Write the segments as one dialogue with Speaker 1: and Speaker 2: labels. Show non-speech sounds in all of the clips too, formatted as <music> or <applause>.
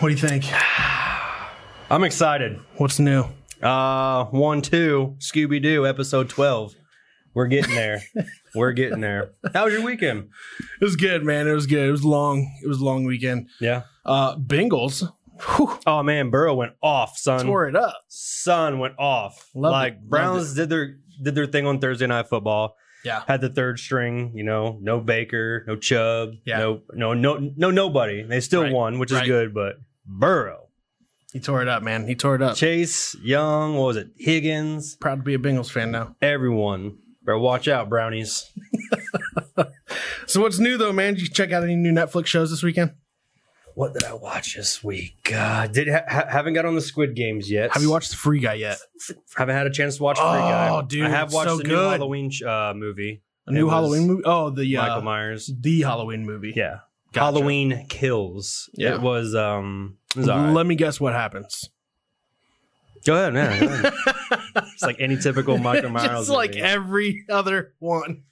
Speaker 1: What do you think?
Speaker 2: I'm excited.
Speaker 1: What's new?
Speaker 2: Uh, one, two, Scooby Doo, episode 12. We're
Speaker 1: <laughs>
Speaker 2: getting there. We're getting there. How was your weekend?
Speaker 1: It was good, man. It was good. It was long. It was a long weekend.
Speaker 2: Yeah.
Speaker 1: Uh, Bengals whew,
Speaker 2: Oh, man. Burrow went off, son.
Speaker 1: tore it up.
Speaker 2: Sun went off.
Speaker 1: Loved
Speaker 2: like
Speaker 1: it, loved
Speaker 2: Browns did their did their thing on Thursday night football.
Speaker 1: Yeah.
Speaker 2: Had the third string, you know, no Baker, no Chubb,
Speaker 1: Yeah.
Speaker 2: no no no no nobody. They still
Speaker 1: Right,
Speaker 2: won, which
Speaker 1: right.
Speaker 2: is good, but Burrow.
Speaker 1: He tore it up, man. He tore it up.
Speaker 2: Chase Young, what was it? Higgins,
Speaker 1: Proud to be a Bengals fan now.
Speaker 2: everyone. Better watch out, brownies.
Speaker 1: So what's new though, man? Did you check out any new Netflix shows this weekend?
Speaker 2: What did I watch this week? Uh, did ha- ha- haven't got on the Squid Games yet.
Speaker 1: Have you watched The Free Guy yet?
Speaker 2: Haven't had a chance to watch Free Guy.
Speaker 1: Oh, dude,
Speaker 2: I have
Speaker 1: it's
Speaker 2: watched
Speaker 1: so
Speaker 2: the new
Speaker 1: good.
Speaker 2: Halloween uh, movie.
Speaker 1: A
Speaker 2: It
Speaker 1: new
Speaker 2: was
Speaker 1: Halloween movie? Oh, the
Speaker 2: Michael
Speaker 1: uh,
Speaker 2: Myers.
Speaker 1: the Halloween movie.
Speaker 2: Yeah.
Speaker 1: Gotcha.
Speaker 2: Halloween Kills.
Speaker 1: Yeah.
Speaker 2: It was um it was all right.
Speaker 1: Let me guess what happens.
Speaker 2: Go ahead, man. Go
Speaker 1: <laughs>
Speaker 2: ahead. it's like any typical Michael Myers.
Speaker 1: Just like
Speaker 2: movie.
Speaker 1: every other one.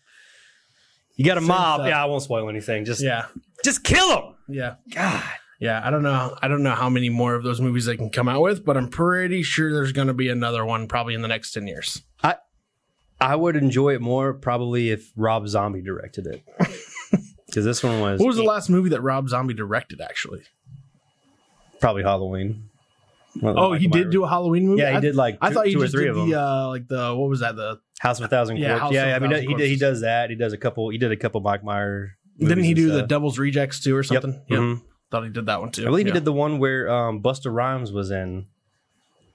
Speaker 2: you got a
Speaker 1: same
Speaker 2: mob.
Speaker 1: stuff.
Speaker 2: Yeah, I won't spoil anything. Just
Speaker 1: Yeah.
Speaker 2: just kill him.
Speaker 1: Yeah.
Speaker 2: God.
Speaker 1: Yeah, I don't know. I don't know how many more of those movies they can come out with, but I'm pretty sure there's going to be another one probably in the next 10 years.
Speaker 2: I would enjoy it more probably if Rob Zombie
Speaker 1: <laughs>
Speaker 2: directed it. Because this one was,
Speaker 1: What was the last movie that Rob Zombie directed actually?
Speaker 2: probably Halloween.
Speaker 1: Oh, he did do a Halloween movie?
Speaker 2: Yeah, he
Speaker 1: I-
Speaker 2: did like two,
Speaker 1: I thought he
Speaker 2: two or
Speaker 1: just
Speaker 2: three
Speaker 1: did
Speaker 2: of
Speaker 1: the
Speaker 2: them.
Speaker 1: uh like the what was that the
Speaker 2: House of a Thousand
Speaker 1: yeah, House
Speaker 2: Corpses. Yeah,
Speaker 1: of a
Speaker 2: I mean,
Speaker 1: Thousand
Speaker 2: he, did, he
Speaker 1: Corpses.
Speaker 2: does that. He does a couple. He did a couple Mike Meyer.
Speaker 1: Didn't
Speaker 2: movies
Speaker 1: he
Speaker 2: and
Speaker 1: do the
Speaker 2: stuff.
Speaker 1: Devil's Rejects too or something?
Speaker 2: Yep.
Speaker 1: Yeah.
Speaker 2: Mhm.
Speaker 1: Thought he did that one too.
Speaker 2: I believe
Speaker 1: Yeah.
Speaker 2: he did the one where um, Busta Rhymes was in.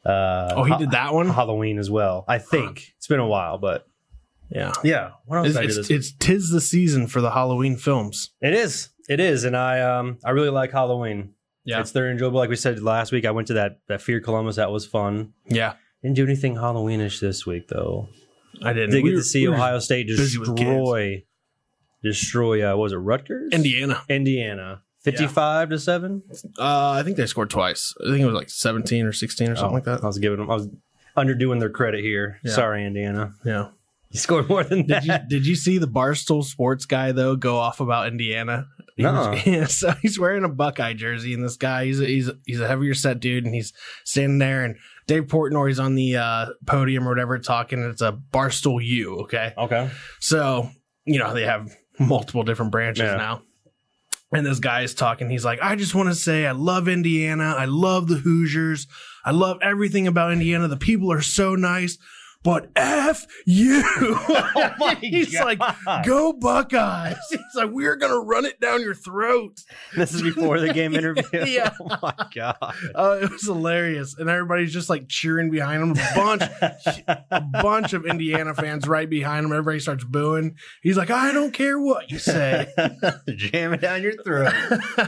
Speaker 2: Uh,
Speaker 1: Oh, he
Speaker 2: Ha-
Speaker 1: did that one?
Speaker 2: Halloween as well. I think it's been a while, but
Speaker 1: Yeah.
Speaker 2: yeah. What else
Speaker 1: It's,
Speaker 2: did I do
Speaker 1: it's,
Speaker 2: this?
Speaker 1: it's tis the season for the Halloween films.
Speaker 2: it is. It is, and I um I really like Halloween.
Speaker 1: Yeah.
Speaker 2: it's very enjoyable. Like we said last week, I went to that that Fear Columbus. That was fun.
Speaker 1: Yeah.
Speaker 2: Didn't do anything Halloweenish this week though.
Speaker 1: I didn't.
Speaker 2: Did
Speaker 1: We
Speaker 2: get
Speaker 1: were-
Speaker 2: to see
Speaker 1: we were
Speaker 2: Ohio State
Speaker 1: busy with kids.
Speaker 2: destroy, destroy. Uh, what was it Rutgers?
Speaker 1: Indiana.
Speaker 2: Indiana, fifty-five to seven.
Speaker 1: Uh, I think they scored twice. I think it was like 17 or 16 or something like
Speaker 2: I
Speaker 1: that.
Speaker 2: was giving them. I was underdoing their credit here.
Speaker 1: Yeah.
Speaker 2: Sorry, Indiana.
Speaker 1: Yeah.
Speaker 2: You scored more than
Speaker 1: Did you
Speaker 2: that.
Speaker 1: did you see the Barstool Sports guy though go off about Indiana? He
Speaker 2: No.
Speaker 1: was- <laughs> yeah, so he's wearing a Buckeye jersey, and this guy he's a, he's a- he's a heavier set dude, and he's standing there, and Dave Portnoy's on the uh, podium or whatever talking. And it's a Barstool U, okay?
Speaker 2: <laughs> Okay.
Speaker 1: So, you know, they have multiple different branches
Speaker 2: Yeah.
Speaker 1: now. And this guy is talking. He's like, I just want to say I love Indiana. I love the Hoosiers. I love everything about Indiana. The people are so nice. But F
Speaker 2: <laughs>
Speaker 1: you. <laughs> Oh <laughs>
Speaker 2: my
Speaker 1: He's
Speaker 2: God.
Speaker 1: like, go Buckeyes. <laughs> He's like, we're going to run it down your throat.
Speaker 2: <laughs> This is before the game interview.
Speaker 1: <laughs> Yeah.
Speaker 2: Oh my god. <laughs>
Speaker 1: Uh, it was hilarious. And everybody's just like cheering behind him. A bunch, a bunch of Indiana fans right behind him. Everybody starts booing. He's like, I don't care what you say.
Speaker 2: Jam it down your
Speaker 1: <laughs>
Speaker 2: throat.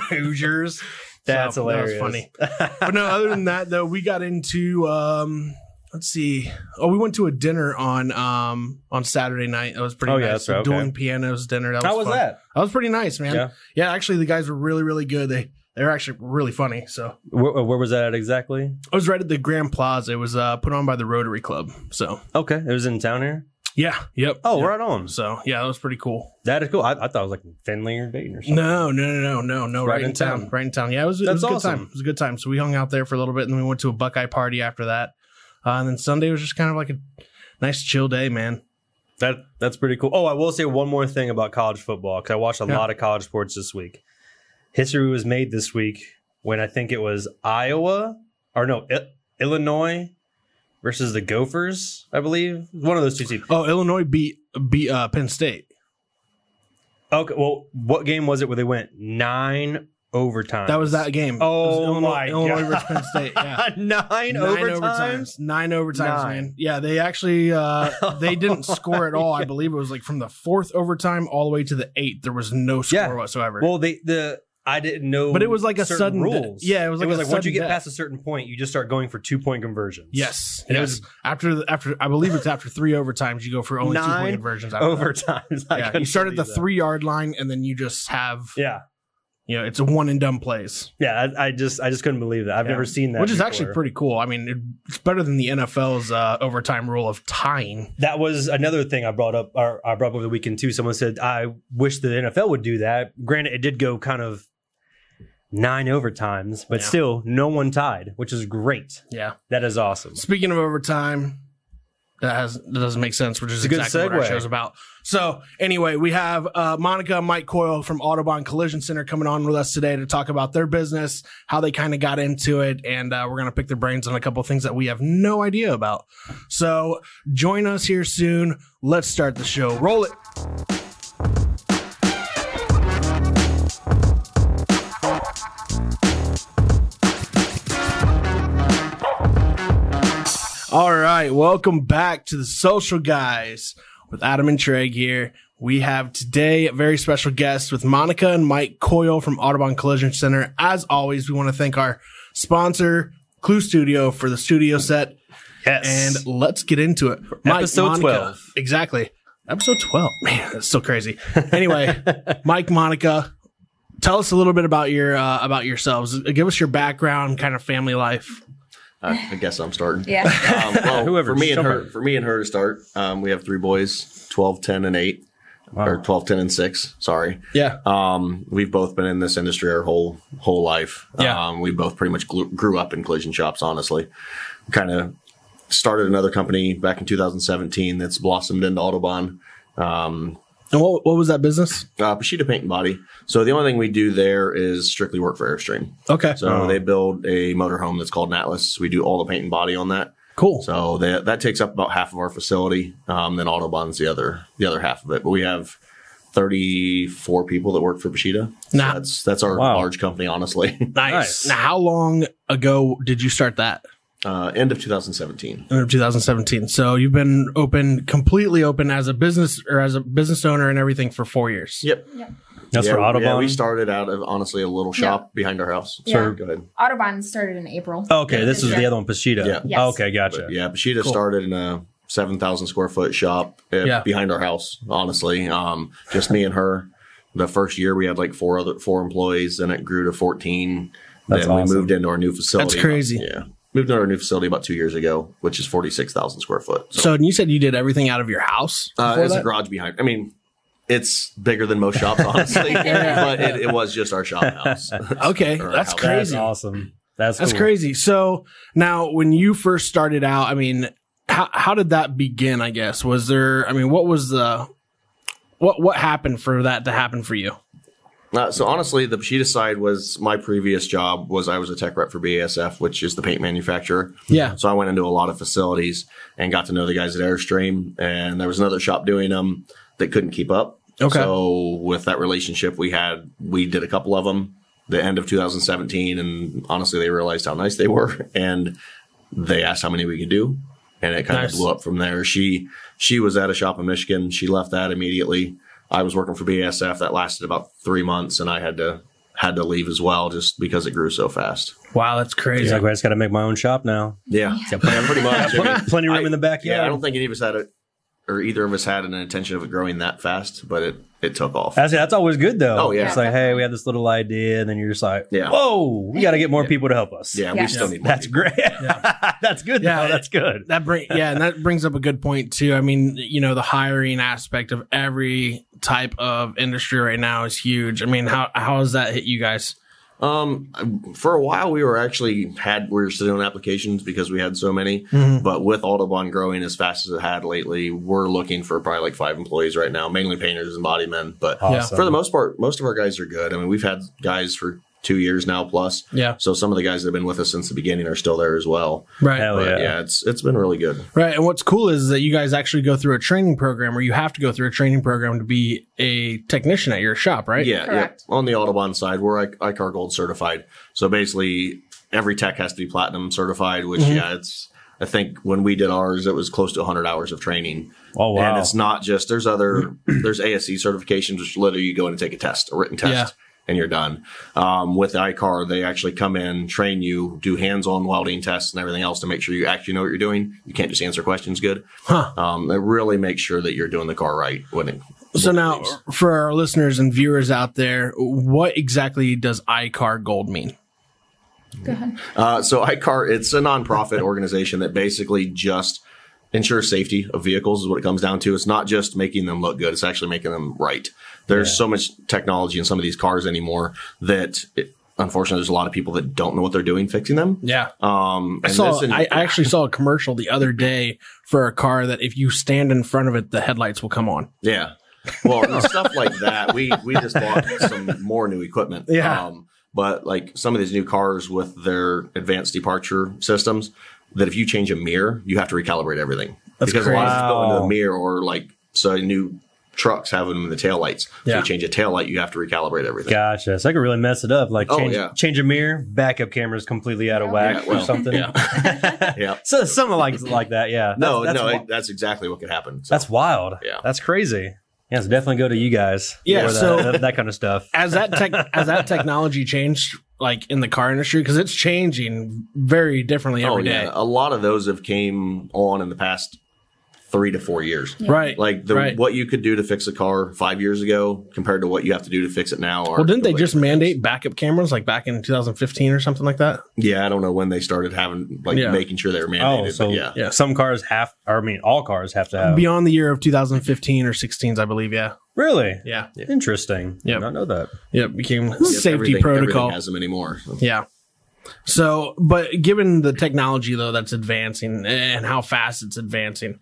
Speaker 2: Hoosiers. <laughs> That's
Speaker 1: So, that was
Speaker 2: hilarious. <laughs>
Speaker 1: funny. but no, other than that, though, we got into um let's see. Oh, we went to a dinner on um on Saturday night. That was pretty
Speaker 2: Oh,
Speaker 1: nice.
Speaker 2: yeah, that's right, okay.
Speaker 1: Dueling pianos dinner. That was
Speaker 2: How was
Speaker 1: fun.
Speaker 2: that?
Speaker 1: That was pretty nice, man.
Speaker 2: Yeah.
Speaker 1: Yeah. actually the guys were really, really good. They they were actually really funny. So
Speaker 2: Where, where was that at exactly?
Speaker 1: I was right at the Grand Plaza. It was uh put on by the Rotary Club. So
Speaker 2: Okay, it was in town here.
Speaker 1: yeah, yep.
Speaker 2: Oh,
Speaker 1: Yep.
Speaker 2: right on.
Speaker 1: So yeah, that was pretty cool.
Speaker 2: That is cool. I, I thought it was like Finley or Dayton or something.
Speaker 1: No, no, no, no, no, no.
Speaker 2: Right
Speaker 1: Right,
Speaker 2: in
Speaker 1: in town.
Speaker 2: town.
Speaker 1: Right in town. Yeah, it was, it
Speaker 2: That's
Speaker 1: was a good
Speaker 2: awesome.
Speaker 1: time. It was a good time. So we hung out there for a little bit, and then we went to a Buckeye party after that. Uh, and then Sunday was just kind of like a nice chill day, man.
Speaker 2: That that's pretty cool. Oh, I will say one more thing about college football because I watched a
Speaker 1: Yeah.
Speaker 2: lot of college sports this week. History was made this week when I think it was Iowa or no I- Illinois versus the Gophers. I believe one of those two teams.
Speaker 1: Oh, Illinois beat beat uh, Penn State.
Speaker 2: Okay, well, what game was it where they went nine overtime?
Speaker 1: That
Speaker 2: <laughs>
Speaker 1: was that game. It was
Speaker 2: Oh
Speaker 1: Illinois,
Speaker 2: my
Speaker 1: Illinois
Speaker 2: God.
Speaker 1: versus Penn State. <laughs> Yeah.
Speaker 2: nine, overtimes.
Speaker 1: Nine overtimes,
Speaker 2: Nine.
Speaker 1: man. Yeah, they actually <laughs> uh, they didn't score at all. I believe it was like from the fourth overtime all the way to the eighth. There was no score
Speaker 2: Yeah.
Speaker 1: whatsoever.
Speaker 2: Well, they the I didn't know,
Speaker 1: But it was like a
Speaker 2: certain
Speaker 1: sudden de-
Speaker 2: rules.
Speaker 1: yeah, it was like a
Speaker 2: once you
Speaker 1: sudden
Speaker 2: get
Speaker 1: death.
Speaker 2: past a certain point, you just start going for two point conversions.
Speaker 1: yes,
Speaker 2: And it
Speaker 1: yes.
Speaker 2: was-
Speaker 1: after the, after I believe it's after three overtimes you go for only two
Speaker 2: Nine
Speaker 1: point conversions. After that.
Speaker 2: <laughs> overtimes. I
Speaker 1: yeah, you
Speaker 2: couldn't
Speaker 1: start at the
Speaker 2: believe that.
Speaker 1: three yard line and then you just have
Speaker 2: Yeah.
Speaker 1: you know it's a one and done plays,
Speaker 2: Yeah, I, I just I just couldn't believe that. I've
Speaker 1: Yeah.
Speaker 2: never seen that,
Speaker 1: which is
Speaker 2: before.
Speaker 1: actually pretty cool. I mean, it, it's better than the NFL's uh, overtime rule of tying.
Speaker 2: That was another thing I brought up. Or I brought up over the weekend too. Someone said I wish the NFL would do that. Granted, it did go kind of
Speaker 3: nine overtimes, but
Speaker 1: Yeah.
Speaker 3: still no one tied, which is great.
Speaker 1: Yeah.
Speaker 3: That is awesome.
Speaker 1: Speaking of overtime, that, has, that doesn't make sense, which is
Speaker 3: It's a good
Speaker 1: exactly what our
Speaker 3: segue.
Speaker 1: show's about. So, anyway, we have uh, Monica and Mike Coyle from Audubon Collision Center coming on with us today to talk about their business, how they kind of got into it, and uh, we're going to pick their brains on a couple things that we have no idea about. So, join us here soon. Let's start the show. Roll it. All right, welcome back to the Social Guys with Adam and Treg here. We have today a very special guest with Monica and Mike Coyle from Audubon Collision Center. As always, we want to thank our sponsor, Clue Studio, for the studio set.
Speaker 3: Yes.
Speaker 1: And let's get into it.
Speaker 3: Episode 12.
Speaker 1: Exactly. Episode 12. Man, that's still crazy. Anyway, Mike, Monica, tell us a little bit about your uh, about yourselves. Give us your background, kind of family life.
Speaker 4: I, I guess I'm starting.
Speaker 5: Yeah. <laughs>
Speaker 4: Um, well,
Speaker 3: Whoever,
Speaker 4: for me and her,
Speaker 3: somebody.
Speaker 4: for me and her to start. Um, we have three boys, 12, 10, and eight, or 12, 10, and six. Sorry.
Speaker 1: Yeah.
Speaker 4: Um, we've both been in this industry our whole whole life.
Speaker 1: Yeah.
Speaker 4: Um, we both pretty much glu- grew up in collision shops. Honestly, kind of started another company back in 2017 that's blossomed into Autobahn. Um,
Speaker 1: And what, what was that business?
Speaker 4: uh, Pescita paint and body. So the only thing we do there is strictly work for Airstream.
Speaker 1: Okay.
Speaker 4: So
Speaker 3: Oh.
Speaker 4: they build a motorhome that's called an Atlas. We do all the paint and body on that.
Speaker 1: cool.
Speaker 4: So that that takes up about half of our facility. Um, then Autobahn's the other the other half of it. But we have 34 people that work for Bushido.
Speaker 1: Nah.
Speaker 4: that's that's our
Speaker 3: Wow.
Speaker 4: large company, honestly. <laughs>
Speaker 1: Nice.
Speaker 3: Nice.
Speaker 1: Now, how long ago did you start that?
Speaker 4: Uh, end of 2017.
Speaker 1: End of 2017. So you've been open, completely open as a business or as a business owner and everything for four years.
Speaker 4: Yep,
Speaker 3: That's
Speaker 4: yeah,
Speaker 3: for Autobahn.
Speaker 4: Yeah, we started out of honestly a little shop behind our house.
Speaker 5: Yeah.
Speaker 4: go ahead.
Speaker 5: Autobahn started in April.
Speaker 3: okay, this is
Speaker 5: Yeah.
Speaker 3: the other one, Pescita.
Speaker 4: Yeah.
Speaker 5: Yes.
Speaker 3: okay, gotcha.
Speaker 4: But yeah, Bushido
Speaker 1: Cool.
Speaker 4: started in a 7,000 square foot shop uh,
Speaker 1: Yeah.
Speaker 4: behind our house, honestly. Um, just me and her. The first year we had like four other four employees, then it grew to 14.
Speaker 3: That's
Speaker 4: then
Speaker 3: awesome.
Speaker 4: we moved into our new facility.
Speaker 1: That's crazy.
Speaker 4: Yeah. Moved into our new facility about two years ago, which is 46,000 square foot. So,
Speaker 1: So and you said you did everything out of your house.
Speaker 4: uh,
Speaker 1: before
Speaker 4: it's a
Speaker 1: that?
Speaker 4: garage behind. I mean, it's bigger than
Speaker 1: <laughs>
Speaker 4: most shops, honestly, but it, it was just our shop house. <laughs>
Speaker 1: okay,
Speaker 4: or a
Speaker 1: that's
Speaker 4: house.
Speaker 3: That's
Speaker 1: crazy.
Speaker 3: awesome. That's
Speaker 1: That's
Speaker 3: cool.
Speaker 1: crazy. So now, when you first started out, I mean, how how did that begin? I guess was there? I mean, what was the what what happened for that to happen for you?
Speaker 4: Uh, so honestly, the Pescita side was my previous job was I was a tech rep for BASF, which is the paint manufacturer.
Speaker 1: Yeah.
Speaker 4: So I went into a lot of facilities and got to know the guys at Airstream, and there was another shop doing them that couldn't keep up.
Speaker 1: Okay.
Speaker 4: So with that relationship we had, we did a couple of them the end of 2017, and honestly, they realized how nice they were, <laughs> and they asked how many we could do, and it kind
Speaker 1: Nice.
Speaker 4: of blew up from there. She she was at a shop in Michigan. She left that immediately. I was working for BASF that lasted about three months, and I had to had to leave as well just because it grew so fast.
Speaker 1: Wow, that's
Speaker 3: He's
Speaker 1: crazy.
Speaker 3: like, well, I just got to make my own shop now.
Speaker 4: Yeah, yeah pretty
Speaker 1: <laughs>
Speaker 4: much. I mean,
Speaker 3: Plenty of room
Speaker 4: I-
Speaker 3: in the
Speaker 4: yeah,
Speaker 3: backyard.
Speaker 4: I don't think any of us had it, or either of us had an intention of it growing that fast, but it it took off.
Speaker 3: That's that's always good though.
Speaker 4: Oh, yeah.
Speaker 3: It's like, hey, we have this little idea, and then you're just like,
Speaker 4: Yeah.
Speaker 3: whoa, we got to get more people to help us.
Speaker 4: yeah,
Speaker 5: Yeah.
Speaker 4: we still need more
Speaker 3: that's
Speaker 4: people.
Speaker 3: great. <laughs> that's good.
Speaker 1: Yeah.
Speaker 3: Yeah, that's good.
Speaker 1: that bring yeah, and that brings up a good point too. I mean, you know, the hiring aspect of every type of industry right now is huge. I mean, how how has that hit you guys?
Speaker 4: Um, for a while we were actually had we were still doing applications because we had so many.
Speaker 3: Mm-hmm.
Speaker 4: But with Audubon growing as fast as it had lately, we're looking for probably like five employees right now, mainly painters and body men. But
Speaker 3: Awesome.
Speaker 4: for the most part, most of our guys are good. I mean, we've had guys for two years now plus.
Speaker 1: Yeah,
Speaker 4: So some of the guys that have been with us since the beginning are still there as well.
Speaker 1: right,
Speaker 3: Hell
Speaker 4: But
Speaker 3: Oh, yeah.
Speaker 4: yeah, it's it's been really good.
Speaker 1: right. And what's cool is that you guys actually go through a training program, or you have to go through a training program to be a technician at your shop, right?
Speaker 4: Yeah,
Speaker 5: Correct.
Speaker 4: yeah. On the Audubon side, we're I- ICAR Gold certified. So basically, every tech has to be platinum certified, which,
Speaker 1: Mm-hmm.
Speaker 4: yeah, it's, I think when we did ours, it was close to 100 hours of training.
Speaker 3: oh wow.
Speaker 4: And it's not just, there's other, there's ASC certifications, which literally you go in and take a test, a written test.
Speaker 1: Yeah.
Speaker 4: And you're done. Um, with ICAR, they actually come in, train you, do hands-on welding tests and everything else to make sure you actually know what you're doing. You can't just answer questions good.
Speaker 1: Huh.
Speaker 4: Um, they really make sure that you're doing the car right when it
Speaker 1: So now, for our listeners and viewers out there, what exactly does iCar Gold mean?
Speaker 5: Go ahead.
Speaker 4: Uh, so ICAR, it's a nonprofit organization that basically just ensures safety of vehicles is what it comes down to. It's not just making them look good; it's actually making them right. There's so much technology in some of these cars anymore that. It, unfortunately, there's a lot of people that don't know what they're doing fixing them.
Speaker 1: Yeah.
Speaker 4: Um,
Speaker 1: I
Speaker 4: and
Speaker 1: saw.
Speaker 4: this in-
Speaker 1: I I actually saw a commercial the other day for a car that if you stand in front of it, the headlights will come on.
Speaker 4: Yeah. Well, and stuff like that. We we just bought some more new equipment.
Speaker 1: Yeah.
Speaker 4: Um, but like some of these new cars with their advanced departure systems, that if you change a mirror, you have to recalibrate everything
Speaker 1: That's
Speaker 4: because a lot of
Speaker 3: crazy.
Speaker 4: it's built into
Speaker 3: Wow.
Speaker 4: the mirror or like so new trucks have them in the taillights. So
Speaker 1: Yeah.
Speaker 4: you change a taillight, you have to recalibrate everything.
Speaker 3: Gotcha. So I could really mess it up. Like
Speaker 4: Oh,
Speaker 3: change,
Speaker 4: yeah.
Speaker 3: change a mirror, backup camera's completely out of
Speaker 5: Yeah.
Speaker 3: whack
Speaker 4: Yeah, well,
Speaker 3: or something.
Speaker 4: Yeah. yeah.
Speaker 3: <laughs> So something like like that. Yeah.
Speaker 4: No,
Speaker 3: That's-
Speaker 4: no,
Speaker 3: that's
Speaker 4: it- that's exactly what could happen. So.
Speaker 3: That's wild.
Speaker 4: Yeah.
Speaker 3: That's crazy. Yeah, so definitely go to you guys.
Speaker 1: Yeah,
Speaker 3: for that-
Speaker 1: so-
Speaker 3: that, that kind of stuff.
Speaker 1: As that tech, as that technology changed, like in the car industry, because it's changing very differently
Speaker 4: Oh,
Speaker 1: every day.
Speaker 4: a lot of those have came on in the past three to four years.
Speaker 1: Right.
Speaker 4: like the
Speaker 1: Right.
Speaker 4: what you could do to fix a car five years ago compared to what you have to do to fix it now. Or
Speaker 1: well, didn't they just
Speaker 4: like-
Speaker 1: mandate backup cameras like back in 2015 or something like that?
Speaker 4: Yeah, I don't know when they started having like
Speaker 1: Yeah.
Speaker 4: making sure they were mandated.
Speaker 3: Oh, so
Speaker 4: but yeah,
Speaker 1: yeah.
Speaker 3: some cars have, or I mean, all cars have to have.
Speaker 1: Beyond the year of 2015 or 16s, I believe. Yeah.
Speaker 3: really?
Speaker 1: Yeah.
Speaker 3: Interesting.
Speaker 1: Yeah.
Speaker 3: Did not know that.
Speaker 1: Yeah. It became
Speaker 4: Yep,
Speaker 1: <laughs>
Speaker 4: everything-
Speaker 1: safety
Speaker 4: everything
Speaker 1: protocol.
Speaker 4: has them anymore. So,
Speaker 1: Yeah. So, but given the technology though that's advancing and how fast it's advancing,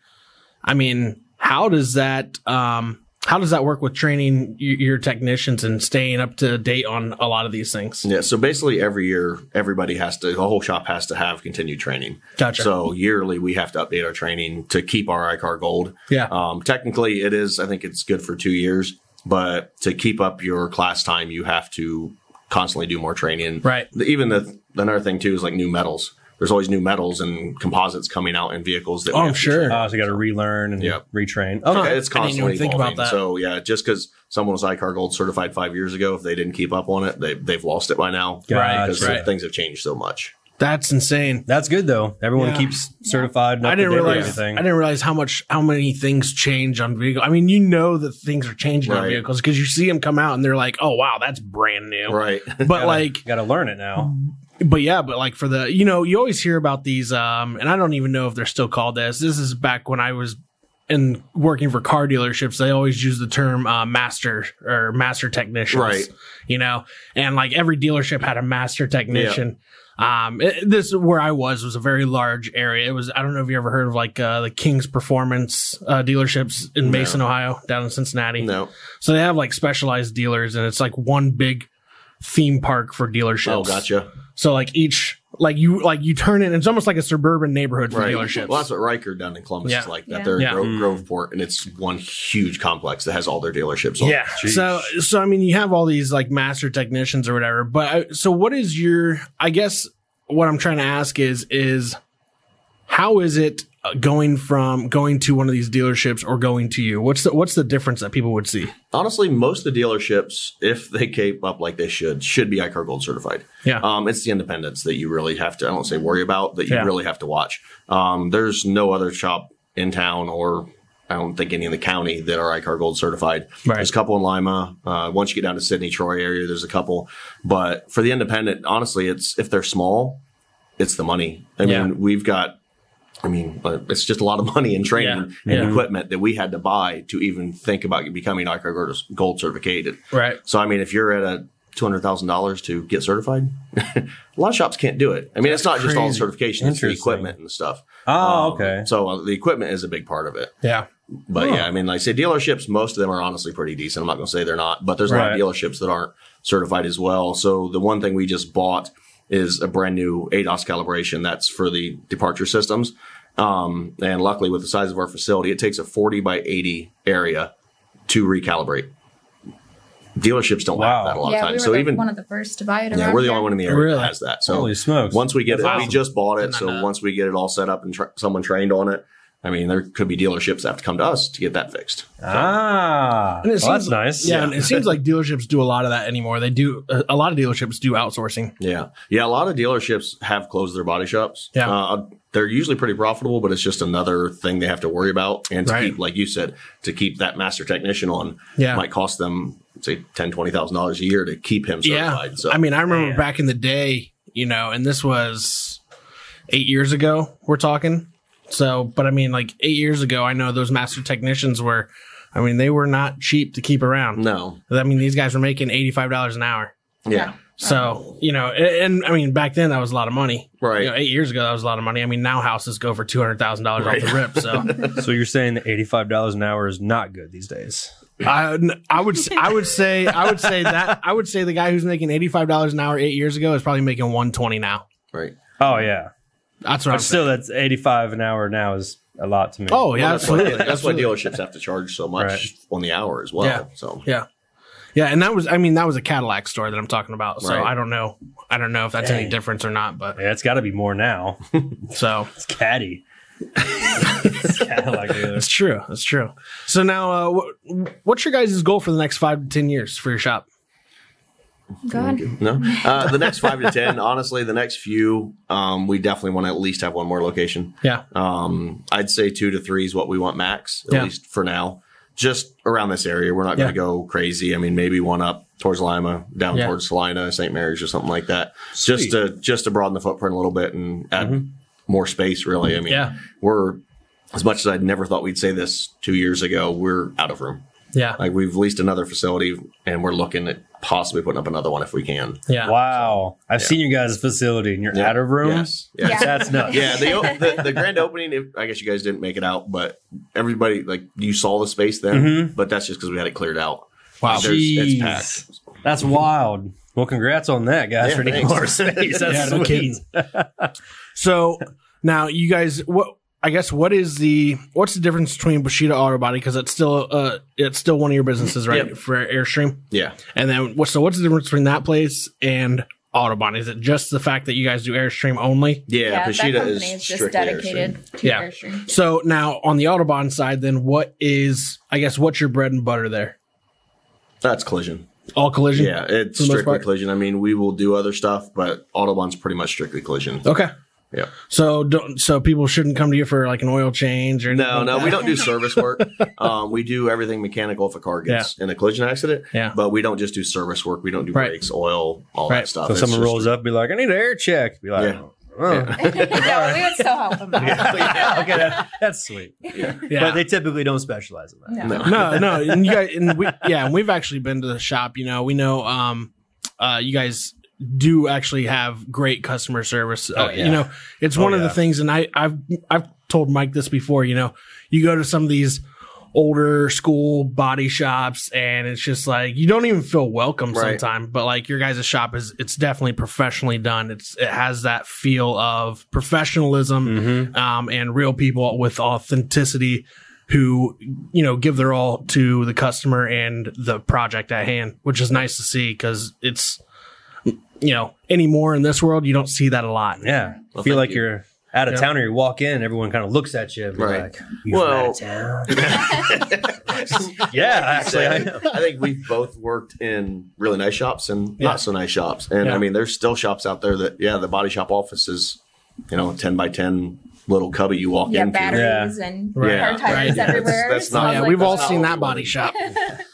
Speaker 1: I mean, how does that um how does that work with training y- your technicians and staying up to date on a lot of these things?
Speaker 4: yeah, so basically every year everybody has to the whole shop has to have continued training.
Speaker 1: Gotcha.
Speaker 4: So yearly we have to update our training to keep our iCar gold.
Speaker 1: yeah.
Speaker 4: Um, technically, it is. I think it's good for two years, but to keep up your class time, you have to constantly do more training.
Speaker 1: Right.
Speaker 4: The- Even the another thing too is like new metals. There's always new metals and composites coming out in vehicles that. we
Speaker 1: Oh,
Speaker 4: have
Speaker 1: I'm
Speaker 4: to
Speaker 1: sure.
Speaker 4: train.
Speaker 3: Oh, so you got to relearn and
Speaker 4: Yep.
Speaker 3: retrain. Oh,
Speaker 4: Yeah,
Speaker 3: Okay.
Speaker 4: it's
Speaker 1: I didn't even
Speaker 4: constantly
Speaker 1: think
Speaker 4: evolving.
Speaker 1: about that.
Speaker 4: So yeah, just because someone was iCar Gold certified five years ago, if they didn't keep up on it, they they've lost it by now.
Speaker 1: Right,
Speaker 4: Because
Speaker 1: right.
Speaker 4: things have changed so much.
Speaker 1: That's insane.
Speaker 3: That's good though. Everyone
Speaker 1: Yeah.
Speaker 3: keeps certified. and
Speaker 1: I
Speaker 3: up to
Speaker 1: didn't
Speaker 3: date with
Speaker 1: realize I
Speaker 3: everything.
Speaker 1: didn't realize how much how many things change on vehicle. I mean, you know that things are changing on
Speaker 4: Right.
Speaker 1: vehicles because you see them come out and they're like, "Oh wow, that's brand new."
Speaker 4: Right. <laughs>
Speaker 3: <laughs>
Speaker 1: But like
Speaker 3: got to learn it now.
Speaker 1: but yeah, but like for the you know, you always hear about these um and I don't even know if they're still called this. This is back when I was in working for car dealerships, they always use the term uh, master or master technicians.
Speaker 4: Right.
Speaker 1: You know, and like every dealership had a master technician. Um, it- this where I was was a very large area. It was I don't know if you ever heard of like uh, the King's Performance uh, dealerships in Mason, Ohio, down in Cincinnati.
Speaker 4: no.
Speaker 1: So they have like specialized dealers, and it's like one big theme park for dealerships.
Speaker 4: Oh, gotcha.
Speaker 1: So like each like you like you turn it. It's almost like a suburban neighborhood for
Speaker 4: Right.
Speaker 1: dealerships.
Speaker 4: Well, that's what Riker down in Columbus
Speaker 1: Yeah.
Speaker 4: is like. That
Speaker 5: Yeah.
Speaker 4: they're in
Speaker 1: Yeah.
Speaker 4: Gro- Groveport, and it's one huge complex that has all their dealerships. On. it.
Speaker 1: yeah. So so I mean, you have all these like master technicians or whatever. But I, so what is your? I guess what I'm trying to ask is is how is it uh, going from going to one of these dealerships or going to you? What's the what's the difference that people would see?
Speaker 4: Honestly, most of the dealerships, if they keep up like they should, should be iCar Gold certified.
Speaker 1: Yeah.
Speaker 4: Um, it's the independents that you really have to, I don't say worry about, that you
Speaker 1: Yeah.
Speaker 4: really have to watch. Um, there's no other shop in town or I don't think any in the county that are iCar Gold certified.
Speaker 1: Right.
Speaker 4: There's a couple in Lima. Uh, once you get down to Sydney, Troy area, there's a couple. But for the independent, honestly, it's if they're small, it's the money. I
Speaker 1: Yeah.
Speaker 4: mean, we've got I mean, but it's just a lot of money in training
Speaker 1: Yeah.
Speaker 4: and
Speaker 1: Yeah.
Speaker 4: equipment that we had to buy to even think about becoming ICAR Gold- Gold certificated.
Speaker 1: Right.
Speaker 4: So, I mean, if you're at a two hundred thousand dollars to get certified, <laughs> a lot of shops can't do it. I mean, it's not just all the
Speaker 1: crazy.
Speaker 4: certification; it's the
Speaker 3: Interesting.
Speaker 4: equipment and stuff.
Speaker 3: Oh,
Speaker 4: Um,
Speaker 3: okay.
Speaker 4: So uh, the equipment is a big part of it.
Speaker 1: Yeah.
Speaker 4: But yeah, I mean, like I say, dealerships, most of them are honestly pretty decent. I'm not going to say they're not, but there's a lot of
Speaker 3: Right.
Speaker 4: dealerships that aren't certified as well. So the one thing we just bought is a brand new ADOS calibration that's for the departure systems. Um, and luckily, with the size of our facility, it takes a 40 by 80 area to recalibrate. Dealerships don't
Speaker 3: Wow.
Speaker 4: have that a lot
Speaker 5: yeah,
Speaker 4: of
Speaker 5: we
Speaker 4: times.
Speaker 5: were
Speaker 4: so
Speaker 5: the-
Speaker 4: even
Speaker 5: one of the first to buy it.
Speaker 4: yeah,
Speaker 5: around
Speaker 4: we're the
Speaker 5: here.
Speaker 4: only one in the area
Speaker 1: Really?
Speaker 4: that has that. So
Speaker 3: Holy smokes.
Speaker 4: Once we get
Speaker 1: That's
Speaker 4: it,
Speaker 1: awesome.
Speaker 4: we just bought it.
Speaker 1: Did not
Speaker 4: So
Speaker 1: know that.
Speaker 4: once we get it all set up and tra- someone trained on it, I mean, there could be dealerships that have to come to us to get that fixed.
Speaker 3: ah,
Speaker 1: And it
Speaker 3: well, that's
Speaker 1: seems-
Speaker 3: nice.
Speaker 1: Yeah. And it seems like dealerships do a lot of that anymore. They do a, a lot of dealerships do outsourcing.
Speaker 4: Yeah, yeah. A lot of dealerships have closed their body shops.
Speaker 1: Yeah.
Speaker 4: uh, they're usually pretty profitable, but it's just another thing they have to worry about. And to
Speaker 1: Right.
Speaker 4: keep, like you said, to keep that master technician on,
Speaker 1: Yeah.
Speaker 4: might cost them say ten twenty thousand dollars a year to keep him certified. So
Speaker 1: I mean, I remember
Speaker 3: Yeah.
Speaker 1: back in the day, you know, and this was eight years ago, we're talking. So, but I mean, like eight years ago, I know those master technicians were, I mean, they were not cheap to keep around.
Speaker 4: no,
Speaker 1: I mean, these guys were making $85 an hour.
Speaker 4: yeah,
Speaker 1: So you know, and, and I mean, back then that was a lot of money.
Speaker 4: Right.
Speaker 1: You know, eight years ago that was a lot of money. I mean, now houses go for two hundred thousand dollars off the rip.
Speaker 4: <laughs>
Speaker 1: So
Speaker 3: So you're saying that eighty-five dollars an hour is not good these days?
Speaker 1: I, I would, s- I would say, I would say that I would say the guy who's making eighty five dollars an hour eight years ago is probably making one twenty now.
Speaker 4: Right.
Speaker 3: Oh yeah,
Speaker 1: That's what I'm saying.
Speaker 3: but still, that's eighty-five an hour now is a lot to me.
Speaker 1: Oh yeah,
Speaker 4: Well, that's why,
Speaker 1: absolutely.
Speaker 4: that's why
Speaker 1: absolutely.
Speaker 4: dealerships have to charge so much
Speaker 3: Right.
Speaker 4: on the hour as well.
Speaker 1: Yeah.
Speaker 4: So
Speaker 1: Yeah. Yeah, and that was I mean that was a Cadillac store that I'm talking about. So
Speaker 4: Right.
Speaker 1: I don't know. I don't know if that's any
Speaker 3: Dang.
Speaker 1: difference or not, but
Speaker 3: yeah, it's got to be more now.
Speaker 1: so
Speaker 3: It's caddy. it's uh, Cadillac dealer.
Speaker 1: it's true. It's true. So now uh what, what's your guys' goal for the next 5 to 10 years for your shop?
Speaker 5: God.
Speaker 4: no, uh, the next five to ten. Honestly, the next few, um, we definitely want to at least have one more location.
Speaker 1: Yeah.
Speaker 4: Um, I'd say two to three is what we want max, at
Speaker 1: Yeah.
Speaker 4: least for now. Just around this area, we're not going
Speaker 1: Yeah.
Speaker 4: to go crazy. I mean, maybe one up towards Lima, down
Speaker 1: Yeah.
Speaker 4: towards Salina, St. Mary's, or something like that.
Speaker 3: Sweet.
Speaker 4: Just to just to broaden the footprint a little bit and add more space. Really, I mean,
Speaker 1: Mm-hmm. Yeah.
Speaker 4: we're as much as I never thought we'd say this two years ago. We're out of room.
Speaker 1: Yeah.
Speaker 4: Like we've leased another facility, and we're looking at possibly putting up another one if we can.
Speaker 1: <laughs> Yeah.
Speaker 3: Wow, I've seen you guys' facility, and you're
Speaker 4: Yeah.
Speaker 3: out of room.
Speaker 4: Yes. yes.
Speaker 5: Yeah.
Speaker 3: That's nuts.
Speaker 4: yeah, the, o- the the grand opening. If, I guess you guys didn't make it out, but everybody like you saw the space then.
Speaker 1: Mm-hmm.
Speaker 4: But that's just because we had it cleared out.
Speaker 1: Wow.
Speaker 4: There's- it's
Speaker 3: Jeez.
Speaker 4: packed.
Speaker 3: That's wild. Well, congrats on that, guys,
Speaker 4: Yeah,
Speaker 3: for needing
Speaker 4: thanks.
Speaker 3: more
Speaker 1: <laughs>
Speaker 4: <laughs>
Speaker 3: space. That's
Speaker 1: Yeah, no
Speaker 3: sweet.
Speaker 1: kidding. So now you guys what I guess what is the what's the difference between Bushido Auto Body because it's still uh it's still one of your businesses right
Speaker 4: Yep.
Speaker 1: for Airstream
Speaker 4: Yeah,
Speaker 1: and then what so what's the difference between that place and Autobahn is it just the fact that you guys do Airstream only
Speaker 4: yeah. Pashita
Speaker 5: that
Speaker 4: is,
Speaker 5: company is just
Speaker 4: strictly
Speaker 5: dedicated to
Speaker 1: Yeah. <laughs>
Speaker 5: Airstream. <laughs>
Speaker 1: So now on the Autobahn side, then what is I guess what's your bread and butter there?
Speaker 4: That's collision.
Speaker 1: All collision.
Speaker 4: Yeah, it's
Speaker 1: For the most
Speaker 4: strictly
Speaker 1: part.
Speaker 4: collision. I mean, we will do other stuff, but Autobahn's pretty much strictly collision.
Speaker 1: Okay.
Speaker 4: Yeah.
Speaker 1: So don't so people shouldn't come to you for like an oil change or anything
Speaker 4: No,
Speaker 1: like
Speaker 4: no,
Speaker 1: that?
Speaker 4: we don't do service work.
Speaker 1: <laughs>
Speaker 4: Um, we do everything mechanical if a car gets in a collision accident.
Speaker 1: Yeah.
Speaker 4: But we don't just do service work. We don't do
Speaker 1: Right.
Speaker 4: brakes, oil, all
Speaker 1: Right.
Speaker 4: that stuff.
Speaker 3: So
Speaker 4: It's
Speaker 3: someone
Speaker 4: just-
Speaker 3: rolls up, be like, "I need an air check." Be like,
Speaker 4: Yeah.
Speaker 3: "Oh,
Speaker 5: yeah, we would still help them out.
Speaker 3: <laughs> yeah, okay, that, that's sweet."
Speaker 1: Yeah.
Speaker 3: But they typically don't specialize in that.
Speaker 5: No.
Speaker 1: no,
Speaker 4: No.
Speaker 3: <laughs>
Speaker 1: no, and you guys, and we, yeah, and we've actually been to the shop. You know, we know, um, uh, you guys do actually have great customer service. Uh,
Speaker 3: Oh, yeah.
Speaker 1: You know, it's
Speaker 3: Oh,
Speaker 1: one of the
Speaker 3: yeah.
Speaker 1: things, and I, I've, I've told Mike this before. You know, you go to some of these older school body shops, and it's just like you don't even feel welcome
Speaker 4: Right.
Speaker 1: sometimes. But like your guys' shop is, it's definitely professionally done. It's it has that feel of professionalism um, and real people with authenticity who you know give their all to the customer and the project at hand which is nice to see because it's you know anymore in this world you don't see that a lot
Speaker 3: Yeah,
Speaker 4: Well,
Speaker 3: feel
Speaker 4: thank
Speaker 3: like
Speaker 4: you.
Speaker 3: you. are out of town, or you walk in, everyone kind of looks at you, and be
Speaker 4: Right.
Speaker 3: like, "You from
Speaker 4: Well-
Speaker 3: out of town?" <laughs> yeah,
Speaker 1: <laughs>
Speaker 3: actually, I know.
Speaker 4: I think we've both worked in really nice shops and
Speaker 1: Yeah.
Speaker 4: not so nice shops. And
Speaker 1: Yeah.
Speaker 4: I mean, there's still shops out there that, yeah, the body shop office is, you know, 10 by 10 little cubby you walk
Speaker 5: Yeah,
Speaker 4: into.
Speaker 5: batteries and
Speaker 1: Right.
Speaker 5: car tires
Speaker 1: Right.
Speaker 5: everywhere.
Speaker 4: That's- that's
Speaker 5: So
Speaker 4: not-
Speaker 5: I'm
Speaker 1: yeah
Speaker 5: Oh, like,
Speaker 1: we've all
Speaker 4: that's not
Speaker 1: seen
Speaker 4: what
Speaker 1: that
Speaker 4: we
Speaker 1: body
Speaker 4: wanted.
Speaker 1: shop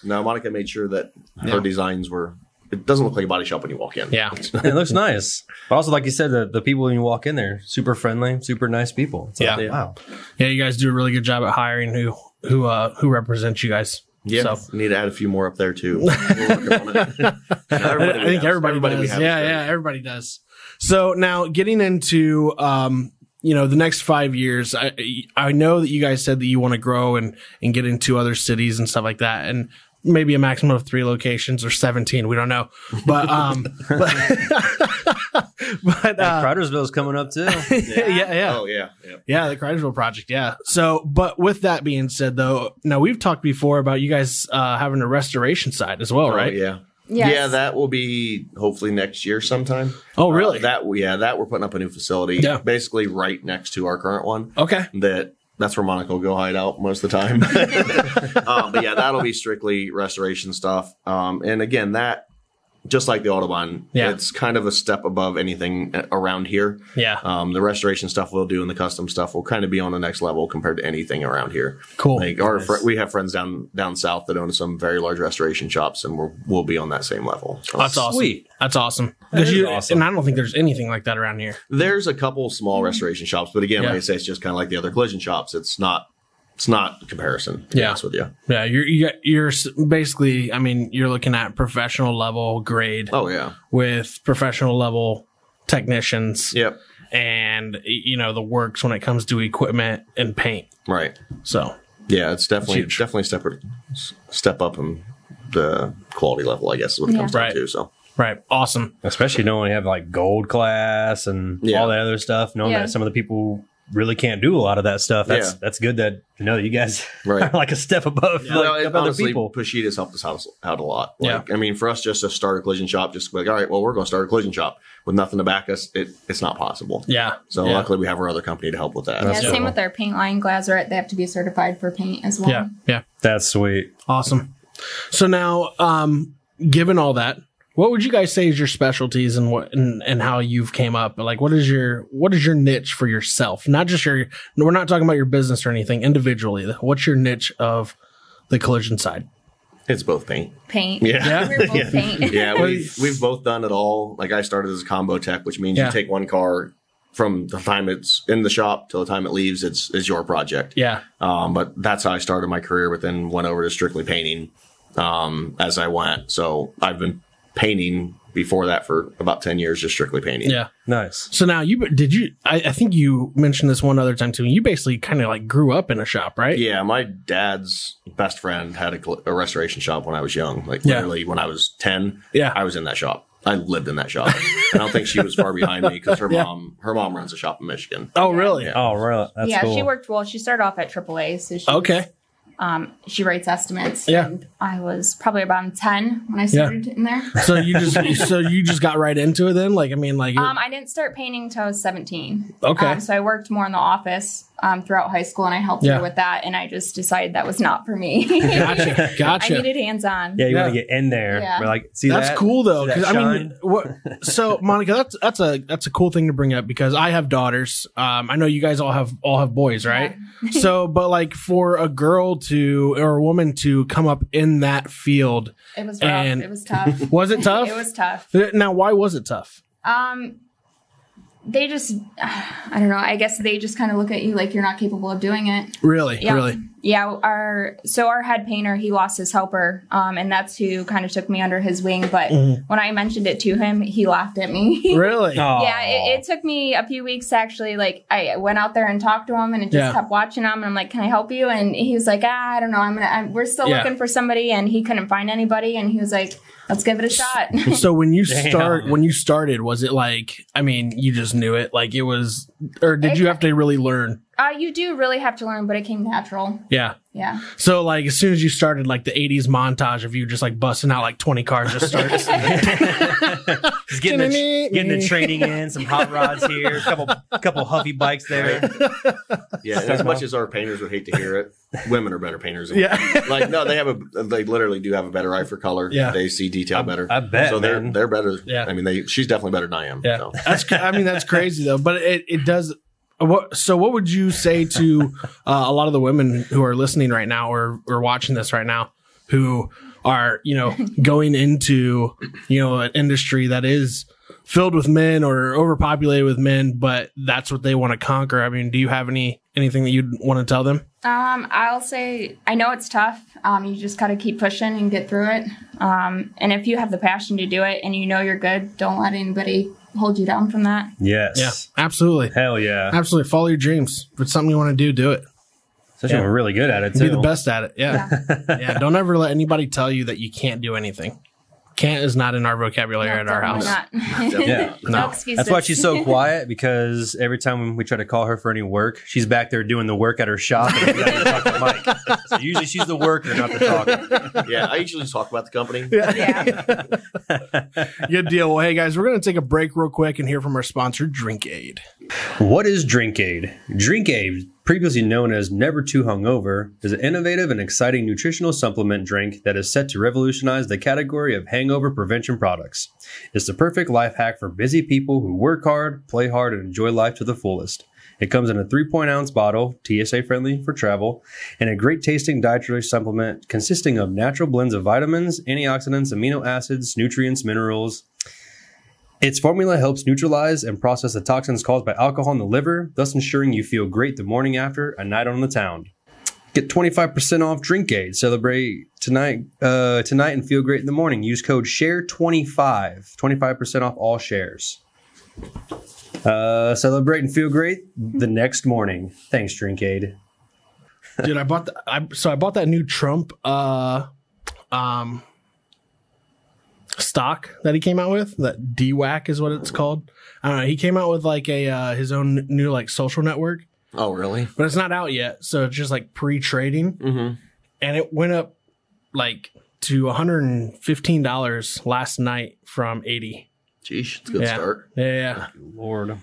Speaker 4: No, Monica made sure that
Speaker 1: Yeah.
Speaker 4: her designs were, it doesn't look like a body shop when you walk in.
Speaker 1: yeah
Speaker 3: it looks nice. But also, like you said, the, the people when you walk in there, super friendly, super nice people. It's like,
Speaker 1: Yeah.
Speaker 3: wow.
Speaker 1: yeah you guys do a really good job at hiring who who uh who represents you guys
Speaker 4: Yeah.
Speaker 1: so
Speaker 4: Need to add a few more up
Speaker 1: <laughs>
Speaker 4: there too. We're working on it.
Speaker 1: I,
Speaker 4: Everybody
Speaker 1: I
Speaker 4: we
Speaker 1: think everybody,
Speaker 4: have- everybody we
Speaker 1: does
Speaker 4: have is
Speaker 1: yeah
Speaker 4: great.
Speaker 1: yeah everybody does so now getting into um you know the next five years i i know that you guys said that you want to grow and and get into other cities and stuff like that and maybe a maximum of three locations or 17 we don't know but
Speaker 4: <laughs>
Speaker 1: um <laughs> but, but
Speaker 3: And
Speaker 1: uh,
Speaker 3: Crowdersville's coming up too.
Speaker 1: yeah yeah yeah.
Speaker 4: Oh, yeah. yeah.
Speaker 1: Yeah, the Crittersville project. Yeah. So, but with that being said, though, now we've talked before about you guys uh, having a restoration side as well,
Speaker 4: Oh,
Speaker 1: right?
Speaker 4: Yeah.
Speaker 5: Yes.
Speaker 4: Yeah, that will be hopefully next year sometime.
Speaker 1: Oh, really?
Speaker 4: Uh, that yeah, that we're putting up a new facility,
Speaker 1: Yeah.
Speaker 4: basically right next to our current one.
Speaker 1: okay.
Speaker 4: That that's where Monica will go hide out most of the time. <laughs> um, but yeah, that'll be strictly restoration stuff. Um, and again, that just like the Autobahn,
Speaker 1: Yeah.
Speaker 4: it's kind of a step above anything uh, around here.
Speaker 1: Yeah.
Speaker 4: Um, the restoration stuff we'll do and the custom stuff will kind of be on the next level compared to anything around here.
Speaker 1: Cool.
Speaker 4: Like our fr- we have friends down down south that own some very large restoration shops, and we're, we'll be on that same level. So
Speaker 1: That's awesome.
Speaker 3: Sweet.
Speaker 1: That's awesome.
Speaker 3: That
Speaker 1: 'Cause
Speaker 3: is
Speaker 1: you-
Speaker 3: awesome.
Speaker 1: And I don't think there's anything like that around here.
Speaker 4: There's a couple small restoration shops, but again,
Speaker 1: Yeah.
Speaker 4: like I say, it's just kind of like the other collision shops. It's not It's not a comparison. To
Speaker 1: Yeah.
Speaker 4: Be honest with you.
Speaker 1: Yeah, you're you're you're s- basically. I mean, you're looking at professional level grade
Speaker 4: Oh yeah.
Speaker 1: with professional level technicians
Speaker 4: Yep.
Speaker 1: and y- you know the works when it comes to equipment and paint.
Speaker 4: Right.
Speaker 1: So
Speaker 4: Yeah, it's definitely
Speaker 1: huge.
Speaker 4: definitely step s- step up in the quality level. I guess is what it
Speaker 5: Yeah.
Speaker 4: comes
Speaker 1: Right.
Speaker 4: down to. So
Speaker 1: right, awesome.
Speaker 3: Especially knowing they have like gold class and
Speaker 4: Yeah.
Speaker 3: all that other stuff. Knowing
Speaker 5: Yeah.
Speaker 3: that some of the people really can't do a lot of that stuff. That's
Speaker 4: Yeah.
Speaker 3: that's good that you know you guys <laughs>
Speaker 4: Right.
Speaker 3: are like a step above like,
Speaker 4: well, it,
Speaker 3: of other
Speaker 4: honestly,
Speaker 3: people.
Speaker 4: Pushita's helped us out, out a lot. Like, I mean, for us just to start a collision shop, just like all right, well, we're going to start a collision shop with nothing to back us. It, it's not possible.
Speaker 1: Yeah.
Speaker 4: So
Speaker 1: yeah.
Speaker 4: luckily, we have our other company to help with that.
Speaker 5: Yeah,
Speaker 3: That's
Speaker 5: same
Speaker 3: doable.
Speaker 5: with our paint line glazerette. They have to be certified for paint as well.
Speaker 1: Yeah. Yeah.
Speaker 3: That's sweet.
Speaker 1: Awesome. So now, um, given all that, what would you guys say is your specialties and what and, and how you've came up? Like, what is your what is your niche for yourself? Not just your. We're not talking about your business or anything individually. What's your niche of the collision side?
Speaker 4: It's both paint.
Speaker 5: Paint.
Speaker 4: Yeah.
Speaker 5: We're both paint.
Speaker 4: yeah, we've, we've both done it all. Like I started as a combo tech, which means
Speaker 1: Yeah.
Speaker 4: you take one car from the time it's in the shop till the time it leaves. It's it's your project.
Speaker 1: Yeah.
Speaker 4: Um, but that's how I started my career, but then went over to strictly painting um, as I went. So I've been painting before that for about 10 years, just strictly painting.
Speaker 1: Yeah.
Speaker 3: Nice.
Speaker 1: So now you did you? I, I think you mentioned this one other time too. You basically kind of like grew up in a shop, right?
Speaker 4: Yeah, my dad's best friend had a, cl- a restoration shop when I was young. Like
Speaker 1: Yeah.
Speaker 4: literally when I was 10,
Speaker 1: Yeah.
Speaker 4: I was in that shop. I lived in that shop. and I don't think she was far behind
Speaker 1: <laughs>
Speaker 4: me because her mom her mom runs a shop in Michigan.
Speaker 1: Oh, really?
Speaker 4: Yeah.
Speaker 3: Oh, really? That's
Speaker 5: yeah,
Speaker 3: cool.
Speaker 5: she worked well. She started off at AAA, so she
Speaker 1: Okay.
Speaker 5: um she writes estimates.
Speaker 1: Yeah.
Speaker 5: And I was probably about ten when I started in there.
Speaker 1: So you just so you just got right into it then? Like, I mean, like, you're-
Speaker 5: Um, I didn't start painting until I was 17.
Speaker 1: Okay.
Speaker 5: Um, so I worked more in the office um, throughout high school and I helped
Speaker 1: Yeah.
Speaker 5: her with that. And I just decided that was not for me.
Speaker 1: <laughs>
Speaker 5: <laughs>
Speaker 1: gotcha,
Speaker 5: I
Speaker 1: gotcha.
Speaker 5: needed hands on.
Speaker 3: yeah, you want
Speaker 1: Yeah.
Speaker 3: to get in there.
Speaker 5: Yeah.
Speaker 3: We're like, see
Speaker 1: that's
Speaker 3: that?
Speaker 1: cool though,
Speaker 3: See that
Speaker 1: because I mean,
Speaker 3: shine?
Speaker 1: what?
Speaker 3: <laughs>
Speaker 1: So Monica, that's that's a that's a cool thing to bring up because I have daughters. Um, I know you guys all have all have boys,
Speaker 5: <laughs>
Speaker 1: right? so, but like for a girl to or a woman to come up in that field,
Speaker 5: It was rough.
Speaker 1: And-
Speaker 5: it
Speaker 1: <laughs>
Speaker 5: was tough.
Speaker 1: was it tough?
Speaker 5: <laughs> It was tough.
Speaker 1: Now, why was it tough?
Speaker 5: Um, they just, I don't know. I guess they just kind of look at you like you're not capable of doing it.
Speaker 1: Really,
Speaker 5: Yeah.
Speaker 1: really.
Speaker 5: Yeah. Our so our head painter he lost his helper, um, and that's who kind of took me under his wing. But when I mentioned it to him, he laughed at me.
Speaker 1: Mm-hmm.
Speaker 5: <laughs>
Speaker 1: Really?
Speaker 3: Aw.
Speaker 5: Yeah, it, it took me a few weeks to actually. Like, I went out there and talked to him, and it just
Speaker 1: Yeah.
Speaker 5: kept watching him. And I'm like, "Can I help you?" And he was like, "Ah, I don't know. I'm gonna. I'm, we're still
Speaker 1: Yeah.
Speaker 5: looking for somebody." And he couldn't find anybody, and he was like, "Let's give it a
Speaker 1: <laughs>
Speaker 5: shot."
Speaker 1: So when
Speaker 3: <laughs>
Speaker 1: you
Speaker 3: Damn.
Speaker 1: start when you started, was it like I mean, you just knew it, like it was or did you have to really learn?
Speaker 5: uh, you do really have to learn, but it came natural.
Speaker 1: Yeah.
Speaker 5: Yeah,
Speaker 1: So like as soon as you started like the 80s montage of you just like busting out like 20 cars just starts.
Speaker 3: Just getting the, getting
Speaker 5: <laughs>
Speaker 3: the training in, some hot rods here, couple couple huffy bikes
Speaker 1: <laughs>
Speaker 3: there.
Speaker 4: Yeah, and as much as our painters would hate to hear it, women are better painters. Than
Speaker 1: Yeah.
Speaker 4: men. like no, they have a they literally do have a better eye for color.
Speaker 1: Yeah.
Speaker 4: they see detail better.
Speaker 3: I bet,
Speaker 4: So they're
Speaker 3: man.
Speaker 4: they're better.
Speaker 1: Yeah.
Speaker 4: I mean, they she's definitely better than I am.
Speaker 1: Yeah. <laughs>
Speaker 4: so.
Speaker 1: <laughs> That's I mean that's crazy though, but it it does what so what would you say to uh, a lot of the women who are listening right now or or watching this right now who are, you know, going into, you know, an industry that is filled with men or overpopulated with men, but that's what they want to conquer. I mean, do you have any anything that you'd want to tell them?
Speaker 5: um, I'll say I know it's tough. Um, you just got to keep pushing and get through it. Um, and if you have the passion to do it, and you know you're good, don't let anybody hold you down from that.
Speaker 3: Yes.
Speaker 1: Absolutely.
Speaker 3: Hell yeah.
Speaker 1: Absolutely. Follow your dreams. If it's something you want to do, do it.
Speaker 3: Especially when we're really good at it too.
Speaker 1: Be the best at it. Yeah. Yeah. Don't ever let anybody tell you that you can't do anything. Can't is not in our vocabulary at our house.
Speaker 5: Definitely Not. <laughs>
Speaker 3: Yeah.
Speaker 5: no. excuses.
Speaker 3: That's why
Speaker 5: <laughs>
Speaker 3: she's so quiet because every time we try to call her for any work, she's back there doing the work at her shop. And we gotta talk to Mike. So usually she's the worker, not the talker.
Speaker 4: yeah, I usually talk about the company.
Speaker 5: yeah.
Speaker 1: Good deal. Well, hey guys, we're gonna take a break real quick and hear from our sponsor, Drink Aid.
Speaker 3: What is Drink Aid? Drink Aid, previously known as Never Too Hungover, is an innovative and exciting nutritional supplement drink that is set to revolutionize the category of hangover prevention products. It's the perfect life hack for busy people who work hard, play hard, and enjoy life to the fullest. It comes in a 3.0 ounce bottle, TSA friendly for travel, and a great tasting dietary supplement consisting of natural blends of vitamins, antioxidants, amino acids, nutrients, minerals, its formula helps neutralize and process the toxins caused by alcohol in the liver, thus ensuring you feel great the morning after a night on the town. Get 25% off Drinkade. Celebrate tonight uh, tonight and feel great in the morning. Use code SHARE25. 25% off all shares. Uh, celebrate and feel great the next morning. Thanks, Drinkade.
Speaker 1: dude. I bought the, I so I bought that new Trump uh um stock that he came out with. That DWAC is what it's called. I don't know. He came out with like a uh, his own new like social network,
Speaker 4: Oh, really?
Speaker 1: but it's not out yet. So it's just like pre trading,
Speaker 4: Mm-hmm.
Speaker 1: and it went up like to one hundred and fifteen dollars last night from eighty.
Speaker 4: Geesh, it's a good
Speaker 1: yeah.
Speaker 4: start.
Speaker 1: Yeah, yeah.
Speaker 3: Lord.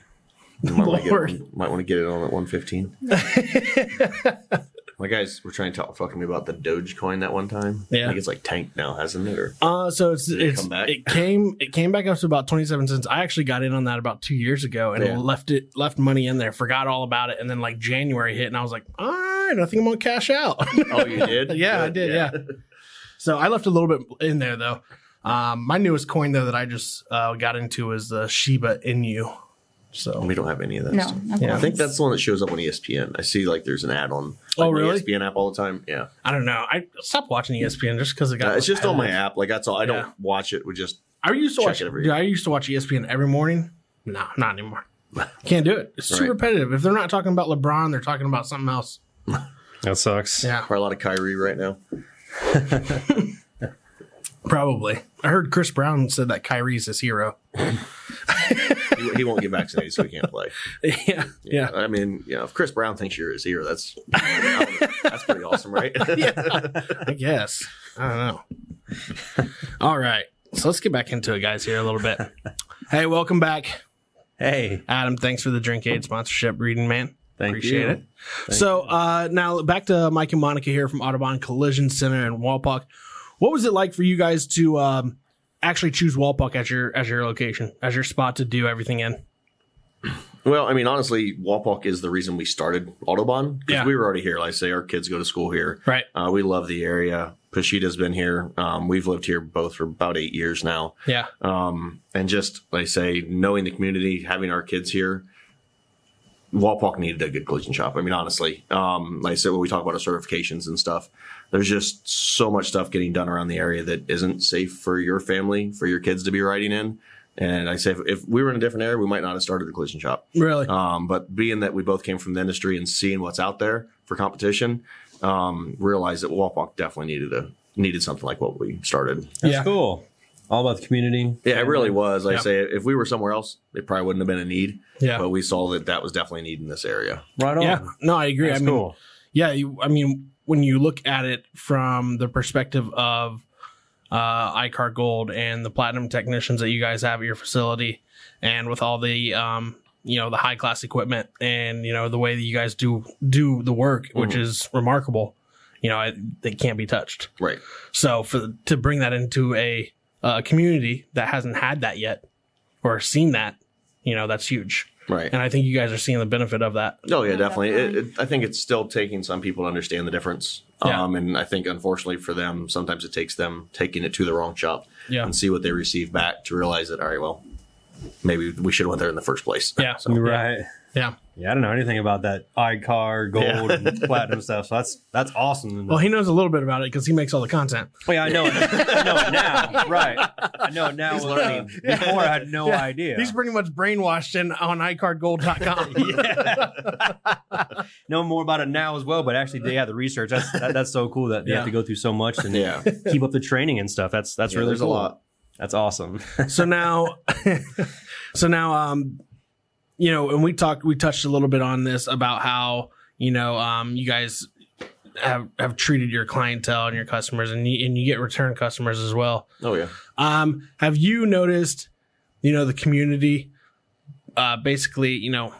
Speaker 4: You might want
Speaker 1: Lord.
Speaker 4: to get, might wanna get it on
Speaker 1: <laughs>
Speaker 4: at 115. My guys were trying to talk fucking me about the Dogecoin that one time.
Speaker 1: Yeah.
Speaker 4: I think it's like tanked now, hasn't
Speaker 1: <laughs>
Speaker 4: it? Or
Speaker 1: Uh, so it's
Speaker 4: it
Speaker 1: it's
Speaker 4: come back?
Speaker 1: it came it came back up to about twenty seven cents. I actually got in on that about two years ago and
Speaker 4: Yeah.
Speaker 1: left it left money in there, forgot all about it, and then like January hit, and I was like, all right, I think I'm gonna cash out. <laughs>
Speaker 4: oh, you <laughs> did?
Speaker 1: yeah, I
Speaker 4: Good,
Speaker 1: did. Yeah. So I left a little bit in there though. Um, my newest coin though that I just uh, got into is the Shiba Inu. So
Speaker 4: We don't have any of those.
Speaker 5: No, not
Speaker 1: Yeah.
Speaker 4: I think that's the one that shows up on E ESPN. I see like there's an ad on
Speaker 1: Oh,
Speaker 4: like, my
Speaker 1: really?
Speaker 4: ESPN app all the E time. Yeah.
Speaker 1: I don't know. I stopped watching E ESPN just because it got.
Speaker 4: Uh, it's just on my
Speaker 1: I-
Speaker 4: app. Like that's all. I
Speaker 1: Yeah.
Speaker 4: don't watch it. We just
Speaker 1: I used to
Speaker 4: Check
Speaker 1: watch.
Speaker 4: it every
Speaker 1: dude, I used to watch E ESPN every morning. No, not
Speaker 4: <laughs>
Speaker 1: anymore. Can't do it. It's too
Speaker 4: Right.
Speaker 1: repetitive. If they're not talking about LeBron, they're talking about something else.
Speaker 3: That sucks.
Speaker 1: Yeah,
Speaker 4: probably a lot of Kyrie right now.
Speaker 1: probably. I heard Chris Brown said that Kyrie's his hero.
Speaker 4: He, he won't get vaccinated, so he can't play.
Speaker 1: yeah, yeah, yeah.
Speaker 4: I mean, yeah. If Chris Brown thinks you're his
Speaker 1: <laughs>
Speaker 4: hero, that's that's pretty awesome, right?
Speaker 1: I guess. I don't know.
Speaker 4: <laughs>
Speaker 1: All right, so let's get back into it, guys. Here a little bit. hey, welcome back,
Speaker 3: Hey.
Speaker 1: Adam. Thanks for the Drink Aid sponsorship, Reading Man.
Speaker 3: Thank
Speaker 1: Appreciate
Speaker 3: you.
Speaker 1: it. so uh, now back to Mike and Monica here from Audubon Collision Center in Walpock. What was it like for you guys to um, actually choose Walpock as your as your location as your spot to do everything in?
Speaker 4: Well, I mean, honestly, Walpock is the reason we started Autobahn because
Speaker 1: Yeah.
Speaker 4: we were already here. Like I say, our kids go to school here.
Speaker 1: Right.
Speaker 4: Uh, we love the area. Peshitta's been here. Um, we've lived here both for about eight years now.
Speaker 1: Yeah.
Speaker 4: um, and just like I say, knowing the community, having our kids here. Walpock needed a good collision shop. I mean, honestly, um, like I said, when we talk about our certifications and stuff, there's just so much stuff getting done around the area that isn't safe for your family, for your kids to be riding in. And I say, if, if we were in a different area, we might not have started the collision shop.
Speaker 1: Really?
Speaker 3: Uh,
Speaker 4: Um, but being that we both came from the industry and seeing what's out there for competition, um, realized that Walpock definitely needed a needed something like what we started.
Speaker 3: That's
Speaker 1: yeah.
Speaker 3: cool. All about the community.
Speaker 4: Yeah, it really was. Like
Speaker 1: Yeah.
Speaker 4: I say, if we were somewhere else, it probably wouldn't have been a need.
Speaker 1: Yeah.
Speaker 4: But we saw that that was definitely a need in this area.
Speaker 3: Right on.
Speaker 1: Yeah. No, I agree.
Speaker 3: That's
Speaker 1: I mean,
Speaker 3: cool.
Speaker 1: yeah. You, I mean, when you look at it from the perspective of uh, iCar Gold and the platinum technicians that you guys have at your facility, and with all the um, you know the high class equipment and you know the way that you guys do do the work, which is remarkable. You know, it, it can't be touched.
Speaker 4: Right.
Speaker 1: So for to bring that into a uh, community that hasn't had that yet or seen that, you know, that's huge.
Speaker 4: Right.
Speaker 1: And I think you guys are seeing the benefit of that.
Speaker 4: Oh yeah,
Speaker 5: Yeah,
Speaker 4: definitely. It,
Speaker 5: definitely.
Speaker 4: it, I think it's still taking some people to understand the difference.
Speaker 1: Yeah.
Speaker 4: Um, and I think unfortunately for them, sometimes it takes them taking it to the wrong shop
Speaker 1: Yeah.
Speaker 4: and see what they receive back to realize that all right, well, maybe we should have went there in the first place.
Speaker 1: Yeah.
Speaker 4: So,
Speaker 3: Right.
Speaker 1: Yeah.
Speaker 3: Yeah, I don't know anything about that iCar gold and <laughs> platinum stuff. So that's that's awesome. to know.
Speaker 1: Well, he knows a little bit about it because he makes all the content.
Speaker 3: Well, yeah, I know it. I know it now. Right. I know it now. He's learning. Before, I had no idea.
Speaker 1: He's pretty much brainwashed in on iCardGold.com.
Speaker 3: yeah. know more about it now as well, but actually, they yeah, the research. That's that, that's so cool that they
Speaker 1: Yeah.
Speaker 3: have to go through so much and
Speaker 4: Yeah.
Speaker 3: keep up the training and stuff. That's that's
Speaker 4: Yeah,
Speaker 3: really
Speaker 4: there's a
Speaker 3: cool.
Speaker 4: lot.
Speaker 3: That's awesome.
Speaker 1: so now <laughs> so now um you know and we talked we touched a little bit on this about how you know um you guys have have treated your clientele and your customers and you, and you get return customers as well
Speaker 4: Oh yeah.
Speaker 1: um have you noticed you know the community uh basically you know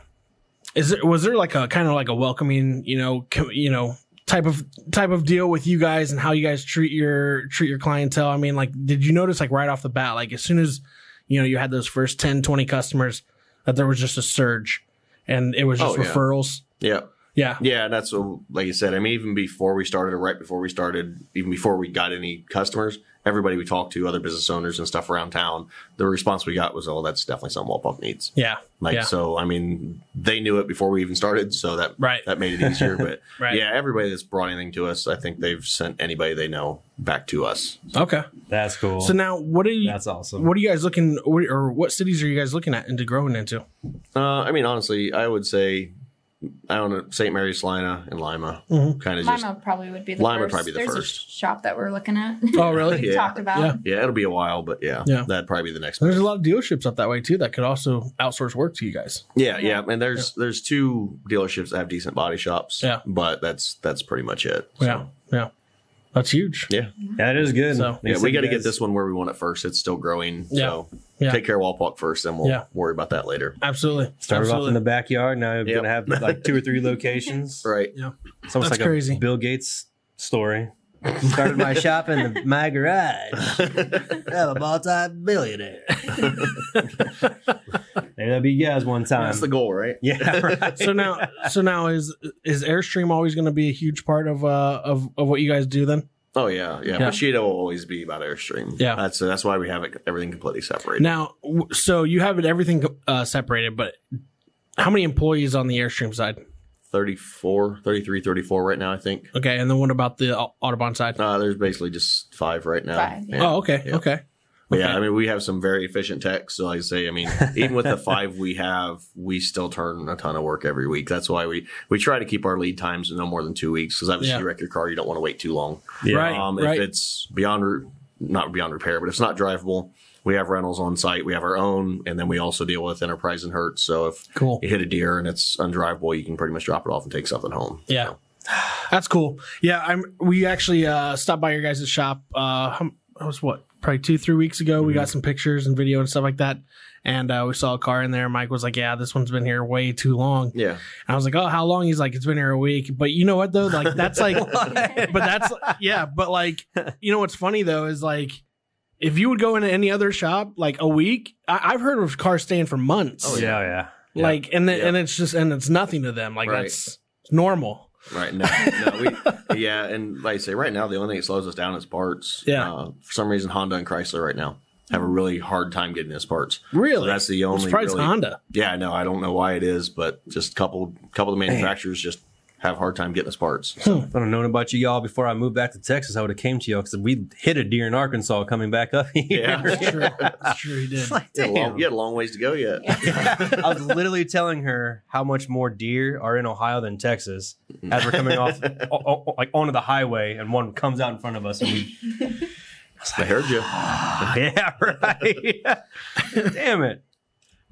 Speaker 1: is it was there like a kind of like a welcoming you know com, you know type of type of deal with you guys and how you guys treat your treat your clientele i mean like did you notice like right off the bat like as soon as you know you had those first 10 20 customers that there was just a surge and it was just
Speaker 4: Oh, yeah.
Speaker 1: referrals
Speaker 4: Yeah.
Speaker 1: yeah
Speaker 4: Yeah, and um, that's what, like you said. I mean, even before we started, or right before we started, even before we got any customers, everybody we talked to, other business owners and stuff around town, the response we got was, "Oh, that's definitely something Walpuck needs."
Speaker 1: Yeah.
Speaker 4: Like
Speaker 1: yeah.
Speaker 4: so, I mean, they knew it before we even started, so that
Speaker 1: Right.
Speaker 4: that made it easier. <laughs> But
Speaker 1: Right.
Speaker 4: yeah, everybody that's brought anything to us, I think they've sent anybody they know back to us.
Speaker 1: okay.
Speaker 3: That's cool.
Speaker 1: So now, what are you?
Speaker 3: That's awesome.
Speaker 1: What are you guys looking, or or what cities are you guys looking at into growing into?
Speaker 4: Uh, I mean, honestly, I would say I don't know St. Mary's, Lina, and Lima, kind of just
Speaker 5: Lima probably would be the
Speaker 4: Lima would
Speaker 5: first.
Speaker 4: probably be the
Speaker 5: There's a
Speaker 4: first.
Speaker 5: shop that we're looking
Speaker 6: <laughs>
Speaker 5: at.
Speaker 1: Oh, really?
Speaker 5: we
Speaker 4: Yeah.
Speaker 5: talked about.
Speaker 1: Yeah.
Speaker 4: yeah, it'll be a while, but yeah,
Speaker 1: Yeah.
Speaker 4: that'd probably be the next.
Speaker 1: There's a lot of dealerships up that way too that could also outsource work to you guys.
Speaker 4: Yeah, yeah, and there's there's two dealerships that have decent body shops.
Speaker 1: Yeah.
Speaker 4: but that's that's pretty much it. So,
Speaker 1: Yeah, yeah, that's huge.
Speaker 4: yeah,
Speaker 3: that is good.
Speaker 1: So-
Speaker 3: Like I
Speaker 4: yeah.
Speaker 3: said,
Speaker 4: We got to
Speaker 3: you
Speaker 4: get
Speaker 3: guys-
Speaker 4: this one where we want it first. It's still growing.
Speaker 1: Yeah.
Speaker 4: So
Speaker 1: Yeah.
Speaker 4: take care of Walpock first, then we'll
Speaker 1: Yeah.
Speaker 4: worry about that later.
Speaker 1: Absolutely.
Speaker 3: Started off in
Speaker 1: Absolutely.
Speaker 3: the backyard. Now we're
Speaker 4: Yep.
Speaker 3: gonna have like two or three locations.
Speaker 4: Right. <laughs>
Speaker 1: yeah.
Speaker 3: It's almost
Speaker 1: That's
Speaker 3: like
Speaker 1: crazy.
Speaker 3: a Bill Gates story. Started my shop in <laughs> the, my garage. I'm a multi-billionaire. Maybe that'll be you guys one time.
Speaker 4: That's the
Speaker 1: Um,
Speaker 4: goal, right?
Speaker 3: <laughs> yeah. Right.
Speaker 1: So
Speaker 3: <laughs>
Speaker 1: now, so now is is Airstream always going to be a huge part of uh of, of what you guys do then?
Speaker 4: Oh yeah, yeah.
Speaker 1: Yeah.
Speaker 4: Bushido will always be about Airstream.
Speaker 1: Yeah.
Speaker 4: that's that's why we have it, everything completely separated.
Speaker 1: Now, w- so you have it everything uh, separated, but how many employees on the Airstream side?
Speaker 4: 34, 33, 34 right now, I think.
Speaker 1: Okay, and then what about the Au- Audubon side?
Speaker 4: Uh, there's basically just five right now.
Speaker 5: Five, yeah.
Speaker 1: Oh, okay,
Speaker 4: Yeah.
Speaker 1: okay,
Speaker 4: But yeah, I mean, we have some very efficient techs. So I say, I mean, even with the five we have, we still turn a ton of work every week. That's why we we try to keep our lead times no more than two weeks because obviously
Speaker 1: Yeah.
Speaker 4: you wreck your car, you don't want to wait too long.
Speaker 3: Yeah.
Speaker 1: Right,
Speaker 4: um,
Speaker 1: right.
Speaker 4: If it's beyond re- not beyond repair, but if it's not drivable, we have rentals on site. We have our own, and then we also deal with Enterprise and Hertz. So if
Speaker 1: cool.
Speaker 4: you hit a deer and it's undrivable, you can pretty much drop it off and take something home.
Speaker 1: Yeah. That's cool. Yeah, I'm we actually uh stopped by your guys' shop uh hum- it was what, probably two, three weeks ago. We got
Speaker 4: Mm-hmm.
Speaker 1: some pictures and video and stuff like that. And uh, we saw a car in there. Mike was like, Yeah, this one's been here way too long.
Speaker 4: Yeah.
Speaker 1: And I was like, Oh, how long? He's like, It's been here a week. But you know what though? Like that's
Speaker 4: <laughs>
Speaker 1: like but that's yeah, but like you know what's funny though is like if you would go into any other shop like a week, I- I've heard of cars staying for months.
Speaker 4: Oh,
Speaker 3: yeah, yeah. Yeah.
Speaker 1: Like and then
Speaker 4: Yeah.
Speaker 1: and it's just and it's nothing to them. Like
Speaker 4: Right.
Speaker 1: that's normal.
Speaker 4: Right. No. No. We, yeah, and like I say, right now the only thing that slows us down is parts.
Speaker 1: Yeah.
Speaker 4: Uh, for some reason, Honda and Chrysler right now have a really hard time getting us parts.
Speaker 1: Really?
Speaker 4: So that's the
Speaker 1: I'm
Speaker 4: only.
Speaker 1: surprised
Speaker 4: really-
Speaker 1: Honda.
Speaker 4: Yeah. No, I don't know why it is, but just a couple couple of manufacturers just have a hard time getting
Speaker 1: <laughs>
Speaker 4: us parts.
Speaker 3: If I'd have known about you y'all before I moved back to Texas, I would have came to y'all because we hit a deer in Arkansas coming back up <laughs> here.
Speaker 4: Yeah.
Speaker 1: <laughs> That's true. That's true. He did.
Speaker 3: It's like,
Speaker 4: You had, a
Speaker 3: damn.
Speaker 4: long, you had a long ways to go yet.
Speaker 3: I was literally telling her how much more deer are in Ohio than Texas as we're coming off o- o- like onto the highway and one comes out in front of us
Speaker 1: <laughs>
Speaker 3: and we <laughs>
Speaker 4: I heard you.
Speaker 3: yeah right <laughs> damn it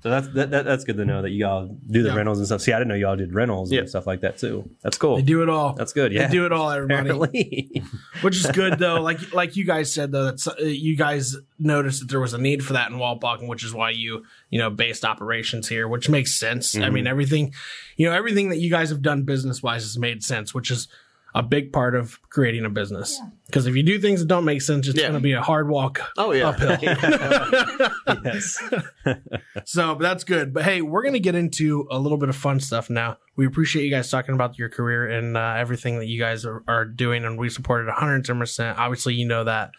Speaker 3: so that's that, that that's good to know that y'all do the
Speaker 1: Yeah.
Speaker 3: rentals and stuff see I didn't know y'all did rentals
Speaker 4: Yeah.
Speaker 3: and stuff like that too that's
Speaker 1: They
Speaker 3: cool
Speaker 1: do it all.
Speaker 3: that's good
Speaker 1: They
Speaker 3: yeah <laughs>
Speaker 1: do it all,
Speaker 4: <laughs>
Speaker 1: everybody.
Speaker 3: apparently
Speaker 1: Which is good though. Like like you guys said though, that's uh, you guys noticed that there was a need for that in Walpock, which is why you you know based operations here, which makes sense. I
Speaker 4: Mm-hmm.
Speaker 1: mean everything, you know everything that you guys have done business wise has made sense, which is a big part of creating a business. Because if you do things that don't make sense, it's
Speaker 4: Yeah.
Speaker 1: going to be a hard walk
Speaker 4: Oh yeah. <laughs>
Speaker 1: uphill.
Speaker 3: yes
Speaker 1: So but that's good. But hey, we're gonna get into a little bit of fun stuff now. We appreciate you guys talking about your career and uh, everything that you guys are, are doing, and we support it 110. percent Obviously, you know that.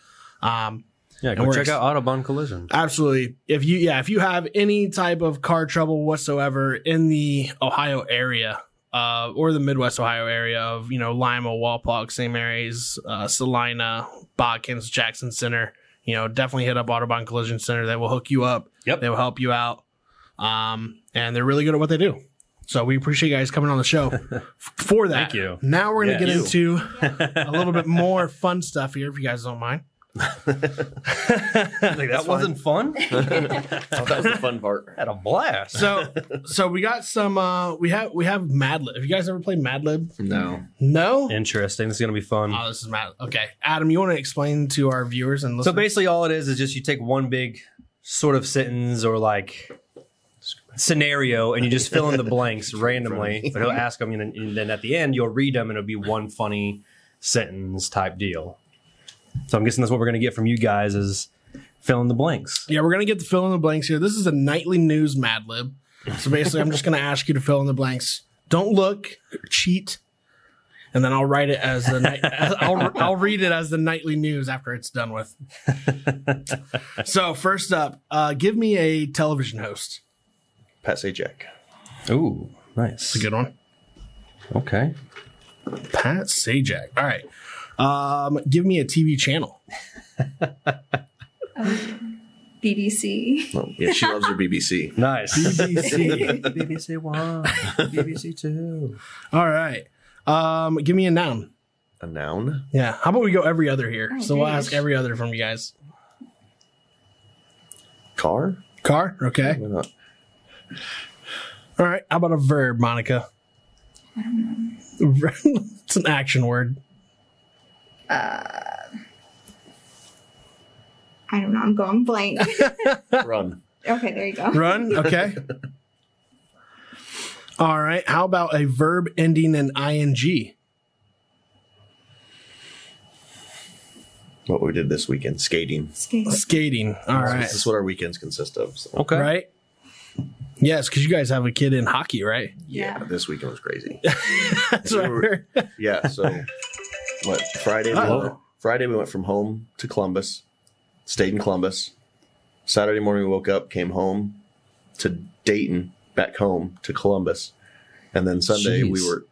Speaker 1: Um,
Speaker 3: yeah
Speaker 1: And
Speaker 3: go
Speaker 1: we're
Speaker 3: check
Speaker 1: ex-
Speaker 3: out Autobahn Collision
Speaker 1: absolutely. If you yeah, if you have any type of car trouble whatsoever in the Ohio area. Uh, or the Midwest Ohio area of you know Lima, Walpock, St. Mary's, uh, Salina, Botkins, Jackson Center. You know, definitely hit up Autobahn Collision Center. They will hook you up.
Speaker 3: Yep.
Speaker 1: They will help you out. Um, and they're really good at what they do. So we appreciate you guys coming on the
Speaker 3: <laughs>
Speaker 1: show f- for that.
Speaker 3: Thank you.
Speaker 1: Now we're going to
Speaker 3: Yeah.
Speaker 1: get
Speaker 3: <laughs>
Speaker 1: into a little bit more fun stuff here, if you guys don't mind.
Speaker 3: like, that wasn't fun
Speaker 4: that was the fun part.
Speaker 3: had a blast
Speaker 1: <laughs> So, so we got some. Uh, we have we have Mad Lib. Have you guys ever played Mad Lib?
Speaker 4: No.
Speaker 1: No.
Speaker 3: Interesting. This is gonna be fun.
Speaker 1: Oh, this is Mad. Okay, Adam, you want to explain to our viewers and
Speaker 3: so
Speaker 1: listeners?
Speaker 3: basically, all it is is just you take one big sort of sentence or like scenario, and you just fill in the <laughs> blanks randomly. But he'll ask them, and then, and then at the end, you'll read them, and it'll be one funny sentence type deal. So I'm guessing that's what we're gonna get from you guys is fill in the blanks.
Speaker 1: yeah, we're gonna get the fill in the blanks here. This is a nightly news Mad Lib. So basically, I'm just gonna ask you to fill in the blanks. Don't look, cheat, and then I'll write it as the night. <laughs> I'll I'll read it as the nightly news after it's done <laughs> with. so first up, uh, give me a television host.
Speaker 4: Pat Sajak.
Speaker 3: Ooh, nice.
Speaker 1: It's a good one.
Speaker 3: Okay.
Speaker 1: Pat Sajak. All right. Um, give me a TV channel.
Speaker 5: BBC.
Speaker 4: Well, Oh, yeah, she loves her BBC.
Speaker 3: Nice. <laughs>
Speaker 1: BBC.
Speaker 3: BBC One, BBC Two.
Speaker 1: All right. Um, give me a noun.
Speaker 4: A noun.
Speaker 1: Yeah. How about we go every other here?
Speaker 5: Oh,
Speaker 1: so we'll
Speaker 5: gosh.
Speaker 1: ask every other from you guys.
Speaker 4: Car.
Speaker 1: Car. Okay.
Speaker 4: Why not?
Speaker 1: All right. How about a verb, Monica? <laughs> it's an action word.
Speaker 6: I don't know. I'm going blank.
Speaker 4: Run.
Speaker 6: okay, there you go.
Speaker 1: Run. Okay. <laughs> All right. How about a verb ending in ing?
Speaker 4: What we did this weekend? Skating.
Speaker 6: Excuse me.
Speaker 1: Skating. All right.
Speaker 4: This is what our weekends consist of. So.
Speaker 3: Okay.
Speaker 1: Right. Yes, because you guys have a kid in hockey, right?
Speaker 4: <laughs> Yeah,
Speaker 5: Yeah.
Speaker 4: this weekend was crazy.
Speaker 1: <laughs> That's right.
Speaker 4: yeah, so <laughs> what? Friday. We
Speaker 1: I love
Speaker 4: went, Friday we went from home to Columbus, stayed in Columbus. Saturday morning we woke up, came home to Dayton, back home to Columbus, and then Sunday we
Speaker 3: Jeez.
Speaker 4: were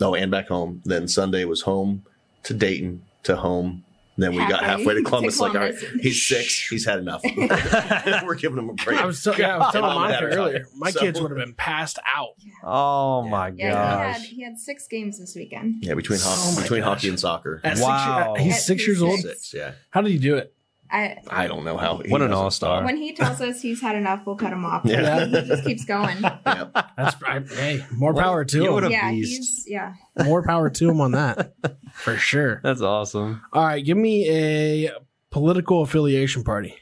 Speaker 4: no, and back home. Then Sunday was home to Dayton to home. Then we got
Speaker 6: Halfway <laughs>
Speaker 4: halfway to
Speaker 6: to
Speaker 4: Columbus. Like, all right,
Speaker 6: Columbus.
Speaker 4: he's six. He's
Speaker 6: <laughs>
Speaker 4: had enough. <laughs> we're giving him a break.
Speaker 1: I was, tell- yeah, I was telling
Speaker 4: I'm gonna
Speaker 1: Monica
Speaker 4: have to talk.
Speaker 1: earlier, my
Speaker 4: So-
Speaker 1: kids would have been passed out.
Speaker 3: Oh my
Speaker 6: Yeah, he had,
Speaker 3: gosh.
Speaker 6: he had six games this weekend.
Speaker 4: yeah, between hockey,
Speaker 1: Oh my
Speaker 4: between
Speaker 1: gosh.
Speaker 4: hockey and soccer.
Speaker 1: At
Speaker 3: Wow.
Speaker 1: six, year- he's
Speaker 6: At
Speaker 1: six years
Speaker 6: six.
Speaker 1: old.
Speaker 4: Six, yeah.
Speaker 1: How did he do it?
Speaker 6: I
Speaker 4: I don't know how. he
Speaker 3: What an
Speaker 4: doesn't
Speaker 3: all-star.
Speaker 4: stop.
Speaker 6: when he tells us he's had enough, we'll cut him off.
Speaker 4: Yeah.
Speaker 6: He just keeps going.
Speaker 4: Yep.
Speaker 1: That's I, hey, more
Speaker 3: What-
Speaker 1: power to
Speaker 3: you
Speaker 1: him.
Speaker 3: would've- What a
Speaker 6: yeah, he's
Speaker 3: beast.
Speaker 6: yeah.
Speaker 1: <laughs>
Speaker 6: <laughs>
Speaker 1: More power to him on
Speaker 3: <laughs>
Speaker 1: that, for sure.
Speaker 3: That's awesome.
Speaker 1: All right, give me a political affiliation party.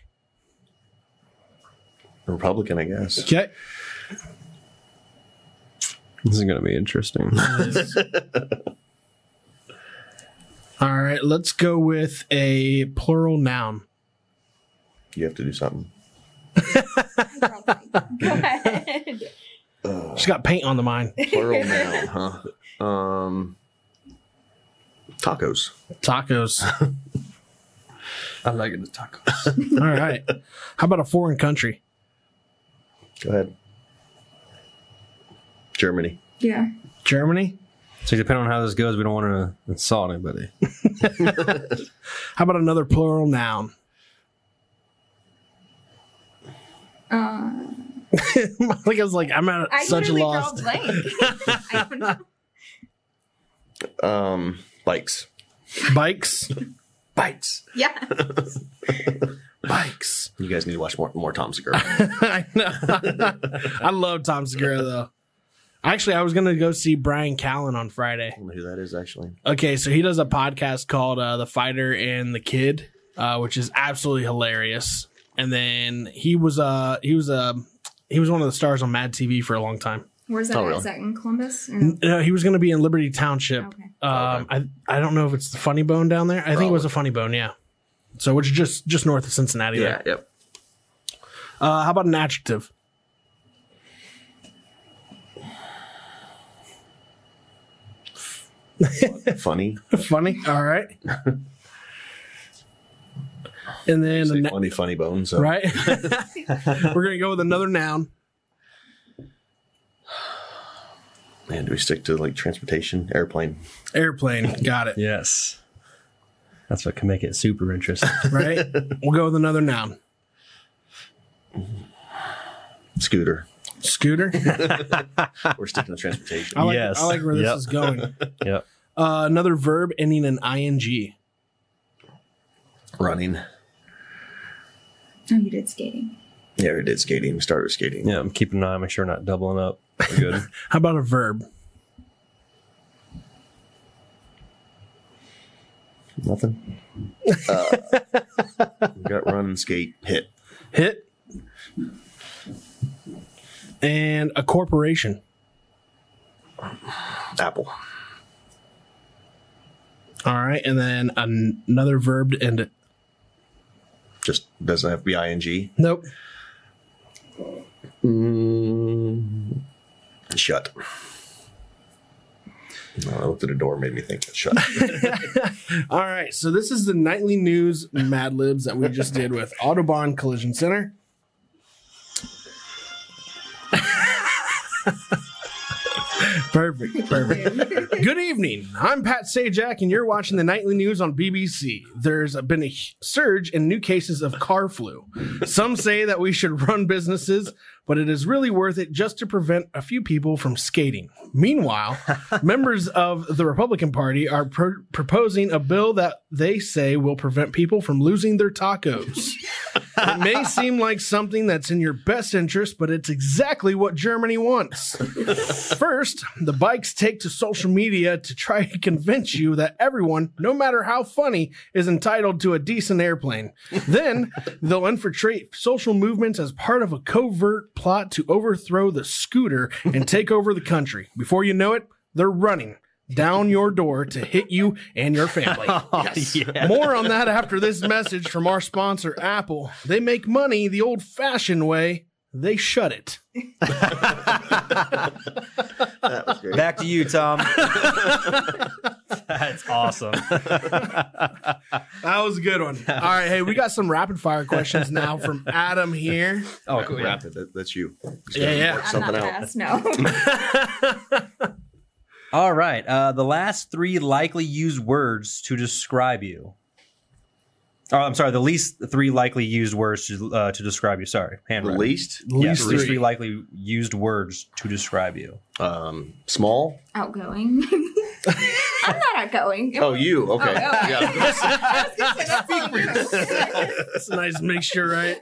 Speaker 4: Republican, I guess.
Speaker 1: Okay,
Speaker 3: This is gonna be interesting.
Speaker 1: all right, let's go with a plural noun.
Speaker 4: You have to do something.
Speaker 6: Go ahead.
Speaker 1: She's got paint on the
Speaker 3: <laughs>
Speaker 1: mind.
Speaker 4: Plural noun, huh? Um, tacos.
Speaker 1: Tacos.
Speaker 3: I like the tacos.
Speaker 1: All right, how about a foreign country?
Speaker 4: Go ahead. Germany.
Speaker 6: Yeah.
Speaker 1: Germany.
Speaker 3: So depending on how this goes, we don't want to insult anybody.
Speaker 1: How about another plural noun? <laughs>
Speaker 6: Uh,
Speaker 1: Monica's like, I'm at
Speaker 6: I
Speaker 1: such a
Speaker 6: literally
Speaker 1: loss.
Speaker 6: draw blank. <laughs> I don't know.
Speaker 4: Um, bikes.
Speaker 1: <laughs>
Speaker 6: <laughs>
Speaker 1: Bikes.
Speaker 4: Bikes.
Speaker 6: Yeah.
Speaker 1: Bikes.
Speaker 4: You guys need to watch more more Tom Segura.
Speaker 1: I know. I love Tom Segura though. Actually, I was gonna go see Brian Callen on Friday.
Speaker 4: I don't know who that is actually.
Speaker 1: Okay, so he does a podcast called uh, "The Fighter and the Kid," uh, which is absolutely hilarious. And then he was uh he was uh, he was one of the stars on Mad TV for a long time.
Speaker 6: Where's that?
Speaker 4: Oh,
Speaker 6: at?
Speaker 4: really?
Speaker 6: Is that in Columbus? Or-
Speaker 1: No, he was gonna be in Liberty Township.
Speaker 6: Okay.
Speaker 1: Um, I I don't know if it's the Funny Bone down there. I think it was a Funny Bone, yeah. So which is just just north of Cincinnati. Yeah. There.
Speaker 4: Yep.
Speaker 1: Uh, how about an adjective?
Speaker 4: Funny.
Speaker 1: funny. All right. And then, a
Speaker 4: Say
Speaker 1: na-
Speaker 4: funny. Funny bone. So
Speaker 1: right? <laughs> We're going to go with another noun.
Speaker 4: man, do we stick to like transportation, airplane?
Speaker 1: Airplane. Got it.
Speaker 3: Yes. That's what can make it super interesting.
Speaker 1: Right? We'll go with another noun.
Speaker 4: Scooter.
Speaker 1: Scooter.
Speaker 4: <laughs> We're sticking to transportation.
Speaker 1: I like,
Speaker 3: Yes.
Speaker 1: I like where this
Speaker 3: Yep.
Speaker 1: is going. Uh,
Speaker 3: yep.
Speaker 1: another verb ending in ing.
Speaker 4: <laughs> Running.
Speaker 6: Oh, you did skating.
Speaker 4: Yeah, we did skating. We started with skating.
Speaker 3: <laughs> Yeah, I'm keeping an eye, make sure we're not doubling up. We're good.
Speaker 1: How about a verb? <laughs>
Speaker 4: Nothing. Uh, we got run and skate hit.
Speaker 1: Hit. And a corporation.
Speaker 4: Apple.
Speaker 1: All right. And then an- another verb to end it.
Speaker 4: Just doesn't have to be ing.
Speaker 1: Nope.
Speaker 4: Shut. I looked at the door, made me think. <laughs> Shut. up.
Speaker 1: All right, so this is the nightly news Mad Libs that we just did with Autobahn Collision Center. <laughs> perfect, perfect. Good evening. I'm Pat Sajak, and you're watching the nightly news on BBC. There's been a h- surge in new cases of car flu. Some say that we should run businesses, but it is really worth it just to prevent a few people from skating. Meanwhile, members of the Republican Party are pro- proposing a bill that they say will prevent people from losing their tacos. It may seem like something that's in your best interest, but it's exactly what Germany wants. First, the bikes take to social media to try to convince you that everyone, no matter how funny, is entitled to a decent airplane. Then, they'll infiltrate social movements as part of a covert plot to overthrow the scooter and take over the country. Before you know it, they're running down your door to hit you and your family. More on that after this message from our sponsor, Apple. They make money the old fashioned way, they shut it.
Speaker 4: That was great.
Speaker 2: Back to you, Tom.
Speaker 3: <laughs> That's awesome.
Speaker 1: That was a good one. <laughs> All right, hey, we got some rapid fire questions now from Adam here.
Speaker 3: <laughs> Oh, cool. Yeah.
Speaker 4: Wrap it. That, that's you. Just
Speaker 1: Yeah,
Speaker 4: gotta
Speaker 1: yeah.
Speaker 4: work
Speaker 6: I'm
Speaker 4: Something
Speaker 6: not
Speaker 4: out.
Speaker 6: fast, no.
Speaker 4: <laughs>
Speaker 2: All right. Uh, the last three likely used words to describe you. Oh, I'm sorry. The least three likely used words to, uh, to describe you. Sorry, handwriting.
Speaker 4: Released.
Speaker 2: Yeah,
Speaker 1: Least
Speaker 2: the least
Speaker 1: three.
Speaker 2: three likely used words to describe you.
Speaker 4: Um, small.
Speaker 6: outgoing. <laughs> I'm not outgoing.
Speaker 4: Oh, you. Okay.
Speaker 6: oh, okay.
Speaker 4: Yeah.
Speaker 6: I was gonna say, that's all you.
Speaker 1: That's a nice mixture, right?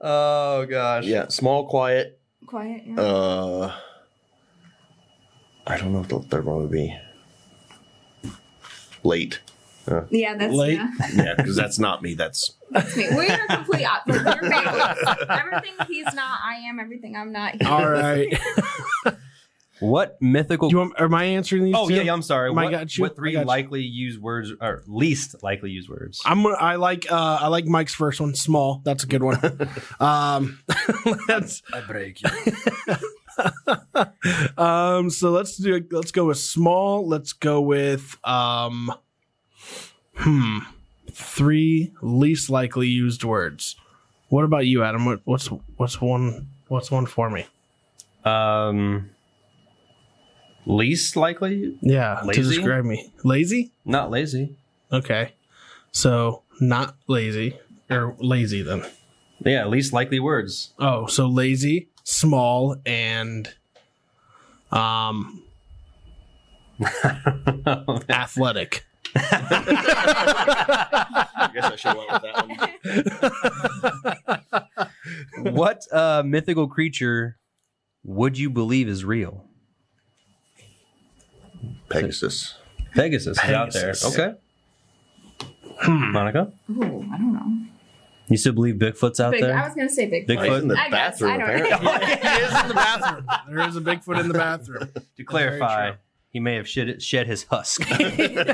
Speaker 2: Oh gosh.
Speaker 4: yeah. Small, quiet.
Speaker 6: Quiet. Yeah.
Speaker 4: Uh, I don't know what the third one would be. Late.
Speaker 6: yeah, that's
Speaker 1: late.
Speaker 6: Yeah.
Speaker 4: Yeah, because that's not me. That's
Speaker 6: That's me. We are complete opposites. We're mates. Everything he's not, I am. Everything I'm not. He
Speaker 1: All right.
Speaker 2: What mythical?
Speaker 1: You want, am I answering these?
Speaker 2: oh
Speaker 1: two?
Speaker 2: yeah, yeah. I'm sorry.
Speaker 1: I
Speaker 2: What,
Speaker 1: got you.
Speaker 2: what
Speaker 1: I
Speaker 2: three
Speaker 1: got you.
Speaker 2: likely used words or least likely used words?
Speaker 1: I'm gonna- I like uh, I like Mike's first one, small. That's a good one.
Speaker 2: <laughs>
Speaker 1: um, <laughs> let's
Speaker 3: I break you.
Speaker 1: <laughs> um, so let's do let's go with small. Let's go with um, hmm, three least likely used words. What about you, Adam? What, what's what's one what's one for me?
Speaker 2: Um, <laughs> least likely?
Speaker 1: Yeah, to
Speaker 2: Lazy?
Speaker 1: describe me, lazy.
Speaker 2: Not lazy.
Speaker 1: Okay, so not lazy or lazy then.
Speaker 2: Yeah, least likely words.
Speaker 1: Oh, so lazy, small, and
Speaker 2: <laughs>
Speaker 1: um, athletic.
Speaker 4: I guess I should have went with that one.
Speaker 2: what uh, mythical creature would you believe is real?
Speaker 4: Pegasus.
Speaker 2: Pegasus, is out
Speaker 1: Pegasus.
Speaker 2: there. Okay.
Speaker 3: Hmm.
Speaker 2: Monica,
Speaker 6: Ooh, I don't know.
Speaker 2: you still believe Bigfoot's out
Speaker 6: Big,
Speaker 2: there?
Speaker 6: I was gonna say big.
Speaker 2: Big-
Speaker 4: He's in the
Speaker 6: I guess,
Speaker 4: bathroom
Speaker 6: I don't know.
Speaker 4: apparently.
Speaker 1: He is in the bathroom. There is a Bigfoot in the bathroom. <laughs>
Speaker 2: to clarify,
Speaker 1: true.
Speaker 2: he may have shed, shed his
Speaker 1: <laughs>
Speaker 2: husk.
Speaker 1: You're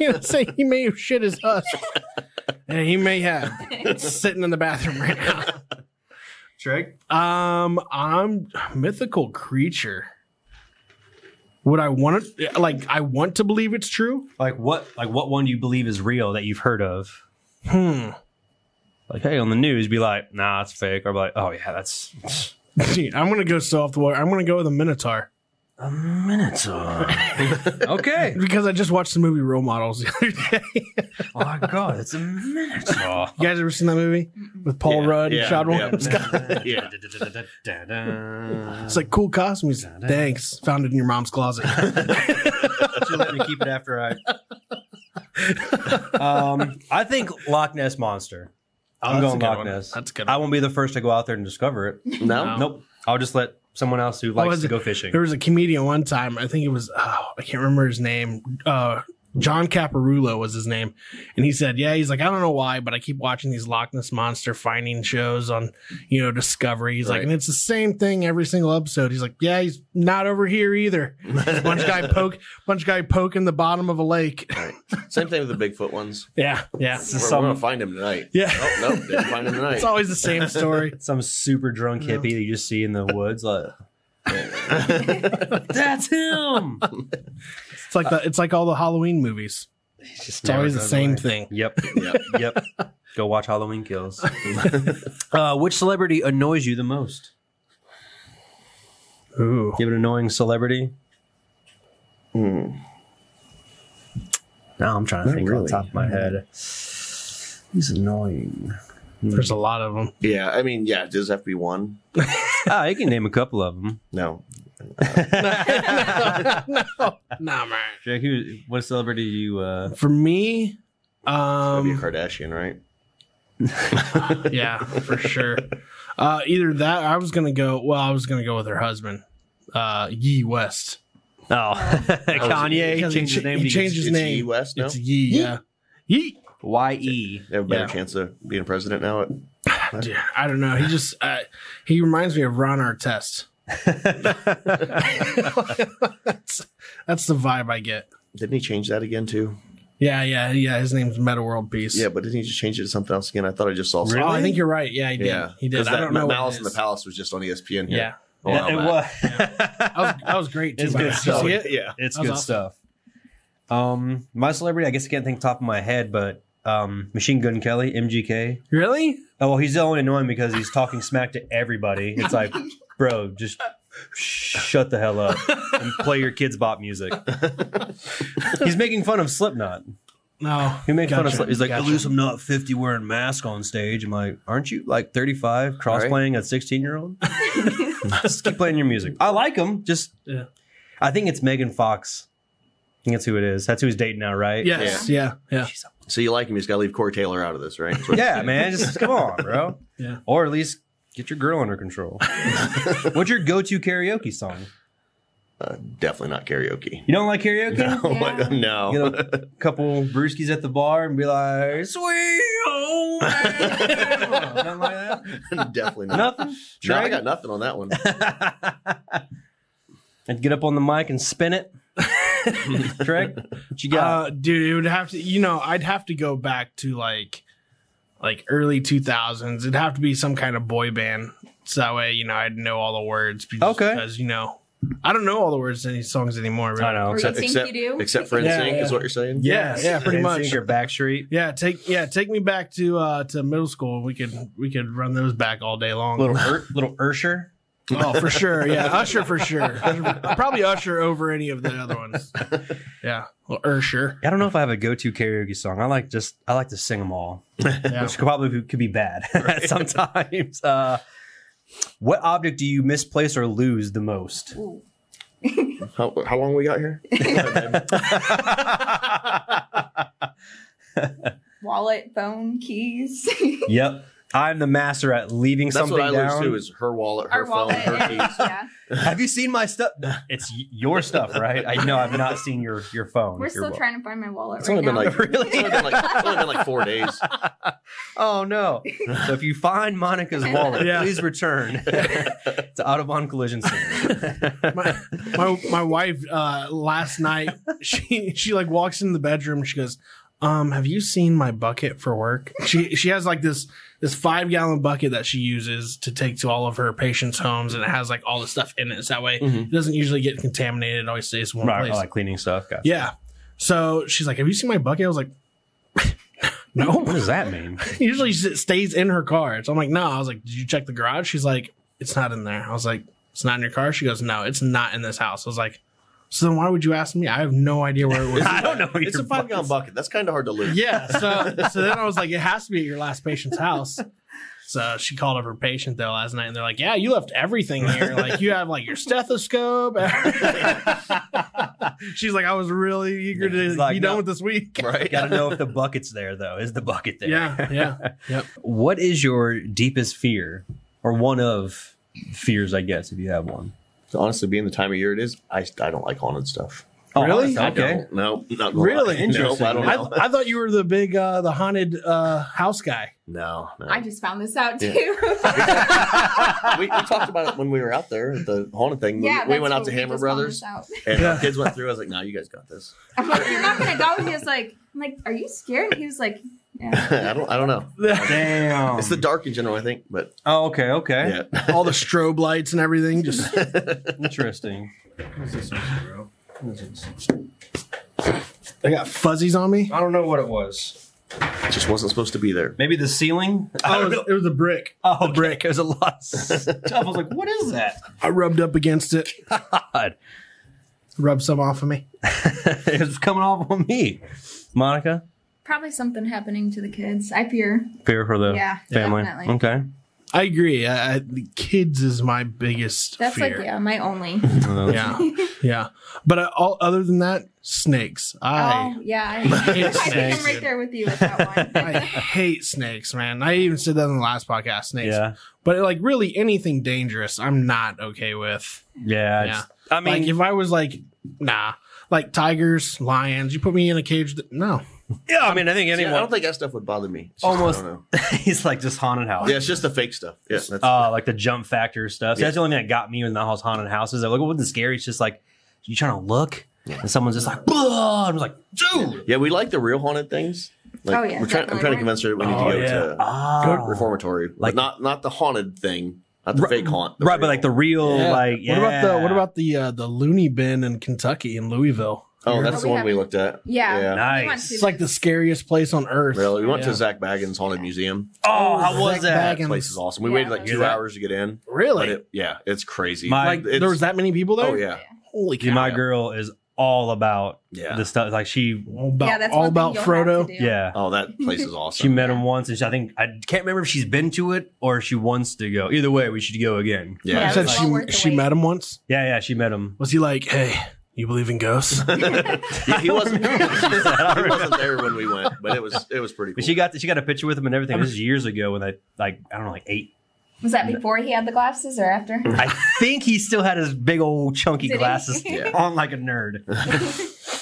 Speaker 1: gonna say he may have shit his husk. Yeah, he may have. It's sitting in the bathroom right now.
Speaker 2: Trick.
Speaker 1: Um, I'm mythical creature. Would I want it? Like, I want to believe it's true. <laughs>
Speaker 2: Like what? Like what one do you believe is real that you've heard of?
Speaker 1: Hmm.
Speaker 2: Like, hey, on the news, be like, nah, it's fake. Or be like, oh yeah, that's
Speaker 1: Dude, I'm gonna go so off the water. I'm gonna go with a minotaur
Speaker 2: a minotaur. okay.
Speaker 1: because I just watched the movie Role Models the <laughs> other day.
Speaker 2: Oh my god, it's a <laughs> minotaur.
Speaker 1: You guys ever seen that movie with Paul
Speaker 4: Yeah,
Speaker 1: Rudd and
Speaker 4: yeah,
Speaker 1: Shad
Speaker 4: yeah.
Speaker 1: Williams?
Speaker 4: Yeah.
Speaker 1: It's like cool costume. He's, Thanks. Found it in your mom's closet. <laughs>
Speaker 2: She let me keep it after I. um, I think Loch Ness monster.
Speaker 1: that's
Speaker 2: I'm
Speaker 1: a
Speaker 2: going
Speaker 1: good
Speaker 2: Loch
Speaker 1: one.
Speaker 2: Ness.
Speaker 1: That's a good
Speaker 2: I won't be the first to go out there and discover it.
Speaker 4: <laughs> No.
Speaker 2: Nope. I'll just let someone else who likes
Speaker 1: is
Speaker 2: to
Speaker 1: it-
Speaker 2: go <laughs> fishing.
Speaker 1: There was a comedian one time. I think it was oh, I can't remember his name. Uh, John Caparulo was his name, and he said, "Yeah, he's like I don't know why, but I keep watching these Loch Ness monster finding shows on you know Discovery. He's like,
Speaker 4: Right.
Speaker 1: and it's the same thing every single episode. He's like, yeah, he's not over here either. bunch guy poke, bunch guy poking the bottom of a lake. <laughs>
Speaker 4: All right. Same thing with the Bigfoot ones.
Speaker 1: yeah, yeah,
Speaker 4: We're, we're gonna find him tonight.
Speaker 1: Yeah.
Speaker 4: Oh
Speaker 1: <laughs>
Speaker 4: no, didn't find him tonight.
Speaker 1: it's always the same story.
Speaker 2: <laughs>
Speaker 3: <laughs>
Speaker 2: Some super drunk hippie that you just see in the woods. Like,
Speaker 3: That's him.
Speaker 1: It's like the, it's like all the Halloween movies. It's always the same thing.
Speaker 3: Yep.
Speaker 4: Yep.
Speaker 3: <laughs> Yep. Go watch Halloween <laughs> Kills. uh, which celebrity annoys you the most?
Speaker 1: Ooh.
Speaker 3: You have an annoying celebrity? No, I'm trying to
Speaker 4: Not
Speaker 3: think off
Speaker 4: really.
Speaker 3: the top of my head. He's annoying.
Speaker 1: There's a lot of them.
Speaker 4: Yeah, I mean, yeah, does it have to be one?
Speaker 3: Ah, you can name a couple of them.
Speaker 4: No.
Speaker 1: Nah, man.
Speaker 3: Jack, who, what celebrity do you? Uh,
Speaker 1: For me,
Speaker 4: That'd be a
Speaker 1: um,
Speaker 4: Kardashian, right?
Speaker 1: yeah, for sure. <laughs> Uh, either that, or I was gonna go. Well, I was gonna go with her husband, uh, Yee West.
Speaker 2: <laughs>
Speaker 3: oh, Kanye
Speaker 1: Because he
Speaker 3: changed his
Speaker 1: ch-
Speaker 3: name.
Speaker 1: he
Speaker 3: to
Speaker 1: changed- His
Speaker 4: It's
Speaker 1: name-
Speaker 4: E West, no?
Speaker 1: It's Yee. Yeah. Yee.
Speaker 3: Y E.
Speaker 4: They have a better
Speaker 1: Yeah.
Speaker 4: chance of being president now. At,
Speaker 1: Dude, I don't
Speaker 4: <laughs>
Speaker 1: know. He just uh, he reminds me of Ron Artest. that's, that's the vibe I get.
Speaker 4: didn't he change that again too?
Speaker 1: Yeah, yeah, yeah. His name's Meta World Peace.
Speaker 4: Yeah, but didn't he just change it to something else again? I thought I just saw. something.
Speaker 1: Oh, I think you're right. Yeah, he did.
Speaker 4: Yeah,
Speaker 1: He did.
Speaker 4: 'Cause
Speaker 1: I
Speaker 4: That
Speaker 1: don't know. what it
Speaker 4: Malice in the
Speaker 1: is.
Speaker 4: Palace was just on E ESPN
Speaker 1: Yeah.
Speaker 4: here. a
Speaker 3: Yeah,
Speaker 4: while
Speaker 3: it
Speaker 4: back.
Speaker 1: <laughs>
Speaker 3: was.
Speaker 2: <laughs>
Speaker 1: I was, I was great too.
Speaker 3: It's
Speaker 1: by
Speaker 3: good
Speaker 1: the way.
Speaker 3: stuff.
Speaker 1: You see it?
Speaker 4: Yeah.
Speaker 3: Oh, It's
Speaker 1: That was
Speaker 3: good
Speaker 1: awesome.
Speaker 3: stuff. Um, my celebrity, I guess I can't think top of my head, but um, Machine Gun Kelly, MGK.
Speaker 1: Really?
Speaker 3: Oh, well, he's only annoying because he's talking smack to everybody. It's like, bro, just shut the hell up and play your kids' bop music. he's making fun of Slipknot.
Speaker 1: No.
Speaker 3: He made fun of
Speaker 1: Gotcha.
Speaker 3: Slipknot. He's like,
Speaker 1: Gotcha.
Speaker 3: at least I'm not 50 wearing mask on stage. I'm like, aren't you like 35 cross playing a 16 year old?
Speaker 5: <laughs>
Speaker 4: <laughs>
Speaker 3: just keep playing your music. I like him. Just,
Speaker 1: Yeah.
Speaker 3: I think it's Megan Fox. I think that's who it is. That's who he's dating now, right?
Speaker 1: Yes. Yeah. Yeah.
Speaker 4: So you like him? He's got to leave Corey Taylor out of this, right? That's what-
Speaker 3: <laughs> Yeah, man. Just come on, bro.
Speaker 1: Yeah.
Speaker 3: Or at least get your girl under control. <laughs> What's your go to karaoke song?
Speaker 4: uh, definitely not karaoke.
Speaker 3: You don't like karaoke?
Speaker 4: No,
Speaker 5: Yeah.
Speaker 4: no. <laughs>
Speaker 3: Get a couple brewskis at the bar and be like, sweet home. Alabama." Nothing like "Oh." that?
Speaker 4: definitely not.
Speaker 3: Nothing?
Speaker 4: No, I
Speaker 3: Drag?
Speaker 4: got nothing on that one.
Speaker 3: and get up on the mic and spin it. Treg, what you got?
Speaker 1: Uh, dude, it would have to. You know, I'd have to go back to like, like early two thousands. It'd have to be some kind of boy band, so that way you know I'd know all the words. be- just
Speaker 3: Okay.
Speaker 1: Because you know, I don't know all the words to any songs anymore. Really.
Speaker 3: I know.
Speaker 5: Or you think
Speaker 4: except,
Speaker 5: you do?
Speaker 4: except for
Speaker 1: Yeah,
Speaker 4: NSYNC
Speaker 1: yeah.
Speaker 4: is what you're saying.
Speaker 1: Yeah. Yeah. Pretty much.
Speaker 3: Your Backstreet.
Speaker 1: Yeah. Take. Yeah. Take me back to uh to middle school. We could we could run those back all day long.
Speaker 3: Little Ur- little Ursher.
Speaker 1: <laughs> Oh, for sure. Yeah, Usher for sure. <laughs> Usher- Probably Usher over any of the other
Speaker 3: <laughs>
Speaker 1: ones. Yeah, well, Usher.
Speaker 3: I don't know if I have a go-to karaoke song. I like just I like to sing them all,
Speaker 1: Yeah.
Speaker 3: which could probably be- could be bad <laughs> sometimes. Uh, what object do you misplace or lose the most? <laughs>
Speaker 5: Ooh.
Speaker 4: How, how long we got here?
Speaker 5: Wallet, phone, keys. <laughs>
Speaker 3: Yep, I'm the master at leaving
Speaker 4: That's
Speaker 3: something
Speaker 4: what I
Speaker 3: down.
Speaker 4: lose too is her wallet, her
Speaker 5: Our
Speaker 4: phone,
Speaker 5: wallet.
Speaker 4: her
Speaker 5: and- <laughs>
Speaker 4: keys.
Speaker 5: yeah.
Speaker 3: Have you seen my stuff? It's y- your stuff, right? I know I've not seen your your phone.
Speaker 5: We're
Speaker 3: your
Speaker 5: still
Speaker 3: wa-
Speaker 5: trying to find my wallet.
Speaker 4: It's
Speaker 5: right
Speaker 4: only been
Speaker 5: now.
Speaker 4: like it's only been like it's only been like four days.
Speaker 3: Oh no! so if you find Monica's wallet,
Speaker 1: Yeah.
Speaker 3: please <laughs> return to Audubon Collision Center.
Speaker 1: My, my my wife uh, last night she she like walks in the bedroom. She goes, "Um, have you seen my bucket for work?" She she has like this this five gallon bucket that she uses to take to all of her patients' homes, and it has like all the stuff in it. So that way, it doesn't usually get contaminated. It always stays in one
Speaker 3: Mm-hmm. right, I
Speaker 1: place.
Speaker 3: oh, like cleaning stuff. Gotcha.
Speaker 1: yeah. So she's like, "Have you seen my bucket?" I was like, <laughs> "No."
Speaker 3: What does that mean?
Speaker 1: usually she stays in her car. So I'm like, no. I was like, did you check the garage? She's like, it's not in there. I was like, it's not in your car. She goes, no, it's not in this house. I was like, so then why would you ask me? I have no idea where it was.
Speaker 3: <laughs> I don't know. what
Speaker 4: It's
Speaker 3: your
Speaker 4: a five gallon bucket. That's kind of hard to lose.
Speaker 1: <laughs> yeah. So so then I was like, it has to be at your last patient's house. So she called up her patient though last night, and they're like, yeah, you left everything here. Like you have like your stethoscope. <laughs> She's like, I was really eager to
Speaker 3: It's like,
Speaker 1: be done
Speaker 3: no.
Speaker 1: with this week.
Speaker 4: Right.
Speaker 3: Got to know if the bucket's there, though. Is the bucket there?
Speaker 1: Yeah. Yeah. Yep.
Speaker 3: What is your deepest fear, or one of fears? I guess if you have one.
Speaker 4: Honestly, being the time of year it is, I, I don't like haunted stuff.
Speaker 3: Oh,
Speaker 1: Really?
Speaker 3: honestly,
Speaker 4: I
Speaker 3: Okay.
Speaker 4: don't. <laughs> No, not gonna
Speaker 1: Really?
Speaker 4: lie. No, I don't
Speaker 1: I,
Speaker 4: know.
Speaker 1: I thought you were the big, uh, the haunted uh, house guy.
Speaker 4: no, no.
Speaker 5: <laughs> I just found this out
Speaker 4: Yeah. <laughs>
Speaker 5: too.
Speaker 4: we, we talked about it when we were out there at the haunted thing.
Speaker 5: yeah,
Speaker 4: we, we
Speaker 5: that's
Speaker 4: went out
Speaker 5: what
Speaker 4: to
Speaker 5: we
Speaker 4: Hammer
Speaker 5: just found
Speaker 4: Brothers,
Speaker 5: this out. <laughs>
Speaker 4: and our
Speaker 1: Yeah.
Speaker 4: kids went through. I was like, "No, you guys got this."
Speaker 5: I'm like, you're not gonna go. He was like, I'm like, are you scared? He was like, Yeah.
Speaker 4: <laughs> I don't. I don't know.
Speaker 2: Damn.
Speaker 4: It's the dark in general, I think. But
Speaker 2: oh, okay, okay.
Speaker 4: yeah, <laughs>
Speaker 1: All the strobe lights and everything. Just
Speaker 2: Interesting.
Speaker 1: I got fuzzies on me.
Speaker 2: I don't know what it was.
Speaker 4: it just wasn't supposed to be there.
Speaker 2: Maybe the ceiling? <laughs>
Speaker 1: Oh, it was, it was a brick.
Speaker 2: Oh, brick. It was a lot of stuff. I was like, what is that?
Speaker 1: I rubbed up against it.
Speaker 2: God.
Speaker 1: Rubbed some off of me.
Speaker 2: <laughs> it was coming off on me. Monica,
Speaker 5: Probably something happening to the kids. I fear.
Speaker 2: fear for the
Speaker 5: Yeah,
Speaker 2: family.
Speaker 5: definitely.
Speaker 2: Okay.
Speaker 1: I agree. I, I, the kids is my biggest
Speaker 5: That's
Speaker 1: fear.
Speaker 5: like yeah, my only.
Speaker 1: yeah,
Speaker 5: <laughs>
Speaker 1: yeah. But I, all other than that, snakes. I
Speaker 5: Oh
Speaker 4: <laughs>
Speaker 5: yeah, I, <laughs>
Speaker 1: hate
Speaker 5: I think I'm
Speaker 1: snakes.
Speaker 5: right there with you with
Speaker 1: <laughs>
Speaker 5: that one.
Speaker 1: I hate snakes, man. I even said that in the last podcast. Snakes,
Speaker 2: Yeah.
Speaker 1: but like really anything dangerous, I'm not okay with.
Speaker 2: Yeah.
Speaker 1: Yeah.
Speaker 2: it's- I mean,
Speaker 1: like if I was like, nah, like tigers, lions. You put me in a cage. That, no,
Speaker 2: yeah, I mean, I think
Speaker 4: See, I
Speaker 2: anyone.
Speaker 4: don't think that stuff would bother me. It's just-
Speaker 2: Almost.
Speaker 4: I don't
Speaker 2: <laughs> he's like just haunted house.
Speaker 4: know. Yeah, it's just the fake stuff. Yeah, that's,
Speaker 2: Uh, like the jump factor stuff. So
Speaker 4: Yeah.
Speaker 2: That's the only thing that got me in the house haunted houses. Like, it wasn't scary. It's just like you trying to look, and someone's just like, "Bah!" I'm like, dude.
Speaker 4: yeah. We like the real haunted things. Like,
Speaker 5: Oh, yeah,
Speaker 4: we're trying. I'm
Speaker 5: definitely.
Speaker 4: trying to convince her that we need
Speaker 1: Oh,
Speaker 4: to go
Speaker 1: yeah.
Speaker 4: to
Speaker 2: Ah.
Speaker 4: reformatory,
Speaker 2: Like-
Speaker 4: like not not the haunted thing, not the
Speaker 2: Right-
Speaker 4: fake haunt.
Speaker 2: right, but like the real,
Speaker 1: Yeah.
Speaker 2: like, yeah.
Speaker 1: What about the what about the uh, the loony bin in Kentucky in Louisville?
Speaker 4: oh, that's
Speaker 5: But
Speaker 4: the
Speaker 5: we
Speaker 4: one we
Speaker 5: haven't-
Speaker 4: looked at.
Speaker 5: Yeah.
Speaker 4: Yeah.
Speaker 5: We went
Speaker 2: nice?
Speaker 5: to-
Speaker 1: It's like the scariest place on earth.
Speaker 4: Really, we went
Speaker 1: Yeah.
Speaker 4: to Zach Baggins Haunted Museum.
Speaker 2: Oh, how was
Speaker 1: Zach
Speaker 2: that?
Speaker 1: Baggins.
Speaker 4: That place is awesome. We
Speaker 5: Yeah.
Speaker 4: waited like two
Speaker 2: Yeah.
Speaker 4: hours to get in. But
Speaker 1: Really?
Speaker 4: it, yeah, it's crazy.
Speaker 2: My-
Speaker 1: like
Speaker 4: it's-
Speaker 1: there was that many people there?
Speaker 4: Oh yeah,
Speaker 1: Holy cow.
Speaker 2: Dude, my girl is all about
Speaker 4: yeah.
Speaker 2: the stuff. Like she,
Speaker 1: all about,
Speaker 5: yeah, that's
Speaker 1: all
Speaker 5: one
Speaker 1: about
Speaker 5: thing you'll have
Speaker 1: Frodo.
Speaker 5: to do.
Speaker 2: yeah.
Speaker 4: oh,
Speaker 5: <laughs>
Speaker 4: that place is awesome.
Speaker 2: She met him once, and she, I think I can't remember if she's been to it or if she wants to go. Either way, we should go again.
Speaker 4: yeah,
Speaker 5: Yeah.
Speaker 1: She said
Speaker 5: It's well worth
Speaker 1: she,
Speaker 5: the
Speaker 1: she
Speaker 5: wait.
Speaker 1: met him once.
Speaker 2: Yeah, yeah, she met him.
Speaker 1: Was he like, hey, you believe in
Speaker 4: <laughs>
Speaker 1: ghosts?
Speaker 4: <laughs> Yeah,
Speaker 2: <laughs>
Speaker 4: he wasn't. he wasn't there when we went, but it was it was pretty. Cool.
Speaker 2: But she got she got a picture with him and everything. This is years ago when I like I don't know like eight.
Speaker 5: Was that before he had the glasses or after?
Speaker 4: Mm.
Speaker 2: I think he still had his big old chunky
Speaker 5: Did he? <laughs>
Speaker 2: glasses
Speaker 4: Yeah.
Speaker 2: on like
Speaker 1: <laughs>
Speaker 2: a nerd.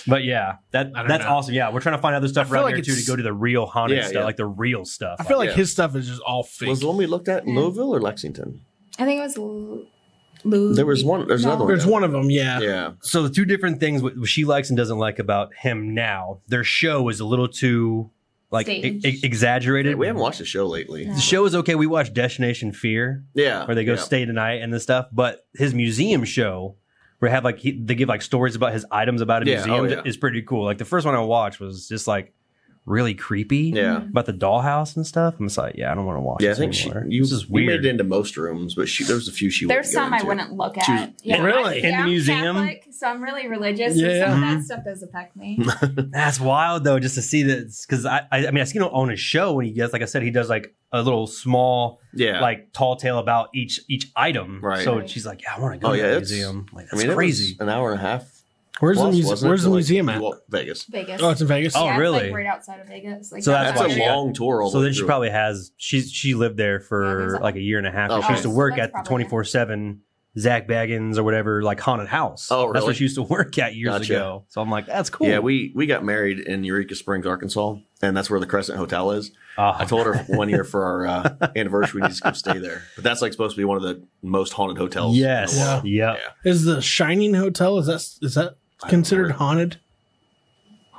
Speaker 2: but yeah, that
Speaker 1: I don't
Speaker 2: that's
Speaker 1: know.
Speaker 2: awesome. Yeah, we're trying to find other stuff
Speaker 1: feel
Speaker 2: around
Speaker 1: like
Speaker 2: here too to
Speaker 1: it's-
Speaker 2: go to the real haunted
Speaker 4: Yeah,
Speaker 2: stuff,
Speaker 4: yeah.
Speaker 2: like the real stuff.
Speaker 1: I feel like
Speaker 4: Yeah.
Speaker 1: his stuff is just all fake.
Speaker 4: was the one we looked at in Louisville or Lexington?
Speaker 5: I think it was Lou. Lou-
Speaker 4: There was one. There's
Speaker 5: No.
Speaker 4: another
Speaker 1: There's
Speaker 4: one.
Speaker 1: one of them, yeah.
Speaker 4: Yeah,
Speaker 2: so the two different things what she likes and doesn't like about him now. Their show is a little too like e-
Speaker 5: Staged.
Speaker 2: e- exaggerated.
Speaker 4: we haven't watched the show lately.
Speaker 5: No.
Speaker 2: the show is okay. We watch Destination Fear
Speaker 4: Yeah,
Speaker 2: where they go
Speaker 4: yeah.
Speaker 2: stay tonight and this stuff. But his museum show, where they have like he, they give like stories about his items about a
Speaker 4: Yeah,
Speaker 2: museum,
Speaker 4: oh, yeah.
Speaker 2: is pretty cool. Like the first one I watched was just like really creepy.
Speaker 4: Yeah.
Speaker 2: about the dollhouse and stuff. I'm just like, yeah, I don't want to watch.
Speaker 4: Yeah, I
Speaker 2: this
Speaker 4: think she,
Speaker 2: anymore.
Speaker 4: you,
Speaker 2: this is
Speaker 4: you
Speaker 2: weird.
Speaker 4: made it into most rooms, but she, there was a few she
Speaker 5: There's
Speaker 4: wouldn't
Speaker 5: some
Speaker 4: go
Speaker 5: I
Speaker 4: into.
Speaker 5: wouldn't look
Speaker 4: She was-
Speaker 5: at. Yeah,
Speaker 1: Really?
Speaker 5: I,
Speaker 1: In
Speaker 2: the
Speaker 5: yeah, I'm
Speaker 2: museum?
Speaker 5: Catholic, so I'm really religious.
Speaker 1: Yeah.
Speaker 5: So some of
Speaker 2: Mhm.
Speaker 4: Mm-hmm.
Speaker 5: that stuff does affect
Speaker 4: <laughs>
Speaker 5: me.
Speaker 2: <laughs> That's wild though, just to see this because I, I, I mean, I seen him on his show when he gets, like I said, he does like a little small,
Speaker 4: Yeah,
Speaker 2: like tall tale about each each item.
Speaker 4: Right.
Speaker 2: So
Speaker 5: Right.
Speaker 2: she's like, yeah, I want to go
Speaker 4: Oh,
Speaker 2: to
Speaker 4: yeah,
Speaker 2: the
Speaker 4: it's-
Speaker 2: museum. Like
Speaker 4: I
Speaker 2: that's
Speaker 4: mean, it was
Speaker 2: crazy.
Speaker 4: an hour and a half.
Speaker 1: Where's
Speaker 4: plus,
Speaker 1: the museum?
Speaker 4: wasn't it,
Speaker 1: Where's
Speaker 4: to,
Speaker 1: the
Speaker 4: like,
Speaker 1: museum at?
Speaker 4: Walk- Vegas.
Speaker 5: Vegas.
Speaker 1: Oh, it's in Vegas.
Speaker 2: Oh,
Speaker 5: Yeah, it's,
Speaker 2: really?
Speaker 5: Like right outside of Vegas. Like
Speaker 2: So that's
Speaker 4: That's
Speaker 2: why
Speaker 4: a
Speaker 5: why
Speaker 2: she
Speaker 5: she
Speaker 2: got-
Speaker 4: long tour. all the
Speaker 2: So
Speaker 4: way
Speaker 2: then she
Speaker 4: through.
Speaker 2: probably has she's she lived there
Speaker 5: Yeah,
Speaker 2: for
Speaker 5: there's a-
Speaker 2: like a year and a half.
Speaker 4: Oh,
Speaker 2: She used to
Speaker 5: okay.
Speaker 2: work
Speaker 5: So that's
Speaker 2: at the
Speaker 5: probably
Speaker 2: twenty
Speaker 5: it.
Speaker 2: four seven Zach Baggins or whatever like haunted house.
Speaker 4: Oh,
Speaker 2: That's
Speaker 4: really?
Speaker 2: what she used to work at years
Speaker 4: Gotcha.
Speaker 2: ago. So I'm like, that's cool.
Speaker 4: Yeah, we we got married in Eureka Springs, Arkansas, and that's where the Crescent Hotel is.
Speaker 2: Uh,
Speaker 4: I told her one year for our
Speaker 2: <laughs>
Speaker 4: uh, anniversary, we need to go stay there. But that's like supposed to be one of the most haunted hotels. in the
Speaker 2: yes,
Speaker 4: world.
Speaker 2: yeah.
Speaker 1: Is the Shining Hotel is that is that considered
Speaker 4: know.
Speaker 1: haunted? I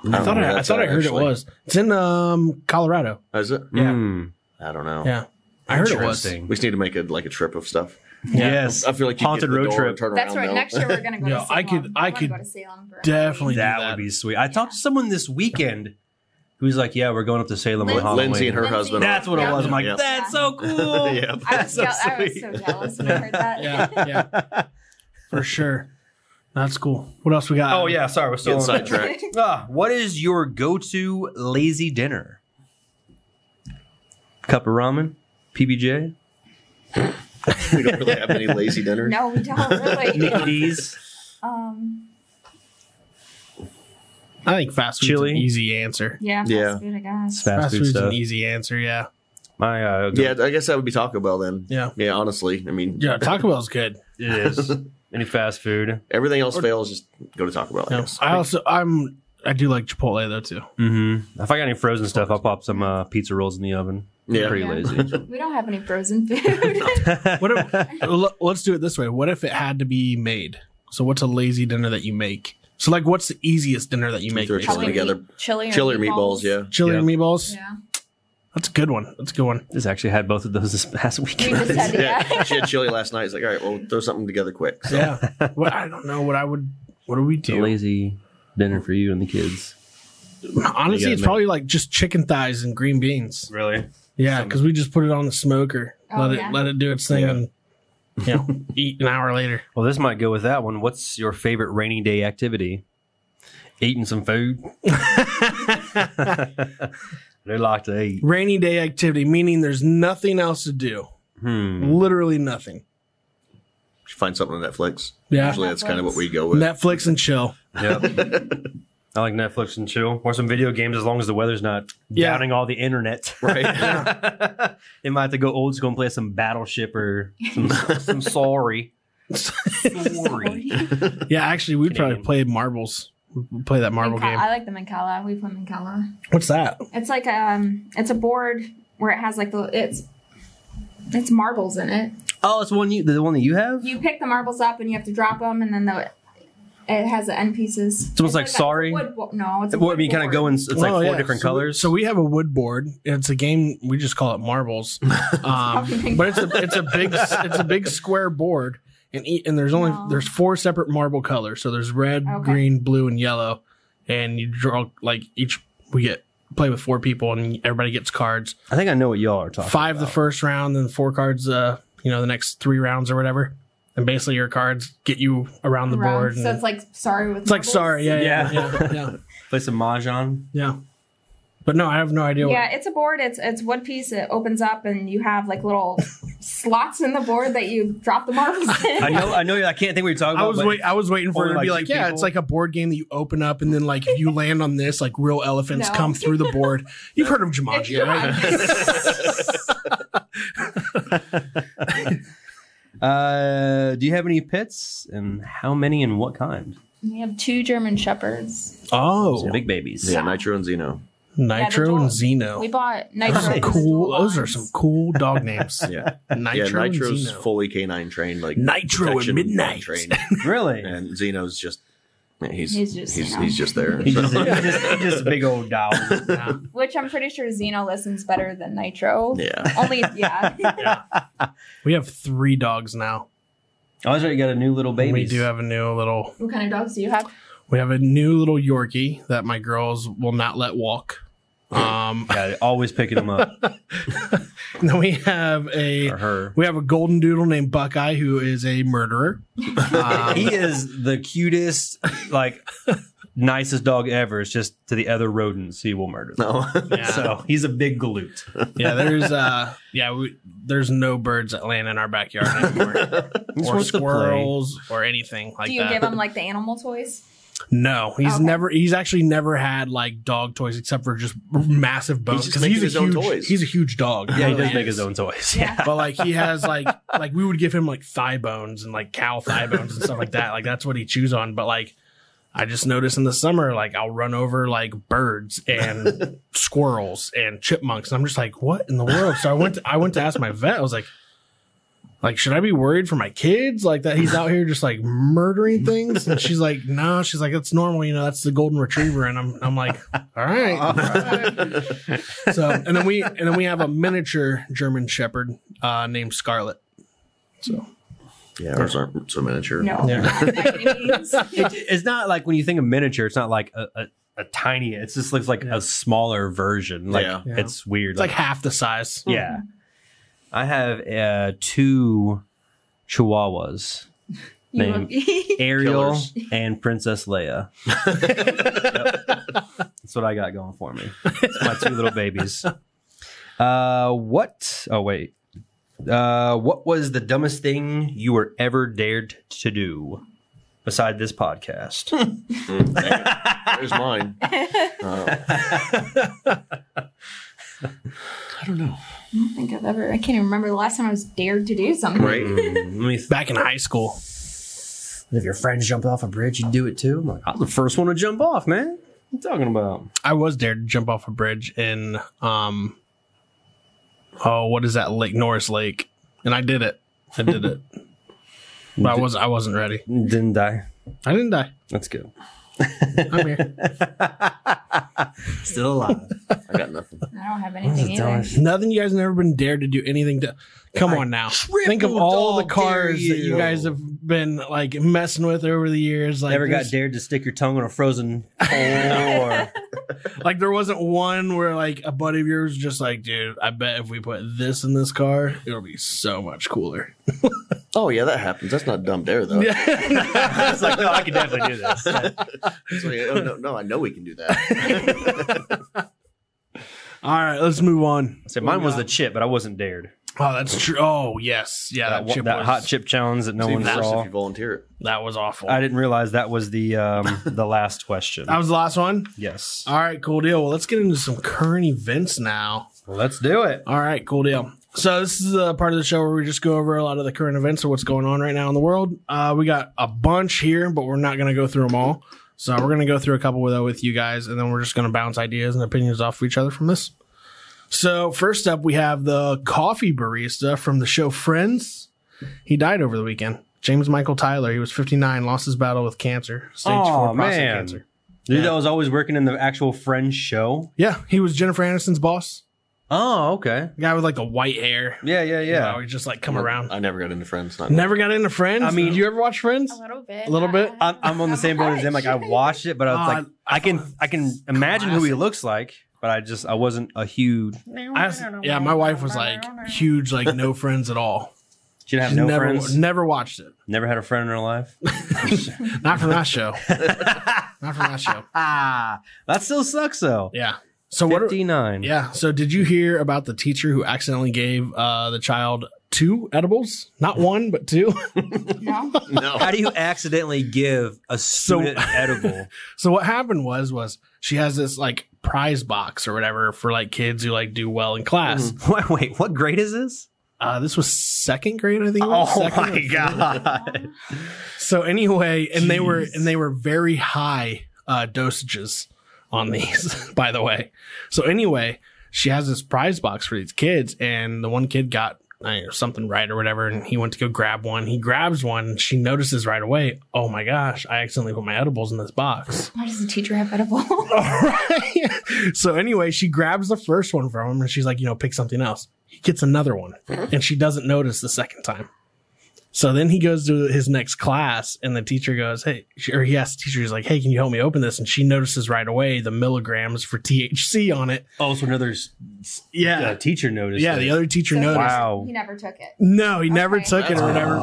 Speaker 4: don't
Speaker 1: thought
Speaker 4: know
Speaker 1: I, I
Speaker 4: that
Speaker 1: thought I
Speaker 4: side,
Speaker 1: heard
Speaker 4: actually. Oh,
Speaker 1: it was. It's in um Colorado.
Speaker 4: Is it?
Speaker 1: Yeah.
Speaker 2: Mm.
Speaker 4: I don't know.
Speaker 1: Yeah. I heard it was.
Speaker 2: Interesting.
Speaker 4: We just need to make a like a trip of stuff.
Speaker 2: Yes,
Speaker 4: I feel like you
Speaker 2: Haunted
Speaker 4: get to the
Speaker 2: road
Speaker 4: door
Speaker 2: trip.
Speaker 4: and Turn
Speaker 5: That's
Speaker 4: around,
Speaker 5: right.
Speaker 4: though. <laughs>
Speaker 5: Next year we're
Speaker 1: <laughs>
Speaker 5: gonna go
Speaker 1: Yeah,
Speaker 5: to Salem.
Speaker 1: I could- I
Speaker 5: wanna
Speaker 1: could
Speaker 5: go to Salem for a
Speaker 1: definitely
Speaker 5: Halloween.
Speaker 2: that,
Speaker 1: do that.
Speaker 2: would be sweet. I talked to someone this weekend who's like, "Yeah, we're going up to Salem on
Speaker 5: Lindsay-
Speaker 2: Halloween."
Speaker 4: Lindsay and her
Speaker 5: Lindsay.
Speaker 4: husband.
Speaker 2: That's what it was. I'm like,
Speaker 4: Yep.
Speaker 2: "That's so
Speaker 4: <laughs>
Speaker 2: cool."
Speaker 4: Yep.
Speaker 1: <laughs>
Speaker 5: Oh, I was,
Speaker 2: That's so
Speaker 5: jeal- I was
Speaker 2: sweet.
Speaker 5: so jealous when I heard that. <laughs>
Speaker 1: Yeah, yeah. <laughs> For sure. That's cool. What else we got?
Speaker 2: Oh yeah, sorry, we're still
Speaker 4: Getting
Speaker 2: on-
Speaker 4: sidetracked.
Speaker 2: Ah, what is your go-to lazy dinner? Cup of ramen, PBJ,
Speaker 4: <laughs> we don't really have any lazy dinner.
Speaker 5: No, we don't
Speaker 4: <laughs>
Speaker 5: really. <laughs>
Speaker 2: D's.
Speaker 5: um,
Speaker 1: I think fast food's
Speaker 2: Chili.
Speaker 1: an easy answer.
Speaker 5: yeah, fast
Speaker 4: Yeah.
Speaker 5: food, I guess.
Speaker 4: <laughs>
Speaker 2: It's fast,
Speaker 1: Fast
Speaker 2: food
Speaker 1: food's
Speaker 2: stuff.
Speaker 1: an easy answer, yeah.
Speaker 2: My uh,
Speaker 4: Yeah, I guess that would be Taco Bell then.
Speaker 1: Yeah.
Speaker 4: Yeah, honestly, I mean,
Speaker 1: Yeah, Taco Bell's good.
Speaker 2: it is any fast food.
Speaker 4: everything else fails. Just go to Taco Bell. I
Speaker 1: No,
Speaker 4: guess.
Speaker 1: I also I'm I do like Chipotle though too.
Speaker 2: Mm-hmm. If I got any frozen stuff, I'll pop some uh, pizza rolls in the oven.
Speaker 4: Yeah.
Speaker 2: pretty
Speaker 5: Yeah.
Speaker 1: <laughs>
Speaker 2: lazy.
Speaker 5: We don't have any frozen food.
Speaker 1: What if, l- let's do it this way. What if it had to be made? So what's a lazy dinner that you make? So like what's the easiest dinner that you make?
Speaker 4: throw
Speaker 1: basically?
Speaker 4: chili.
Speaker 5: <laughs> Probably
Speaker 4: together.
Speaker 5: chili or
Speaker 4: Chili or meatballs. Yeah.
Speaker 1: Chili and meatballs?
Speaker 5: Yeah.
Speaker 1: That's a good one. That's a good one.
Speaker 2: Just actually had both of those this past
Speaker 5: We
Speaker 2: weekend.
Speaker 5: just had
Speaker 4: <laughs>
Speaker 5: to,
Speaker 4: yeah, she had chili last night. It's like, all right, well, throw something together quick. So,
Speaker 1: Yeah. well, I don't know what I would. What do we
Speaker 2: It's a
Speaker 1: do?
Speaker 2: lazy dinner for you and the kids.
Speaker 1: <clears throat> Honestly,
Speaker 2: Yeah,
Speaker 1: it's
Speaker 2: man.
Speaker 1: probably like just chicken thighs and green beans.
Speaker 2: Really?
Speaker 1: Yeah, because we just put it on the smoker,
Speaker 5: Oh,
Speaker 1: let it
Speaker 5: yeah.
Speaker 1: let it do its thing,
Speaker 4: Yeah.
Speaker 1: and you know, eat an hour later.
Speaker 2: Well, this might go with that one. What's your favorite rainy day activity? Eating some <laughs> food. they like to eat.
Speaker 1: Rainy day activity, meaning there's nothing else to do.
Speaker 2: <laughs> Hmm.
Speaker 1: Literally nothing.
Speaker 4: she finds something on Netflix.
Speaker 1: Yeah.
Speaker 4: Usually that's kind of what we go with.
Speaker 1: Netflix and chill.
Speaker 2: Yep. I like Netflix and chill or some video games as long as the weather's not
Speaker 1: Yeah.
Speaker 2: downing all the internet. <laughs>
Speaker 4: right.
Speaker 2: they might have to go old school and play some Battleship or
Speaker 1: <laughs>
Speaker 2: some, some Sorry.
Speaker 5: <laughs>
Speaker 2: Sorry.
Speaker 1: Yeah, actually, we'd probably
Speaker 2: Canadian.
Speaker 1: play marbles. We'd Play that marble
Speaker 5: Mancala-
Speaker 1: game.
Speaker 5: I like the Mancala. We play Mancala.
Speaker 1: What's that?
Speaker 5: It's like um, it's a board where it has like the it's it's marbles in it.
Speaker 2: Oh, it's one you the one that you have.
Speaker 5: You pick the marbles up and you have to drop them, and then the it has the end pieces.
Speaker 2: It's almost like
Speaker 5: a-
Speaker 2: Sorry.
Speaker 5: wood bo- no, it's a
Speaker 2: Well, I
Speaker 5: wood
Speaker 2: mean, kind of
Speaker 5: board.
Speaker 2: go in. It's like
Speaker 1: Oh,
Speaker 2: four
Speaker 1: yeah.
Speaker 2: different
Speaker 1: So-
Speaker 2: colors.
Speaker 1: So we have a wood board. It's a game. We just call it
Speaker 2: <laughs>
Speaker 1: marbles, um, but it's a it's a big it's a big square board, and e- and there's only
Speaker 5: No.
Speaker 1: there's four separate marble colors. So there's red,
Speaker 5: Okay.
Speaker 1: green, blue, and yellow, and you draw like each we get play with four people, and everybody gets cards.
Speaker 2: I think I know what y'all are talking.
Speaker 1: Five the first round, then four cards. Uh, you know the next three rounds or whatever, and basically your cards get you around the
Speaker 5: Round.
Speaker 1: board.
Speaker 5: So
Speaker 1: and-
Speaker 5: it's like Sorry with
Speaker 1: it's like
Speaker 5: marbles.
Speaker 1: sorry, yeah, yeah,
Speaker 2: Yeah.
Speaker 1: yeah, yeah,
Speaker 2: Play some mahjong.
Speaker 1: yeah. But no, I have no idea.
Speaker 5: Yeah, it's a board. It's it's wood piece. It opens up, and you have like little slots in the board that you drop
Speaker 1: <laughs>
Speaker 5: the marbles in.
Speaker 2: I know. I know. I can't think what you're talking
Speaker 1: I
Speaker 2: about.
Speaker 1: was
Speaker 2: but
Speaker 1: wait. I was waiting for
Speaker 2: Only
Speaker 1: it to be
Speaker 2: like
Speaker 1: like,
Speaker 2: two
Speaker 1: yeah,
Speaker 2: people?
Speaker 1: it's like a board game that you open up and then like if
Speaker 5: <laughs>
Speaker 1: you land on this, like real elephants
Speaker 5: No.
Speaker 1: come through the board. You've heard of Jumanji, right?
Speaker 2: Uh, do you have any pets, and how many, and what kind?
Speaker 5: <laughs> we have two German shepherds.
Speaker 1: Oh,
Speaker 2: Some big babies.
Speaker 4: Yeah, Nitro and Xeno.
Speaker 1: Nitro
Speaker 5: Yeah,
Speaker 1: and
Speaker 5: those We
Speaker 1: Xeno.
Speaker 5: bought
Speaker 1: Those are
Speaker 5: Nitro.
Speaker 1: cool. Those are some cool dog
Speaker 2: <laughs>
Speaker 1: names.
Speaker 4: Yeah.
Speaker 1: <laughs> Nitro
Speaker 4: yeah,
Speaker 1: and
Speaker 4: Nitro's
Speaker 1: Xeno.
Speaker 4: fully canine trained, like
Speaker 1: Nitro and
Speaker 4: detection
Speaker 1: Midnight. <laughs>
Speaker 4: trained,
Speaker 2: Really?
Speaker 4: and Xeno's just yeah, he's
Speaker 5: He's
Speaker 4: he's
Speaker 5: just
Speaker 4: just he's,
Speaker 5: Xeno.
Speaker 4: just there.
Speaker 2: He's
Speaker 4: So-
Speaker 2: just, he's just, he's just a big old <laughs> dog.
Speaker 1: Yeah.
Speaker 5: Which I'm pretty sure Xeno listens better than Nitro.
Speaker 4: yeah,
Speaker 5: Only
Speaker 1: <laughs>
Speaker 5: yeah.
Speaker 1: We have three dogs now.
Speaker 2: Oh, that's right. You got a new little baby.
Speaker 1: We do have a new little.
Speaker 5: what kind of dogs do you have?
Speaker 1: We have a new little Yorkie that my girls will not let
Speaker 2: <laughs>
Speaker 1: walk. Um, <laughs>
Speaker 2: Yeah, always picking them up
Speaker 1: and then we have a
Speaker 2: for <laughs> her.
Speaker 1: we have a golden doodle named Buckeye who is a murderer. Um,
Speaker 2: He is the cutest, like nicest dog ever. It's just to the other rodents, he will murder. Them.
Speaker 4: <laughs> no,
Speaker 1: yeah.
Speaker 2: So he's a big galoot.
Speaker 1: yeah, there's uh, yeah, we, there's no birds that land in our backyard anymore, or
Speaker 2: wants to play.
Speaker 1: squirrels or anything like
Speaker 5: do you
Speaker 1: that.
Speaker 5: give him like the animal toys?
Speaker 1: no, he's
Speaker 5: Okay.
Speaker 1: never. He's actually never had like dog toys except for just massive bones
Speaker 4: just
Speaker 1: because
Speaker 4: making
Speaker 1: he's,
Speaker 4: his
Speaker 1: a
Speaker 4: own
Speaker 1: huge.
Speaker 4: toys.
Speaker 1: He's a huge dog.
Speaker 2: Yeah, he
Speaker 1: really
Speaker 2: does make
Speaker 1: is.
Speaker 2: his own toys.
Speaker 5: Yeah.
Speaker 1: But like he has like like we would give him like thigh bones and like cow thigh bones and stuff like that. Like that's what he chews on. But like I just noticed in the summer, like I'll run over like birds and squirrels and chipmunks. And I'm just like, what in the world? So I went to, I went to ask my vet. I was like, like should I be worried for my kids? Like that he's out here just like murdering things. And she's like, no. She's like, that's normal. You know, that's the golden retriever. And I'm I'm like, all right. So and then we and then we have a miniature German Shepherd uh, named Scarlet. So
Speaker 4: yeah, ours aren't so miniature.
Speaker 5: No. <laughs>
Speaker 1: Yeah.
Speaker 5: By any
Speaker 1: <laughs>
Speaker 2: <laughs>
Speaker 5: means.
Speaker 2: It- it's not like when you think of miniature, it's not like a, a, a tiny. It just looks like a smaller version. Like
Speaker 4: Yeah.
Speaker 1: Yeah.
Speaker 2: it's weird.
Speaker 1: it's like half the size.
Speaker 2: yeah, I have uh, two Chihuahuas, Name.
Speaker 5: You-
Speaker 2: Ariel
Speaker 4: Killers.
Speaker 2: <laughs> and Princess Leia. Yep. <laughs> That's what I got going for me. It's my two little babies. Uh, what? Oh wait. Uh, what was the dumbest thing you were ever dared to do? Beside this podcast,
Speaker 4: There's
Speaker 1: <laughs>
Speaker 4: mine. Uh,
Speaker 5: <laughs> I don't think I've ever. I can't even remember the last time I was dared to do something.
Speaker 4: right?
Speaker 2: let me
Speaker 1: Back in high school.
Speaker 2: If your friends jumped off a bridge, you'd do it too. I'm like, I'm the first one to jump off, man. What are you talking about?
Speaker 1: I was dared to jump off a bridge in um oh what is that lake Norris Lake and I did it I did
Speaker 2: <laughs>
Speaker 1: it but I was I wasn't ready
Speaker 2: Didn't die.
Speaker 1: I didn't die
Speaker 2: That's good.
Speaker 1: I'm here
Speaker 2: Still alive.
Speaker 4: I got nothing.
Speaker 5: I don't have anything
Speaker 2: This is
Speaker 5: either.
Speaker 1: <laughs>
Speaker 2: dumb.
Speaker 1: Nothing you guys have never been dared to do anything to. Come on now. Think of all the
Speaker 2: dog
Speaker 1: cars
Speaker 2: dare
Speaker 1: that you
Speaker 2: you.
Speaker 1: guys have been like messing with over the years. Like
Speaker 2: <laughs> Never got
Speaker 1: there's-
Speaker 2: dared to stick your tongue on a frozen pole or
Speaker 1: like there wasn't one where like a buddy of yours just like, dude, I bet if we put this in this car, it'll be so much <laughs> cooler.
Speaker 4: Oh yeah, that happens. That's not dumb dare though.
Speaker 2: it's like, no, <laughs> I could definitely do <laughs> this.
Speaker 4: It's like, oh, no, no, I know we can
Speaker 1: <laughs>
Speaker 4: do that.
Speaker 1: all right, let's move on.
Speaker 2: So mine was the chip, but I wasn't dared.
Speaker 1: Oh, that's true. Oh, yes, yeah, that,
Speaker 2: that,
Speaker 1: chip
Speaker 2: that
Speaker 1: was,
Speaker 2: hot chip challenge that no
Speaker 4: It's
Speaker 2: one
Speaker 4: even worse
Speaker 2: saw.
Speaker 4: if you volunteer it.
Speaker 1: That was awful.
Speaker 2: I didn't realize that was the um, the
Speaker 1: <laughs>
Speaker 2: last question.
Speaker 1: that was the last one.
Speaker 2: yes,
Speaker 1: All right, cool deal. Well, let's get into some current events now.
Speaker 2: let's do it.
Speaker 1: All right, cool deal. So this is the part of the show where we just go over a lot of the current events of what's going on right now in the world. Uh, we got a bunch here, but we're not going to go through them all. So we're going to go through a couple with uh, with you guys, and then we're just going to bounce ideas and opinions off of each other from this. So first up, we have the coffee barista from the show Friends. He died over the weekend. James Michael Tyler. He was 59, lost his battle with cancer, stage
Speaker 2: Aw,
Speaker 1: four prostate
Speaker 2: man.
Speaker 1: cancer.
Speaker 2: Dude,
Speaker 1: Yeah.
Speaker 2: that was always working in the actual Friends show.
Speaker 1: Yeah, he was Jennifer Aniston's boss.
Speaker 2: Oh, okay.
Speaker 1: The guy with like the white hair.
Speaker 2: Yeah, yeah,
Speaker 1: Yeah,
Speaker 2: yeah.
Speaker 1: he just like come around.
Speaker 4: I never got into friends. Not
Speaker 1: Never got into Friends. I
Speaker 2: I
Speaker 1: mean,
Speaker 2: mean-
Speaker 1: did you ever watch Friends?
Speaker 6: A little bit.
Speaker 1: A little bit?
Speaker 6: Uh,
Speaker 2: I'm, I'm on the same boat as him. Like <laughs> I watched it, but I was
Speaker 1: Oh,
Speaker 2: like, I can I can imagine who he looks like, but I just I wasn't a huge.
Speaker 1: I was- yeah, my wife was like huge, like no friends at <laughs> all.
Speaker 2: She didn't have
Speaker 1: She's
Speaker 2: no
Speaker 1: never
Speaker 2: friends.
Speaker 1: never watched it.
Speaker 2: never had a friend in her life.
Speaker 1: Not from that <laughs> show. Not from that show.
Speaker 2: <laughs> ah, that still sucks though.
Speaker 1: Yeah. So what? Are,
Speaker 2: Fifty nine.
Speaker 1: yeah. So did you hear about the teacher who accidentally gave uh, the child two edibles? Not one, but two. <laughs>
Speaker 5: No?
Speaker 4: no.
Speaker 2: How do you accidentally give a student <laughs> edible?
Speaker 1: So what happened was was she has this like prize box or whatever for like kids who like do well in class.
Speaker 2: Wait, wait, what grade is this?
Speaker 1: Uh, this was second grade, I think. it was. Second or
Speaker 2: Oh god!
Speaker 1: So anyway, and they were
Speaker 2: Jeez.
Speaker 1: and they were very high uh, dosages on these, <laughs> by the way. So anyway, she has this prize box for these kids, and the one kid got I don't know, something right or whatever, and he went to go grab one. He grabs one, and she notices right away. Oh my gosh! I accidentally put my edibles in this box.
Speaker 5: Why does the teacher have
Speaker 1: <laughs>
Speaker 5: edible?
Speaker 1: Alright. <laughs> so anyway, she grabs the first one from him, and she's like, you know, pick something else. He gets another one, and she doesn't notice the second time. So then he goes to his next class, and the teacher goes, "Hey," she- or he asks the teacher, "He's like, hey, can you help me open this?" And she notices right away the milligrams for THC on it.
Speaker 2: Also, another s- uh,
Speaker 1: Yeah,
Speaker 2: teacher noticed.
Speaker 1: yeah.
Speaker 2: it.
Speaker 1: The other teacher
Speaker 6: So he-
Speaker 1: noticed.
Speaker 2: Wow.
Speaker 6: He never took it.
Speaker 1: No, he never
Speaker 6: Okay.
Speaker 1: took it or whatever.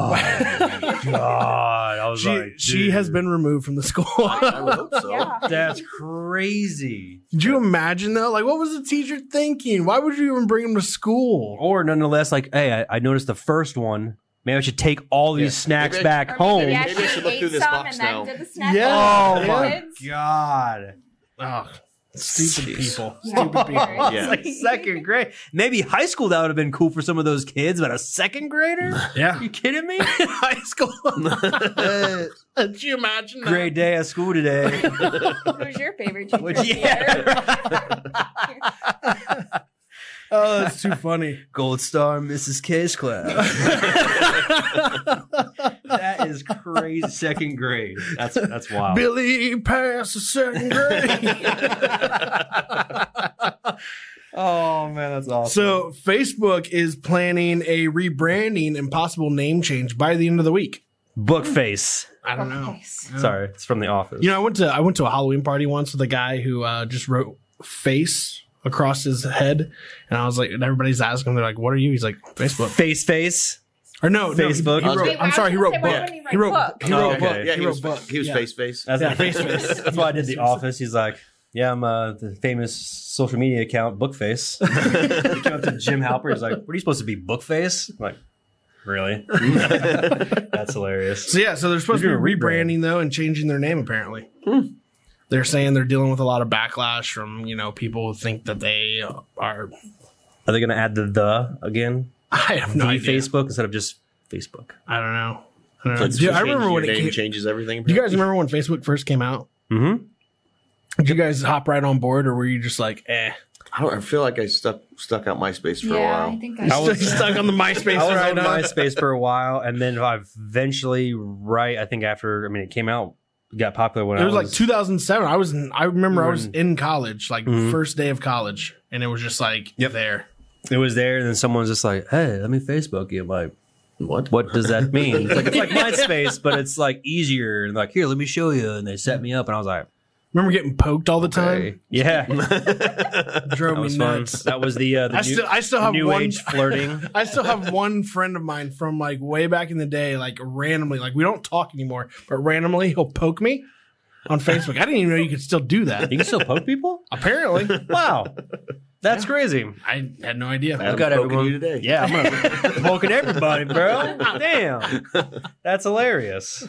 Speaker 2: God, I was
Speaker 1: <laughs> she
Speaker 2: like,
Speaker 1: she has been removed from the school. <laughs>
Speaker 4: I
Speaker 6: <laughs>
Speaker 4: would hope so.
Speaker 6: Yeah.
Speaker 2: That's crazy.
Speaker 1: Did you imagine though? Like, what was the teacher thinking? Why would you even bring him to school?
Speaker 2: Or nonetheless, like, hey, I, I noticed the first one. Maybe I should take all these
Speaker 4: Yeah.
Speaker 2: snacks
Speaker 4: Maybe I-
Speaker 2: back
Speaker 6: Or
Speaker 2: home.
Speaker 6: maybe
Speaker 4: Yeah.
Speaker 6: he
Speaker 4: Maybe I should
Speaker 6: actually
Speaker 4: look
Speaker 6: ate
Speaker 4: through this
Speaker 6: some
Speaker 4: box
Speaker 6: and then
Speaker 4: now.
Speaker 6: did the snack
Speaker 1: Yeah.
Speaker 6: box.
Speaker 2: Oh my
Speaker 6: Kids.
Speaker 2: god!
Speaker 1: Oh, stupid people.
Speaker 6: Yeah. <laughs>
Speaker 4: <laughs>
Speaker 1: Stupid people.
Speaker 4: Yeah.
Speaker 2: Like second grade, maybe high school that would have been cool for some of those kids, but a second grader?
Speaker 1: Yeah.
Speaker 2: you kidding me?
Speaker 1: High school. <laughs> Could you imagine that?
Speaker 2: Great day at school today.
Speaker 6: <laughs> Who's your favorite teacher?
Speaker 2: Which,
Speaker 6: <laughs>
Speaker 2: yeah.
Speaker 1: <laughs> Oh, that's too funny.
Speaker 2: Gold star Mrs.
Speaker 1: <laughs>
Speaker 2: K's class. that is crazy. Second grade. That's that's wild.
Speaker 1: Billy passed the second
Speaker 2: <laughs>
Speaker 1: grade.
Speaker 2: Oh man, that's awesome.
Speaker 1: so Facebook is planning a rebranding and possible name change by the end of the week.
Speaker 2: Bookface.
Speaker 1: I don't know.
Speaker 2: Sorry, it's from the office.
Speaker 1: You know, I went to I went to a Halloween party once with a guy who uh, just wrote face across his head, and I was like, and everybody's asking, they're like, "What are you?" He's like, "Facebook."
Speaker 2: face face.
Speaker 1: Or no, no, he-
Speaker 2: Facebook.
Speaker 1: he wrote-
Speaker 4: Wait,
Speaker 1: I'm
Speaker 6: why
Speaker 1: sorry, he
Speaker 6: would you
Speaker 1: wrote
Speaker 6: say why
Speaker 1: book.
Speaker 6: wouldn't he
Speaker 1: He wrote
Speaker 6: write
Speaker 1: book. He wrote
Speaker 2: Okay.
Speaker 1: book.
Speaker 4: Yeah, he
Speaker 1: wrote
Speaker 4: was,
Speaker 1: book.
Speaker 4: he was
Speaker 1: Yeah.
Speaker 4: face face.
Speaker 2: That's,
Speaker 1: Yeah, face face.
Speaker 2: <laughs> that's why
Speaker 1: <laughs>
Speaker 2: I did the office. He's like, yeah, I'm uh, the famous social media account
Speaker 1: <laughs>
Speaker 2: Bookface. he came up to Jim Halper. He's like, what are you supposed to be, Bookface? I'm like,
Speaker 1: <laughs>
Speaker 2: really? that's hilarious.
Speaker 1: So yeah, so they're supposed
Speaker 2: They're
Speaker 1: to be
Speaker 2: doing a rebrand. Hmm.
Speaker 1: rebranding though and changing their name apparently. They're saying they're dealing with a lot of backlash from you know people who think that they are. <laughs>
Speaker 2: Are they going to add the the again?
Speaker 1: I have no
Speaker 2: the
Speaker 1: idea.
Speaker 2: Facebook instead of just Facebook.
Speaker 1: I don't know. I, don't know.
Speaker 4: Like,
Speaker 1: Dude, I
Speaker 4: change-
Speaker 1: remember
Speaker 4: your
Speaker 1: when it
Speaker 4: name
Speaker 1: came.
Speaker 4: changes everything.
Speaker 1: Do you guys remember when Facebook first came out?
Speaker 2: Mm-hmm.
Speaker 1: Did you guys hop right on board, or were you just like,
Speaker 2: <laughs>
Speaker 1: eh?
Speaker 4: I, don't, I feel like I stuck stuck out MySpace for a
Speaker 5: yeah, I
Speaker 4: while.
Speaker 5: think
Speaker 1: I
Speaker 5: I
Speaker 1: was <laughs> stuck on the MySpace.
Speaker 2: <laughs> I was
Speaker 1: right
Speaker 2: on MySpace for a while, and then I eventually, right, I think after, I mean, it came out got popular when
Speaker 1: It
Speaker 2: I
Speaker 1: was
Speaker 2: was
Speaker 1: like 2007. I was in, I remember I was
Speaker 2: Mm.
Speaker 1: in college, like
Speaker 2: Mhm.
Speaker 1: first day of college, and it was just like there.
Speaker 2: it was there, and then someone's just like, "Hey, let me Facebook you." I'm like,
Speaker 4: What?
Speaker 2: what
Speaker 1: <laughs>
Speaker 2: does that mean? It's like, it's like MySpace, but it's like easier. And like, here, let me show you. And they set me up, and I was like,
Speaker 1: Remember getting poked all the time?
Speaker 2: <laughs> yeah,
Speaker 1: Drove
Speaker 2: <laughs> that
Speaker 1: me
Speaker 2: was fun.
Speaker 1: nuts.
Speaker 2: That was the uh, the
Speaker 1: I
Speaker 2: new,
Speaker 1: still I still have
Speaker 2: new
Speaker 1: one <laughs>
Speaker 2: age flirting.
Speaker 1: I still have one friend of mine from like way back in the day, like randomly, like we don't talk anymore, but randomly he'll poke me on Facebook. I didn't even know you could still do
Speaker 2: <laughs>
Speaker 1: that.
Speaker 2: You can still poke people.
Speaker 1: Apparently,
Speaker 2: Wow, that's crazy.
Speaker 1: I had no idea.
Speaker 4: Adam
Speaker 2: got
Speaker 4: poking
Speaker 2: everyone.
Speaker 4: you today.
Speaker 2: Yeah, I'm
Speaker 1: <laughs>
Speaker 2: gonna poking everybody, bro. Damn, that's hilarious.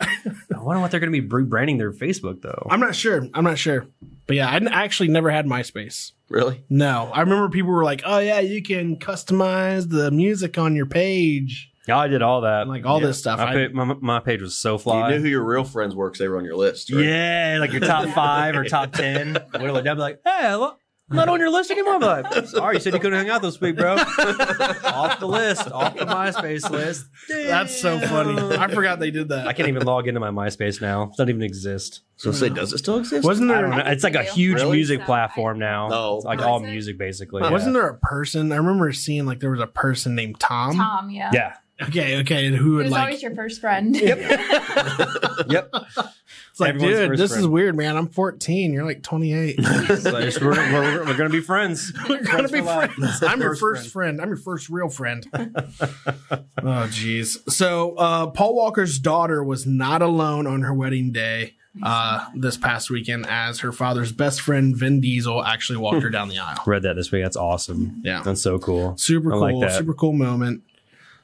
Speaker 2: I wonder what they're gonna be rebranding their Facebook though.
Speaker 1: I'm not sure. I'm not sure. But yeah, I n- actually never had MySpace.
Speaker 4: Really?
Speaker 1: No, I remember people were like, "Oh yeah, you can customize the music on your page,
Speaker 2: I did all that.
Speaker 1: and like all
Speaker 4: Yeah.
Speaker 1: this stuff."
Speaker 2: my,
Speaker 1: I-
Speaker 2: pa- my, my page was so
Speaker 4: You
Speaker 2: fly.
Speaker 4: knew who your real friends were because they were on your list. Right?
Speaker 2: Yeah, like your
Speaker 4: <laughs>
Speaker 2: top five or top ten. Whittle it down, be like, hey, look, I'm not on your list anymore. I'm like, sorry, you said you couldn't hang out this week,
Speaker 4: <laughs>
Speaker 2: bro. off the list, off the MySpace list.
Speaker 1: that's so funny. I forgot they did that.
Speaker 2: I can't even log into my MySpace now. It doesn't even exist.
Speaker 4: So say, does it still exist?
Speaker 1: wasn't
Speaker 2: I
Speaker 1: there
Speaker 2: don't know. It's like a huge
Speaker 4: Really?
Speaker 2: music platform now.
Speaker 4: No.
Speaker 2: It's like all
Speaker 6: Was it?
Speaker 2: music basically.
Speaker 1: wasn't there a person? I remember seeing like there was a person named Tom.
Speaker 6: Tom, yeah.
Speaker 2: Yeah.
Speaker 1: Okay, okay, and
Speaker 6: He
Speaker 1: who would
Speaker 6: was
Speaker 1: like
Speaker 6: always your first friend. <laughs>
Speaker 2: Yep.
Speaker 1: It's like,
Speaker 2: Everyone's
Speaker 1: dude,
Speaker 2: first
Speaker 1: this
Speaker 2: friend.
Speaker 1: is weird, man. I'm 14. You're like
Speaker 2: <laughs>
Speaker 1: 28.
Speaker 2: So I just- we're, we're, we're gonna be friends.
Speaker 1: <laughs> We're gonna be
Speaker 2: for life.
Speaker 1: friends. I'm your first friend. I'm your first real friend. <laughs> oh, jeez. So uh, Paul Walker's daughter was not alone on her wedding day uh, this past weekend, as her father's best friend Vin Diesel actually walked
Speaker 2: <laughs>
Speaker 1: her down the aisle.
Speaker 2: Read that this week. That's awesome.
Speaker 1: Yeah.
Speaker 2: That's so cool.
Speaker 1: Super
Speaker 2: I
Speaker 1: cool,
Speaker 2: like that.
Speaker 1: super cool moment.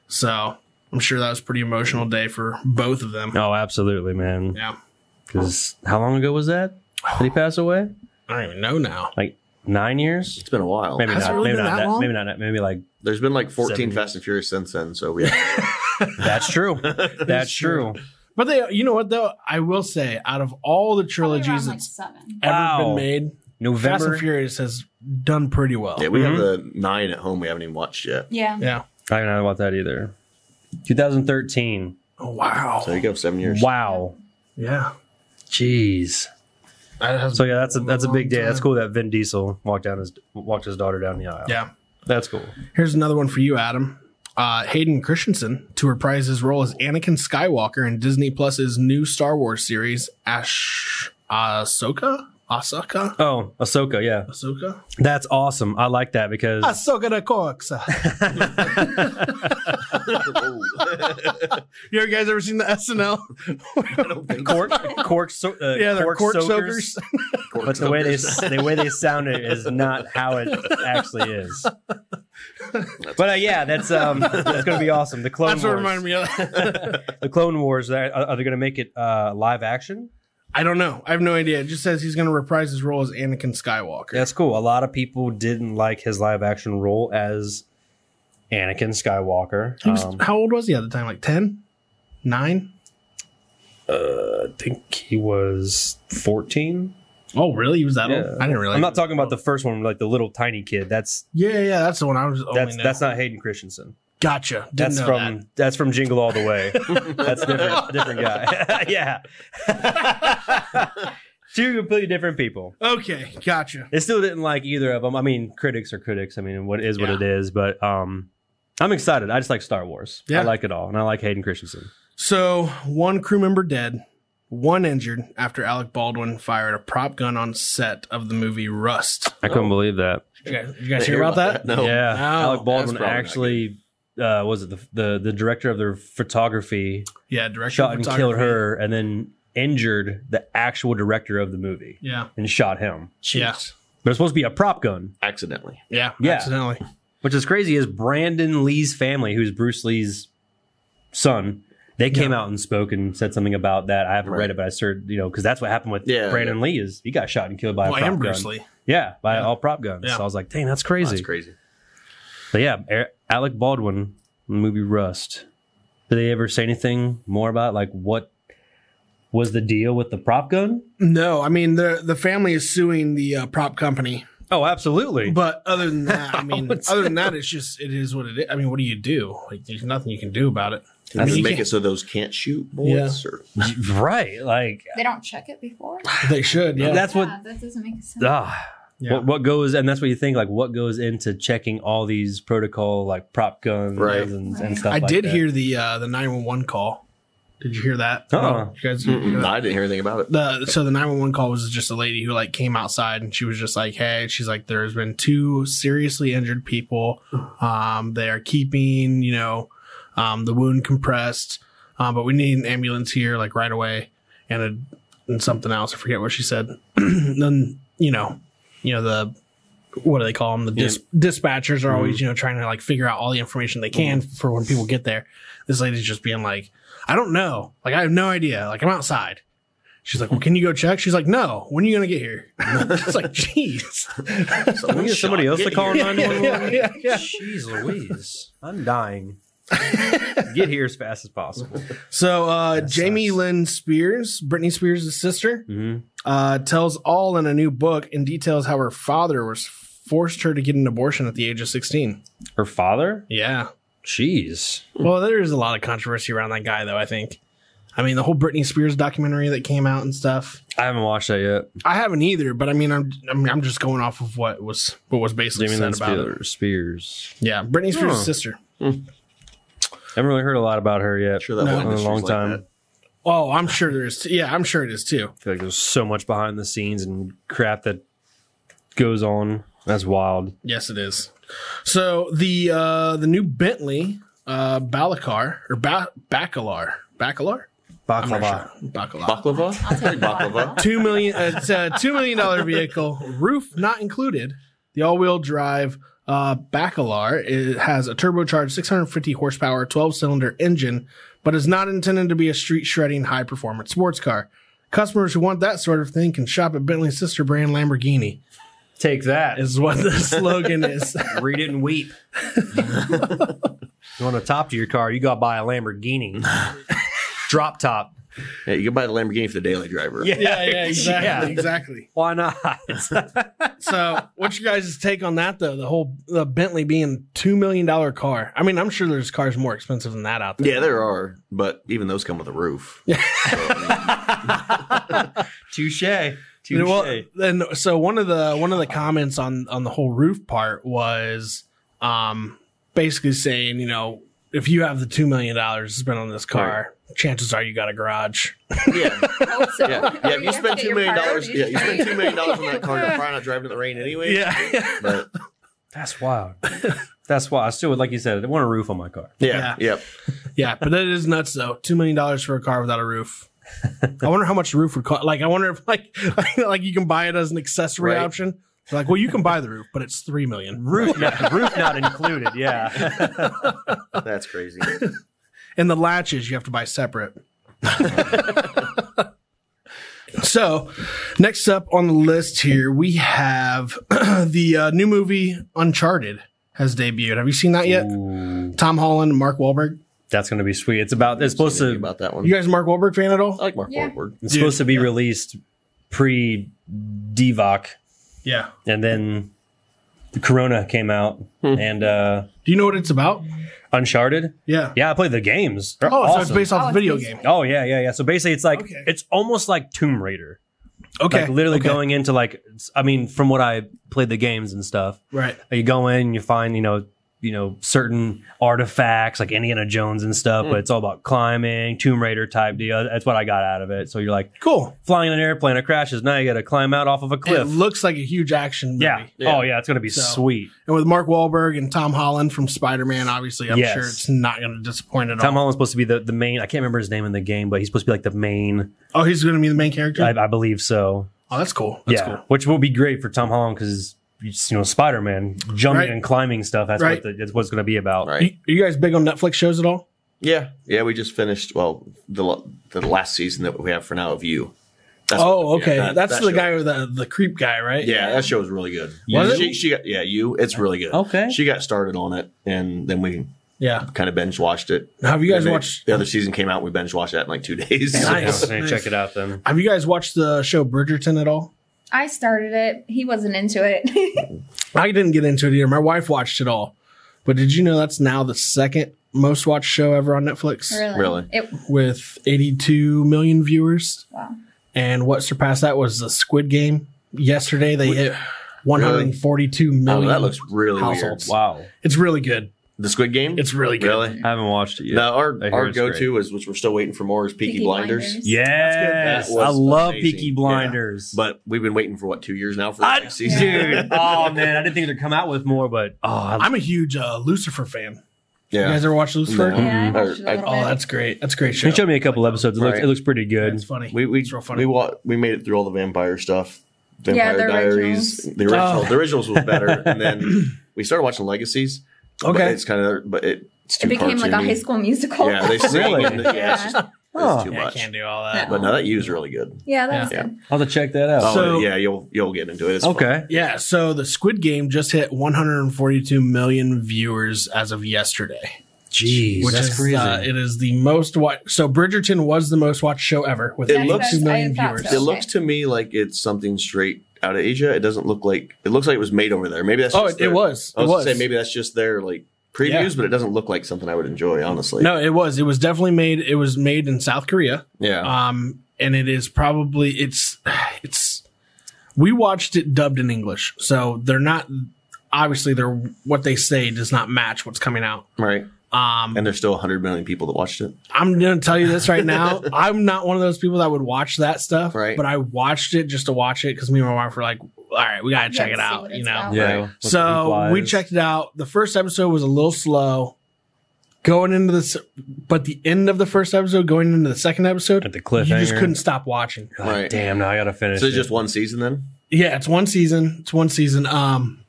Speaker 1: So I'm sure that was a pretty emotional day for both of them.
Speaker 2: Oh, absolutely, man.
Speaker 1: Yeah,
Speaker 2: Because how long ago was that? <sighs> Did he pass away?
Speaker 1: I don't even know now.
Speaker 2: Like nine years?
Speaker 4: It's been a while.
Speaker 2: Maybe
Speaker 1: Has
Speaker 2: not.
Speaker 1: it really
Speaker 2: maybe
Speaker 1: been
Speaker 2: not
Speaker 1: that
Speaker 2: that.
Speaker 1: long?
Speaker 2: Maybe not. that- Maybe like
Speaker 4: There's been like 14
Speaker 2: Seven years.
Speaker 4: Fast and Furious since then. So we
Speaker 2: that's true. <laughs> that's
Speaker 1: true.
Speaker 2: true.
Speaker 1: But they, you know what though, I will say, out of all the
Speaker 6: Probably around,
Speaker 1: trilogies
Speaker 6: like
Speaker 1: that's
Speaker 6: seven.
Speaker 1: ever been
Speaker 2: Wow.
Speaker 1: made, Fast
Speaker 2: November.
Speaker 1: and Furious has done pretty well.
Speaker 4: yeah, we have the nine at home we haven't even watched yet.
Speaker 6: Yeah.
Speaker 1: Yeah.
Speaker 2: I don't know about that either. 2013.
Speaker 1: Oh, wow.
Speaker 4: So you go seven years. <laughs>
Speaker 2: Wow.
Speaker 1: yeah.
Speaker 2: Jeez.
Speaker 1: That has-
Speaker 2: So Oh, yeah, that's a
Speaker 1: been
Speaker 2: that's a
Speaker 1: long
Speaker 2: big day. That's
Speaker 1: time.
Speaker 2: cool that Vin Diesel walked down his walked his daughter down the aisle.
Speaker 1: yeah.
Speaker 2: That's cool.
Speaker 1: Here's another one for you, Adam. Uh, Hayden Christensen to reprise his role as Anakin Skywalker in Disney Plus's new Star Wars series, Ash Ahsoka? Ahsoka?
Speaker 2: Oh, Ahsoka, yeah.
Speaker 1: Ahsoka?
Speaker 2: That's awesome. I like that because
Speaker 1: Ahsoka the Corks. <laughs> you guys ever seen the SNL?
Speaker 2: cork cork so, uh,
Speaker 1: yeah, they're
Speaker 2: cork,
Speaker 1: cork
Speaker 2: soakers,
Speaker 1: soakers.
Speaker 2: but the way they s- the
Speaker 1: <laughs>
Speaker 2: way they sound it is not how it actually is. But uh, yeah, that's um that's going to be awesome. The Clone
Speaker 1: That's what
Speaker 2: Wars.
Speaker 1: reminded me of that.
Speaker 2: The Clone Wars, are, are they going to make it uh, live action?
Speaker 1: I don't know. I have no idea. It just says he's going to reprise his role as Anakin Skywalker.
Speaker 2: That's cool. A lot of people didn't like his live action role as Anakin Skywalker.
Speaker 1: He was,
Speaker 2: Um,
Speaker 1: how old was he at the time? Like 10? 9?
Speaker 2: I think he was 14.
Speaker 1: Oh, really? He was that old? I didn't realize.
Speaker 2: I'm not talking about the first one, like the little tiny kid. That's
Speaker 1: Yeah, yeah, yeah, that's the one I was. Only
Speaker 2: that's
Speaker 1: knew.
Speaker 2: that's not Hayden Christensen.
Speaker 1: Gotcha. Didn't
Speaker 2: That's
Speaker 1: know
Speaker 2: from
Speaker 1: that.
Speaker 2: that's from Jingle All the
Speaker 1: <laughs>
Speaker 2: Way. that's different different guy. <laughs> yeah. Two completely different people.
Speaker 1: Okay, gotcha.
Speaker 2: They still didn't like either of them. I mean, critics are critics. I mean, what is what
Speaker 1: Yeah.
Speaker 2: it is. But um, I'm excited. I just like Star Wars.
Speaker 1: Yeah.
Speaker 2: I like it all, and I like Hayden Christensen.
Speaker 1: So one crew member dead, one injured after Alec Baldwin fired a prop gun on set of the movie Rust.
Speaker 2: I couldn't believe that.
Speaker 1: You guys,
Speaker 4: <laughs>
Speaker 1: you guys hear about that?
Speaker 4: No.
Speaker 2: Yeah,
Speaker 1: Oh. No.
Speaker 2: Alec Baldwin
Speaker 4: That's probably not
Speaker 2: actually uh, was it the, the the director of their photography
Speaker 1: Yeah, director
Speaker 2: shot
Speaker 1: of
Speaker 2: and
Speaker 1: photography.
Speaker 2: killed her, and then injured the actual director of the movie
Speaker 1: Yeah,
Speaker 2: and shot him.
Speaker 1: yeah,
Speaker 2: But it's supposed to be a prop gun.
Speaker 4: Accidentally.
Speaker 1: yeah,
Speaker 2: Yeah.
Speaker 1: Accidentally.
Speaker 2: Which is crazy is Brandon Lee's family, who's Bruce Lee's son, they came out and spoke and said something about that. I haven't
Speaker 4: Right.
Speaker 2: read it, but I heard you know because that's what happened with
Speaker 4: Yeah,
Speaker 2: Brandon Lee is he got shot and killed by
Speaker 1: Well,
Speaker 2: a prop
Speaker 1: and Bruce
Speaker 2: gun.
Speaker 1: Lee.
Speaker 2: Yeah, by
Speaker 1: Yeah.
Speaker 2: all prop guns.
Speaker 1: Yeah.
Speaker 2: So I was like, dang, that's crazy.
Speaker 4: That's crazy.
Speaker 2: But yeah, Er- Alec Baldwin in the movie Rust. Did they ever say anything more about like what was the deal with the prop gun?
Speaker 1: No, I mean the the family is suing the uh, prop company,
Speaker 2: Oh, absolutely. <laughs>
Speaker 1: but other <laughs> Oh, than that, I mean, other than that, it's just it is what it is. I mean, what do you do? Like, there's nothing you can do about it.
Speaker 4: I mean,
Speaker 1: you
Speaker 4: make
Speaker 1: can't-
Speaker 4: it so those can't shoot bullets or
Speaker 2: right. Like
Speaker 6: They don't check it
Speaker 1: <laughs>
Speaker 6: before.
Speaker 1: They should, yeah.
Speaker 2: that's what.
Speaker 6: Yeah, that doesn't make sense.
Speaker 2: Ah,
Speaker 1: Yeah.
Speaker 2: What, what goes and that's what you think like what goes into checking all these protocol like prop guns
Speaker 4: Right.
Speaker 2: and, and
Speaker 6: Right.
Speaker 2: stuff
Speaker 1: I
Speaker 2: like
Speaker 1: did
Speaker 2: that. <laughs>
Speaker 1: hear the uh, the nine one one call. Did you hear that?
Speaker 2: Uh-uh.
Speaker 1: You guys,
Speaker 4: Mm-mm, I didn't hear anything about it.
Speaker 1: the so the 911 call was just a lady who like came outside and she was just like hey she's like there's been two seriously injured people um they are keeping you know um the wound compressed um but we need an ambulance here like right away and a, and something else i forget what she said <clears throat> then you know you know the what do they call them the dis- dispatchers are always you know trying to like figure out all the information they can for when people get there this lady's just being like i don't know like i have no idea like i'm outside She's like, well, can you go check? She's like, no. When are you gonna get here? <laughs> It's like, jeez.
Speaker 2: <laughs>
Speaker 1: <laughs>
Speaker 2: Can we get somebody else to call
Speaker 1: Yeah, yeah,
Speaker 2: 911
Speaker 1: yeah, yeah.
Speaker 2: jeez louise i'm dying get here as fast as <laughs> possible
Speaker 1: So uh,
Speaker 2: That
Speaker 1: Jamie
Speaker 2: sucks.
Speaker 1: Lynn Spears, Britney Spears' sister,
Speaker 2: Mhm.
Speaker 1: uh, tells all in a new book and details how her father was forced her to get an abortion at the age of 16.
Speaker 2: her father
Speaker 1: Yeah.
Speaker 2: jeez
Speaker 1: Well, there is a lot of controversy around that guy, though, I think. I mean, the whole Britney Spears documentary that came out and stuff.
Speaker 2: i haven't watched that yet
Speaker 1: I haven't either, but I mean, I'm I'm, I'm just going off of what was what was basically
Speaker 2: Jamie
Speaker 1: said
Speaker 2: Lynn
Speaker 1: about it.
Speaker 2: Spears. Spears.
Speaker 1: Yeah, Britney Spears'
Speaker 2: Huh.
Speaker 1: sister.
Speaker 2: Haven't really heard a lot about her yet.
Speaker 4: <laughs> Sure, that
Speaker 1: No.
Speaker 4: whole
Speaker 1: In
Speaker 2: a
Speaker 4: industry's
Speaker 2: long
Speaker 4: like
Speaker 2: time.
Speaker 4: that.
Speaker 1: Oh, I'm sure there is. Yeah, I'm sure it is too.
Speaker 2: I feel like there's so much behind the scenes and crap that goes on. That's wild.
Speaker 1: Yes, it is. So the uh, the new Bentley uh, Balikar or ba- Bacalar Bacalar I'm not
Speaker 2: Baklava.
Speaker 1: sure. Bacalar.
Speaker 4: Baklava? I'll take <laughs>
Speaker 5: <laughs>
Speaker 4: baklava.
Speaker 1: two million. Uh, it's a two million dollar vehicle, roof not included. The all wheel drive uh, Bacalar it has a turbocharged 650 horsepower, 12 cylinder engine, but is not intended to be a street shredding high performance sports car. Customers who want that sort of thing can shop at Bentley's sister brand Lamborghini.
Speaker 2: Take that.
Speaker 1: Is what the <laughs> slogan is.
Speaker 2: Read it and weep. you want a top to your car? You got to buy a Lamborghini. <laughs> Drop top.
Speaker 4: Yeah, you can buy the Lamborghini for the daily
Speaker 1: <laughs>
Speaker 4: driver.
Speaker 1: yeah, yeah, exactly,
Speaker 2: Yeah.
Speaker 1: exactly.
Speaker 2: Why not?
Speaker 1: So, what's your guys' take on that though? The whole the Bentley being two million dollar car. I mean, I'm sure there's cars more expensive than that out there.
Speaker 4: Yeah, there are, but even those come with a roof.
Speaker 2: <laughs> Touche.
Speaker 1: You
Speaker 2: Touche.
Speaker 1: know, well, and so one of the one of the comments on on the whole roof part was um basically saying, you know, if you have the two million dollars spent on this car, chances are you got a garage.
Speaker 4: Yeah,
Speaker 2: <laughs>
Speaker 5: Oh,
Speaker 6: Hope so.
Speaker 4: yeah, yeah.
Speaker 6: Or
Speaker 4: If you
Speaker 6: have
Speaker 4: spend
Speaker 6: to get
Speaker 4: two
Speaker 6: your
Speaker 4: million
Speaker 6: car
Speaker 4: dollars,
Speaker 6: reviewed.
Speaker 4: yeah, you spend two million dollars on that
Speaker 6: <laughs>
Speaker 4: car. You're probably not driving in the rain anyway.
Speaker 1: Yeah,
Speaker 4: but
Speaker 2: That's wild. That's wild. I still would, like you said, I want a roof on my car.
Speaker 4: yeah,
Speaker 1: Yeah.
Speaker 4: yep.
Speaker 1: yeah, but that is nuts though. Two million dollars for a car without a roof. I wonder how much the roof would cost. Like, I wonder if like <laughs> like you can buy it as an accessory
Speaker 4: Right.
Speaker 1: option. They're like, well, you can buy the roof, but it's three million,
Speaker 2: Roof not, <laughs> roof not included. Yeah.
Speaker 4: That's
Speaker 1: <laughs>
Speaker 4: crazy.
Speaker 1: and the latches you have to buy separate. <laughs> so, next up on the list here we have <clears throat> the uh, new movie Uncharted has debuted. Have you seen that yet?
Speaker 2: Ooh,
Speaker 1: Tom Holland, and Mark Wahlberg.
Speaker 2: that's going to be sweet. It's about, it's supposed to,
Speaker 4: about that one.
Speaker 1: You guys, a Mark Wahlberg fan at all?
Speaker 4: I like Mark
Speaker 6: Yeah.
Speaker 4: Wahlberg.
Speaker 2: It's
Speaker 1: Dude,
Speaker 2: supposed to be released pre Divoc,
Speaker 1: Yeah.
Speaker 2: and then the Corona came out and uh,
Speaker 1: Do you know what it's about?
Speaker 2: Uncharted.
Speaker 1: Yeah.
Speaker 2: Yeah, I played the games. They're
Speaker 1: Oh, so it's
Speaker 2: awesome.
Speaker 1: based off
Speaker 6: Oh,
Speaker 1: a
Speaker 6: it's
Speaker 1: video
Speaker 6: based-
Speaker 1: game.
Speaker 2: oh yeah, yeah, yeah. So basically, it's like
Speaker 1: Okay.
Speaker 2: it's almost like Tomb Raider.
Speaker 1: Okay.
Speaker 2: Like literally
Speaker 1: okay.
Speaker 2: going into like, it's- I mean, from what I played the games and stuff,
Speaker 1: right.
Speaker 2: you go in, you find you know. You know certain artifacts like Indiana Jones and
Speaker 4: Mm.
Speaker 2: stuff, but it's all about climbing, Tomb Raider type deal. That's what I got out of it. So you're like
Speaker 1: Cool.
Speaker 2: flying an airplane, it crashes. Now you got to climb out off of a cliff.
Speaker 1: It looks like a huge action movie.
Speaker 2: Yeah.
Speaker 4: Yeah.
Speaker 2: Oh yeah, it's gonna be
Speaker 1: So-
Speaker 2: sweet.
Speaker 1: And with Mark Wahlberg and Tom Holland from Spider Man, obviously, I'm
Speaker 2: Yes.
Speaker 1: sure it's not going to disappoint at
Speaker 2: Tom
Speaker 1: all.
Speaker 2: Holland's supposed to be the, the main. I can't remember his name in the game, but he's supposed to be like the main.
Speaker 1: Oh, he's going to be the main character?
Speaker 2: I, I believe so.
Speaker 1: oh, that's cool. That's
Speaker 2: yeah,
Speaker 1: cool.
Speaker 2: which will be great for Tom Holland because you know Spider Man jumping
Speaker 1: Right.
Speaker 2: and climbing stuff. That's
Speaker 1: Right.
Speaker 2: what the, that's what it's gonna be about.
Speaker 4: Right.
Speaker 1: Are you, are you guys big on Netflix shows at all?
Speaker 4: Yeah, yeah. We just finished. Well, the l- the last season that we have for now of you. That's-
Speaker 1: Oh, okay.
Speaker 4: yeah, that-
Speaker 1: that's
Speaker 4: that
Speaker 1: the
Speaker 4: show-
Speaker 1: guy with the, the creep guy, right?
Speaker 4: Yeah, that show was really good.
Speaker 1: Was it?
Speaker 4: she, she got yeah, you. It's really good.
Speaker 2: Okay.
Speaker 4: She got started on it, and then we
Speaker 1: Yeah.
Speaker 4: kind of binge watched it.
Speaker 1: Now, have you guys
Speaker 4: And they-
Speaker 1: watched.
Speaker 4: the other season came out? We binge watched that in like two <laughs> days. Oh,
Speaker 1: Nice.
Speaker 2: So, hey, Check it out then.
Speaker 1: Have you guys watched the show Bridgerton at all?
Speaker 6: I started it. He wasn't into it.
Speaker 1: I didn't get into it either. My wife watched it all. But did you know that's now the second most watched show ever on Netflix
Speaker 5: <laughs> Really?
Speaker 4: Really?
Speaker 5: It,
Speaker 1: with 82 million viewers.
Speaker 5: wow.
Speaker 1: And what surpassed that was the Squid Game. Yesterday they hit 142
Speaker 4: Oh,
Speaker 1: million.
Speaker 4: that looks really
Speaker 1: households.
Speaker 4: weird.
Speaker 2: Wow.
Speaker 1: It's really good.
Speaker 4: The Squid Game?
Speaker 1: It's really good.
Speaker 4: Really?
Speaker 2: I haven't watched it yet.
Speaker 4: No, our,
Speaker 2: I hear
Speaker 4: our
Speaker 2: it's
Speaker 4: go to is, which we're still waiting for more, is Peaky,
Speaker 5: Peaky
Speaker 4: Blinders.
Speaker 5: Blinders.
Speaker 2: Yes.
Speaker 4: That was
Speaker 2: I love
Speaker 4: amazing.
Speaker 2: Peaky
Speaker 4: Yeah.
Speaker 2: Blinders.
Speaker 4: But we've been waiting for, what, two years now for the
Speaker 2: I,
Speaker 4: next season?
Speaker 2: dude, oh <laughs> man, I didn't think they'd come out with more, but oh, I
Speaker 1: I'm a huge uh, Lucifer fan.
Speaker 4: Yeah.
Speaker 1: You guys ever watch Lucifer?
Speaker 4: No.
Speaker 5: Yeah, I
Speaker 4: Or-
Speaker 5: watched it a
Speaker 4: I-
Speaker 5: little
Speaker 1: Oh,
Speaker 5: bit.
Speaker 1: that's great. That's a great show.
Speaker 2: They showed me a couple episodes. It looks,
Speaker 4: Right.
Speaker 2: it looks pretty good.
Speaker 1: It's funny.
Speaker 4: we we
Speaker 1: it's real funny.
Speaker 4: we wa- we made it through all the vampire stuff.
Speaker 5: Yeah,
Speaker 4: Vampire
Speaker 5: the
Speaker 4: Diaries.
Speaker 5: originals.
Speaker 4: The original,
Speaker 1: Oh.
Speaker 4: the originals was better,
Speaker 1: <laughs>
Speaker 4: and then we started watching Legacies. but
Speaker 1: Okay.
Speaker 4: it's kind of but it, it's too
Speaker 5: it became like a
Speaker 4: cartoony.
Speaker 5: high school musical.
Speaker 4: Yeah,
Speaker 5: <laughs>
Speaker 4: they sing.
Speaker 2: Really?
Speaker 4: and the- yeah, it's just
Speaker 2: Huh.
Speaker 4: it's too
Speaker 1: yeah, I
Speaker 4: much.
Speaker 1: can't do all that.
Speaker 4: But no, that U's really good.
Speaker 5: Yeah, that was
Speaker 4: Yeah.
Speaker 5: good.
Speaker 2: I'll have to check that out.
Speaker 4: Oh
Speaker 1: So-
Speaker 4: yeah, you'll you'll get into it. It's fun.
Speaker 2: okay.
Speaker 1: Yeah, so the Squid Game just hit 142 million viewers as of yesterday,
Speaker 2: Jeez,
Speaker 1: which
Speaker 2: that's
Speaker 1: is
Speaker 2: crazy.
Speaker 1: Uh, it is the most watched. So Bridgerton was the most watched show ever with
Speaker 4: It
Speaker 1: 82
Speaker 4: looks-
Speaker 1: million
Speaker 5: I thought
Speaker 1: viewers.
Speaker 4: It
Speaker 5: so.
Speaker 4: looks to me like it's something straight out of Asia. It doesn't look like it looks like it was made over there. Maybe that's
Speaker 1: Oh,
Speaker 4: just
Speaker 1: it, it
Speaker 4: their-
Speaker 1: was.
Speaker 4: I
Speaker 1: It
Speaker 4: was,
Speaker 1: was.
Speaker 4: gonna say maybe that's just their like previews,
Speaker 1: Yeah.
Speaker 4: but it doesn't look like something I would enjoy. Honestly,
Speaker 1: No, it was. It was definitely made. It was made in South Korea.
Speaker 4: Yeah,
Speaker 1: Um, and it is probably it's it's. We watched it dubbed in English, so they're not. Obviously, they're what they say does not match what's coming out.
Speaker 4: right.
Speaker 1: Um,
Speaker 4: And there's still 100 million people that watched it.
Speaker 1: I'm going to tell you this right now. I'm not one of those people that would watch that stuff,
Speaker 4: Right.
Speaker 1: but I watched it just to watch it because me and my wife were like, all right, we got to
Speaker 5: You
Speaker 1: check
Speaker 5: gotta
Speaker 1: it
Speaker 5: see
Speaker 1: out,
Speaker 5: what
Speaker 1: you
Speaker 5: it's
Speaker 1: know?
Speaker 5: about.
Speaker 2: yeah.
Speaker 4: Right.
Speaker 2: What the
Speaker 1: So we
Speaker 2: implies.
Speaker 1: checked it out. The first episode was a little slow going into this, but the end of the first episode, going into the second episode,
Speaker 2: at the
Speaker 1: you
Speaker 2: cliffhanger.
Speaker 1: just couldn't stop watching.
Speaker 2: God,
Speaker 4: Right.
Speaker 2: Damn, now I gotta finish.
Speaker 4: So
Speaker 2: it.
Speaker 4: it's just one season then?
Speaker 1: Yeah, it's one season. It's one season. Um,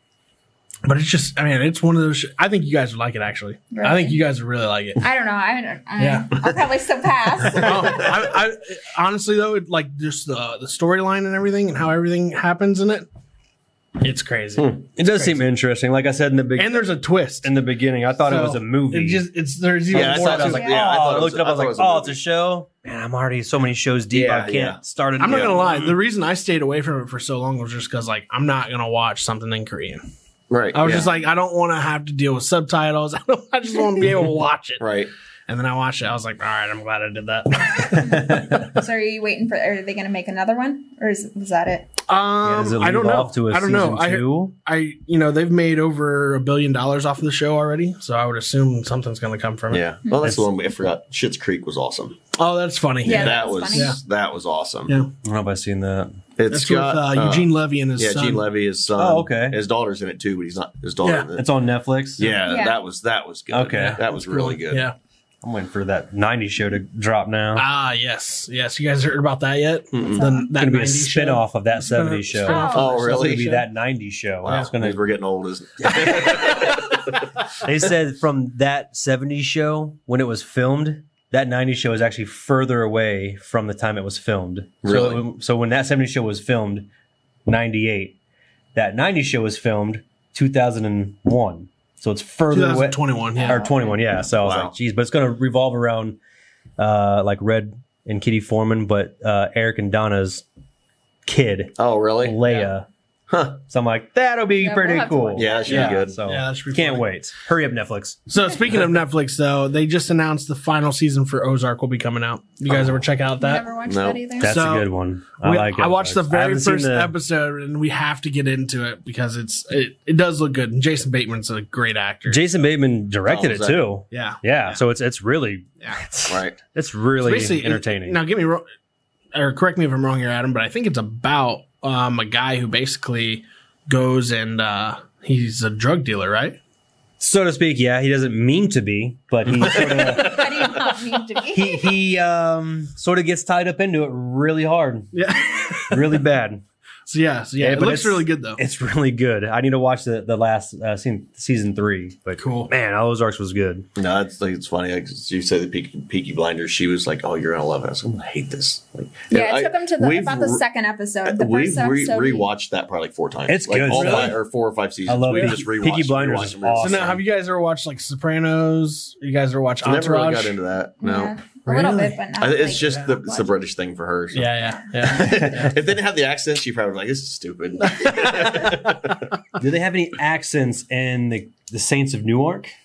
Speaker 1: but it's just, I mean, it's one of those. Sh- I think you guys would like it, actually. I think
Speaker 5: Really?
Speaker 1: you guys would really like it.
Speaker 5: I don't know. I don't. I,
Speaker 1: Yeah.
Speaker 5: I'll probably still
Speaker 4: <laughs>
Speaker 5: pass.
Speaker 1: oh, I, I, honestly though, it, like just the the storyline and everything, and how everything happens in it, it's crazy.
Speaker 2: it does seem interesting. Like I said in the be-
Speaker 1: And there's a twist.
Speaker 2: in the beginning, I thought it
Speaker 1: So,
Speaker 2: was a movie.
Speaker 1: It just it's there's even
Speaker 4: Yeah, I
Speaker 1: more.
Speaker 4: thought it
Speaker 1: to
Speaker 4: was
Speaker 1: it.
Speaker 4: like- yeah, I
Speaker 2: oh,
Speaker 4: thought
Speaker 2: I
Speaker 4: it was-
Speaker 2: looked it up.
Speaker 4: I
Speaker 2: I was
Speaker 4: thought it
Speaker 2: like,
Speaker 4: was a
Speaker 2: oh,
Speaker 4: movie.
Speaker 2: it's a show. Man, I'm already so many shows deep.
Speaker 4: Yeah,
Speaker 2: I can't
Speaker 4: yeah.
Speaker 2: start it.
Speaker 1: I'm not
Speaker 4: Yeah.
Speaker 1: gonna lie. The reason I stayed away from it for so long was just because like I'm not gonna watch something in Korean.
Speaker 4: Right.
Speaker 1: I was
Speaker 4: yeah.
Speaker 1: just like I don't want to have to deal with subtitles. <laughs> I don't. I just want to be able to watch it.
Speaker 4: right.
Speaker 1: And then I watched it. I was like, all right, I'm glad I did that.
Speaker 5: so are you waiting for? Are they going to make another one, or is was that it?
Speaker 2: Yeah,
Speaker 1: Um,
Speaker 2: does it
Speaker 1: I don't
Speaker 2: lead
Speaker 1: know.
Speaker 2: off To a
Speaker 1: I don't know.
Speaker 2: season
Speaker 1: I,
Speaker 2: two?
Speaker 1: I, you know, they've made over a billion dollars off of the show already, so I would assume something's going to come from it.
Speaker 4: Yeah. Well, that's the one we I forgot. Shit's Creek was awesome.
Speaker 1: Oh, that's funny.
Speaker 5: Yeah,
Speaker 1: Yeah,
Speaker 4: that
Speaker 5: that's
Speaker 4: was
Speaker 5: funny. Yeah.
Speaker 4: that was awesome.
Speaker 1: Yeah.
Speaker 2: I don't know if I've seen that.
Speaker 4: It's
Speaker 1: that's
Speaker 4: got
Speaker 1: with uh, Eugene Levy and his
Speaker 4: Yeah,
Speaker 1: son.
Speaker 4: Gene Levy, his son.
Speaker 2: Oh, okay.
Speaker 4: His daughter's in it too, but he's not his daughter.
Speaker 1: Yeah.
Speaker 4: in it.
Speaker 2: It's on Netflix.
Speaker 4: yeah,
Speaker 5: Yeah.
Speaker 4: that was that was good.
Speaker 2: Okay.
Speaker 4: that was really good.
Speaker 1: Yeah.
Speaker 2: I'm waiting for that '90s show to drop now.
Speaker 1: Ah, yes, yes. You guys heard about that yet?
Speaker 4: Mm-mm.
Speaker 1: The, that
Speaker 2: It's gonna be a
Speaker 1: 90s show?
Speaker 2: spin-off of that
Speaker 1: Spin-
Speaker 2: '70s show.
Speaker 1: spin-off of
Speaker 4: Oh,
Speaker 1: that
Speaker 2: It's
Speaker 4: really?
Speaker 2: gonna
Speaker 1: 70s
Speaker 2: be
Speaker 1: show.
Speaker 2: that '90s show.
Speaker 4: Wow,
Speaker 2: It's <laughs> gonna.
Speaker 4: we're getting old, isn't
Speaker 2: They said from that '70s show when it was filmed, that '90s show is actually further away from the time it was filmed.
Speaker 4: Really?
Speaker 2: So, so when that '70s show was filmed, '98, that '90s show was filmed 2001. So it's further away.
Speaker 1: 2021. Yeah.
Speaker 2: or 21 yeah so i was
Speaker 4: Wow.
Speaker 2: like geez but it's going to revolve around uh like red and kitty foreman but uh eric and donna's kid
Speaker 4: Oh, really?
Speaker 2: leia
Speaker 4: Huh.
Speaker 2: so i'm like that'll be
Speaker 5: Yeah, we'll
Speaker 2: pretty
Speaker 5: have to
Speaker 2: cool
Speaker 5: watch
Speaker 4: Yeah, that should be good.
Speaker 2: so
Speaker 1: Yeah, that should be
Speaker 2: can't
Speaker 1: funny.
Speaker 2: wait hurry up netflix
Speaker 1: So speaking of Netflix, though, they just announced the final season for Ozark will be coming out. You guys ever check out that?
Speaker 5: Never watched
Speaker 4: no.
Speaker 5: that either.
Speaker 2: that's
Speaker 1: So,
Speaker 2: a good one Oh. i
Speaker 1: We-
Speaker 2: like it
Speaker 1: I watched the
Speaker 2: Netflix.
Speaker 1: very
Speaker 2: haven't seen
Speaker 1: first
Speaker 2: the-
Speaker 1: episode, and we have to get into it because it's it, it does look good. And Jason Bateman's a great actor.
Speaker 2: jason bateman directed
Speaker 4: Oh,
Speaker 2: it
Speaker 4: is that-
Speaker 2: too
Speaker 1: yeah,
Speaker 2: yeah so it's it's really
Speaker 1: Yeah.
Speaker 2: it's,
Speaker 4: Right.
Speaker 2: it's really
Speaker 1: Basically, it-
Speaker 2: entertaining
Speaker 1: now, get me wrong, or correct me if I'm wrong here, Adam, but I think it's about um, a guy who basically goes and uh, he's a drug dealer, right?
Speaker 2: so to speak yeah he doesn't mean to be but he sort of
Speaker 5: <laughs> How do you not mean to be?
Speaker 2: he he um sort of gets tied up into it really hard,
Speaker 1: Yeah.
Speaker 2: really <laughs> bad.
Speaker 1: <laughs> so yeah, so yeah,
Speaker 2: Yeah,
Speaker 1: it
Speaker 2: but
Speaker 1: looks
Speaker 2: it's-
Speaker 1: really good though.
Speaker 2: It's really good. I need to watch the the last uh, season season three. But
Speaker 1: Cool.
Speaker 2: man, Ozarks was good.
Speaker 4: No, it's like it's funny. Like, you said the Peaky, Peaky Blinders. She was like, "Oh, you're gonna love it." I was like, "I'm gonna hate this." Like,
Speaker 5: yeah,
Speaker 4: I-
Speaker 5: I took them to the,
Speaker 4: we've
Speaker 5: about the
Speaker 4: re- uh,
Speaker 5: second episode. The
Speaker 4: We've
Speaker 5: first
Speaker 4: re-
Speaker 5: episode.
Speaker 4: rewatched that probably like four times.
Speaker 2: It's
Speaker 4: like
Speaker 2: good.
Speaker 4: All
Speaker 2: Really?
Speaker 4: five, or four or five seasons.
Speaker 2: I love
Speaker 4: we
Speaker 2: Peaky-
Speaker 4: just rewatched.
Speaker 2: Peaky Blinders
Speaker 4: rewatched
Speaker 2: is
Speaker 4: them, rewatched
Speaker 1: so
Speaker 2: awesome.
Speaker 4: them.
Speaker 1: now, have you guys ever watched like Sopranos? You guys ever watch
Speaker 4: I Never really
Speaker 1: Entourage?
Speaker 4: got into that. No,
Speaker 5: Yeah, a little
Speaker 1: Really?
Speaker 5: bit, but not.
Speaker 4: I, it's
Speaker 5: like,
Speaker 4: just the, it's the
Speaker 5: much.
Speaker 4: British thing for her. so.
Speaker 1: yeah, yeah, yeah.
Speaker 4: <laughs> if they didn't have the accents, she probably would be like, "This is
Speaker 5: <laughs>
Speaker 4: stupid."
Speaker 2: Do they have any accents in the the Saints of Newark?
Speaker 1: <laughs>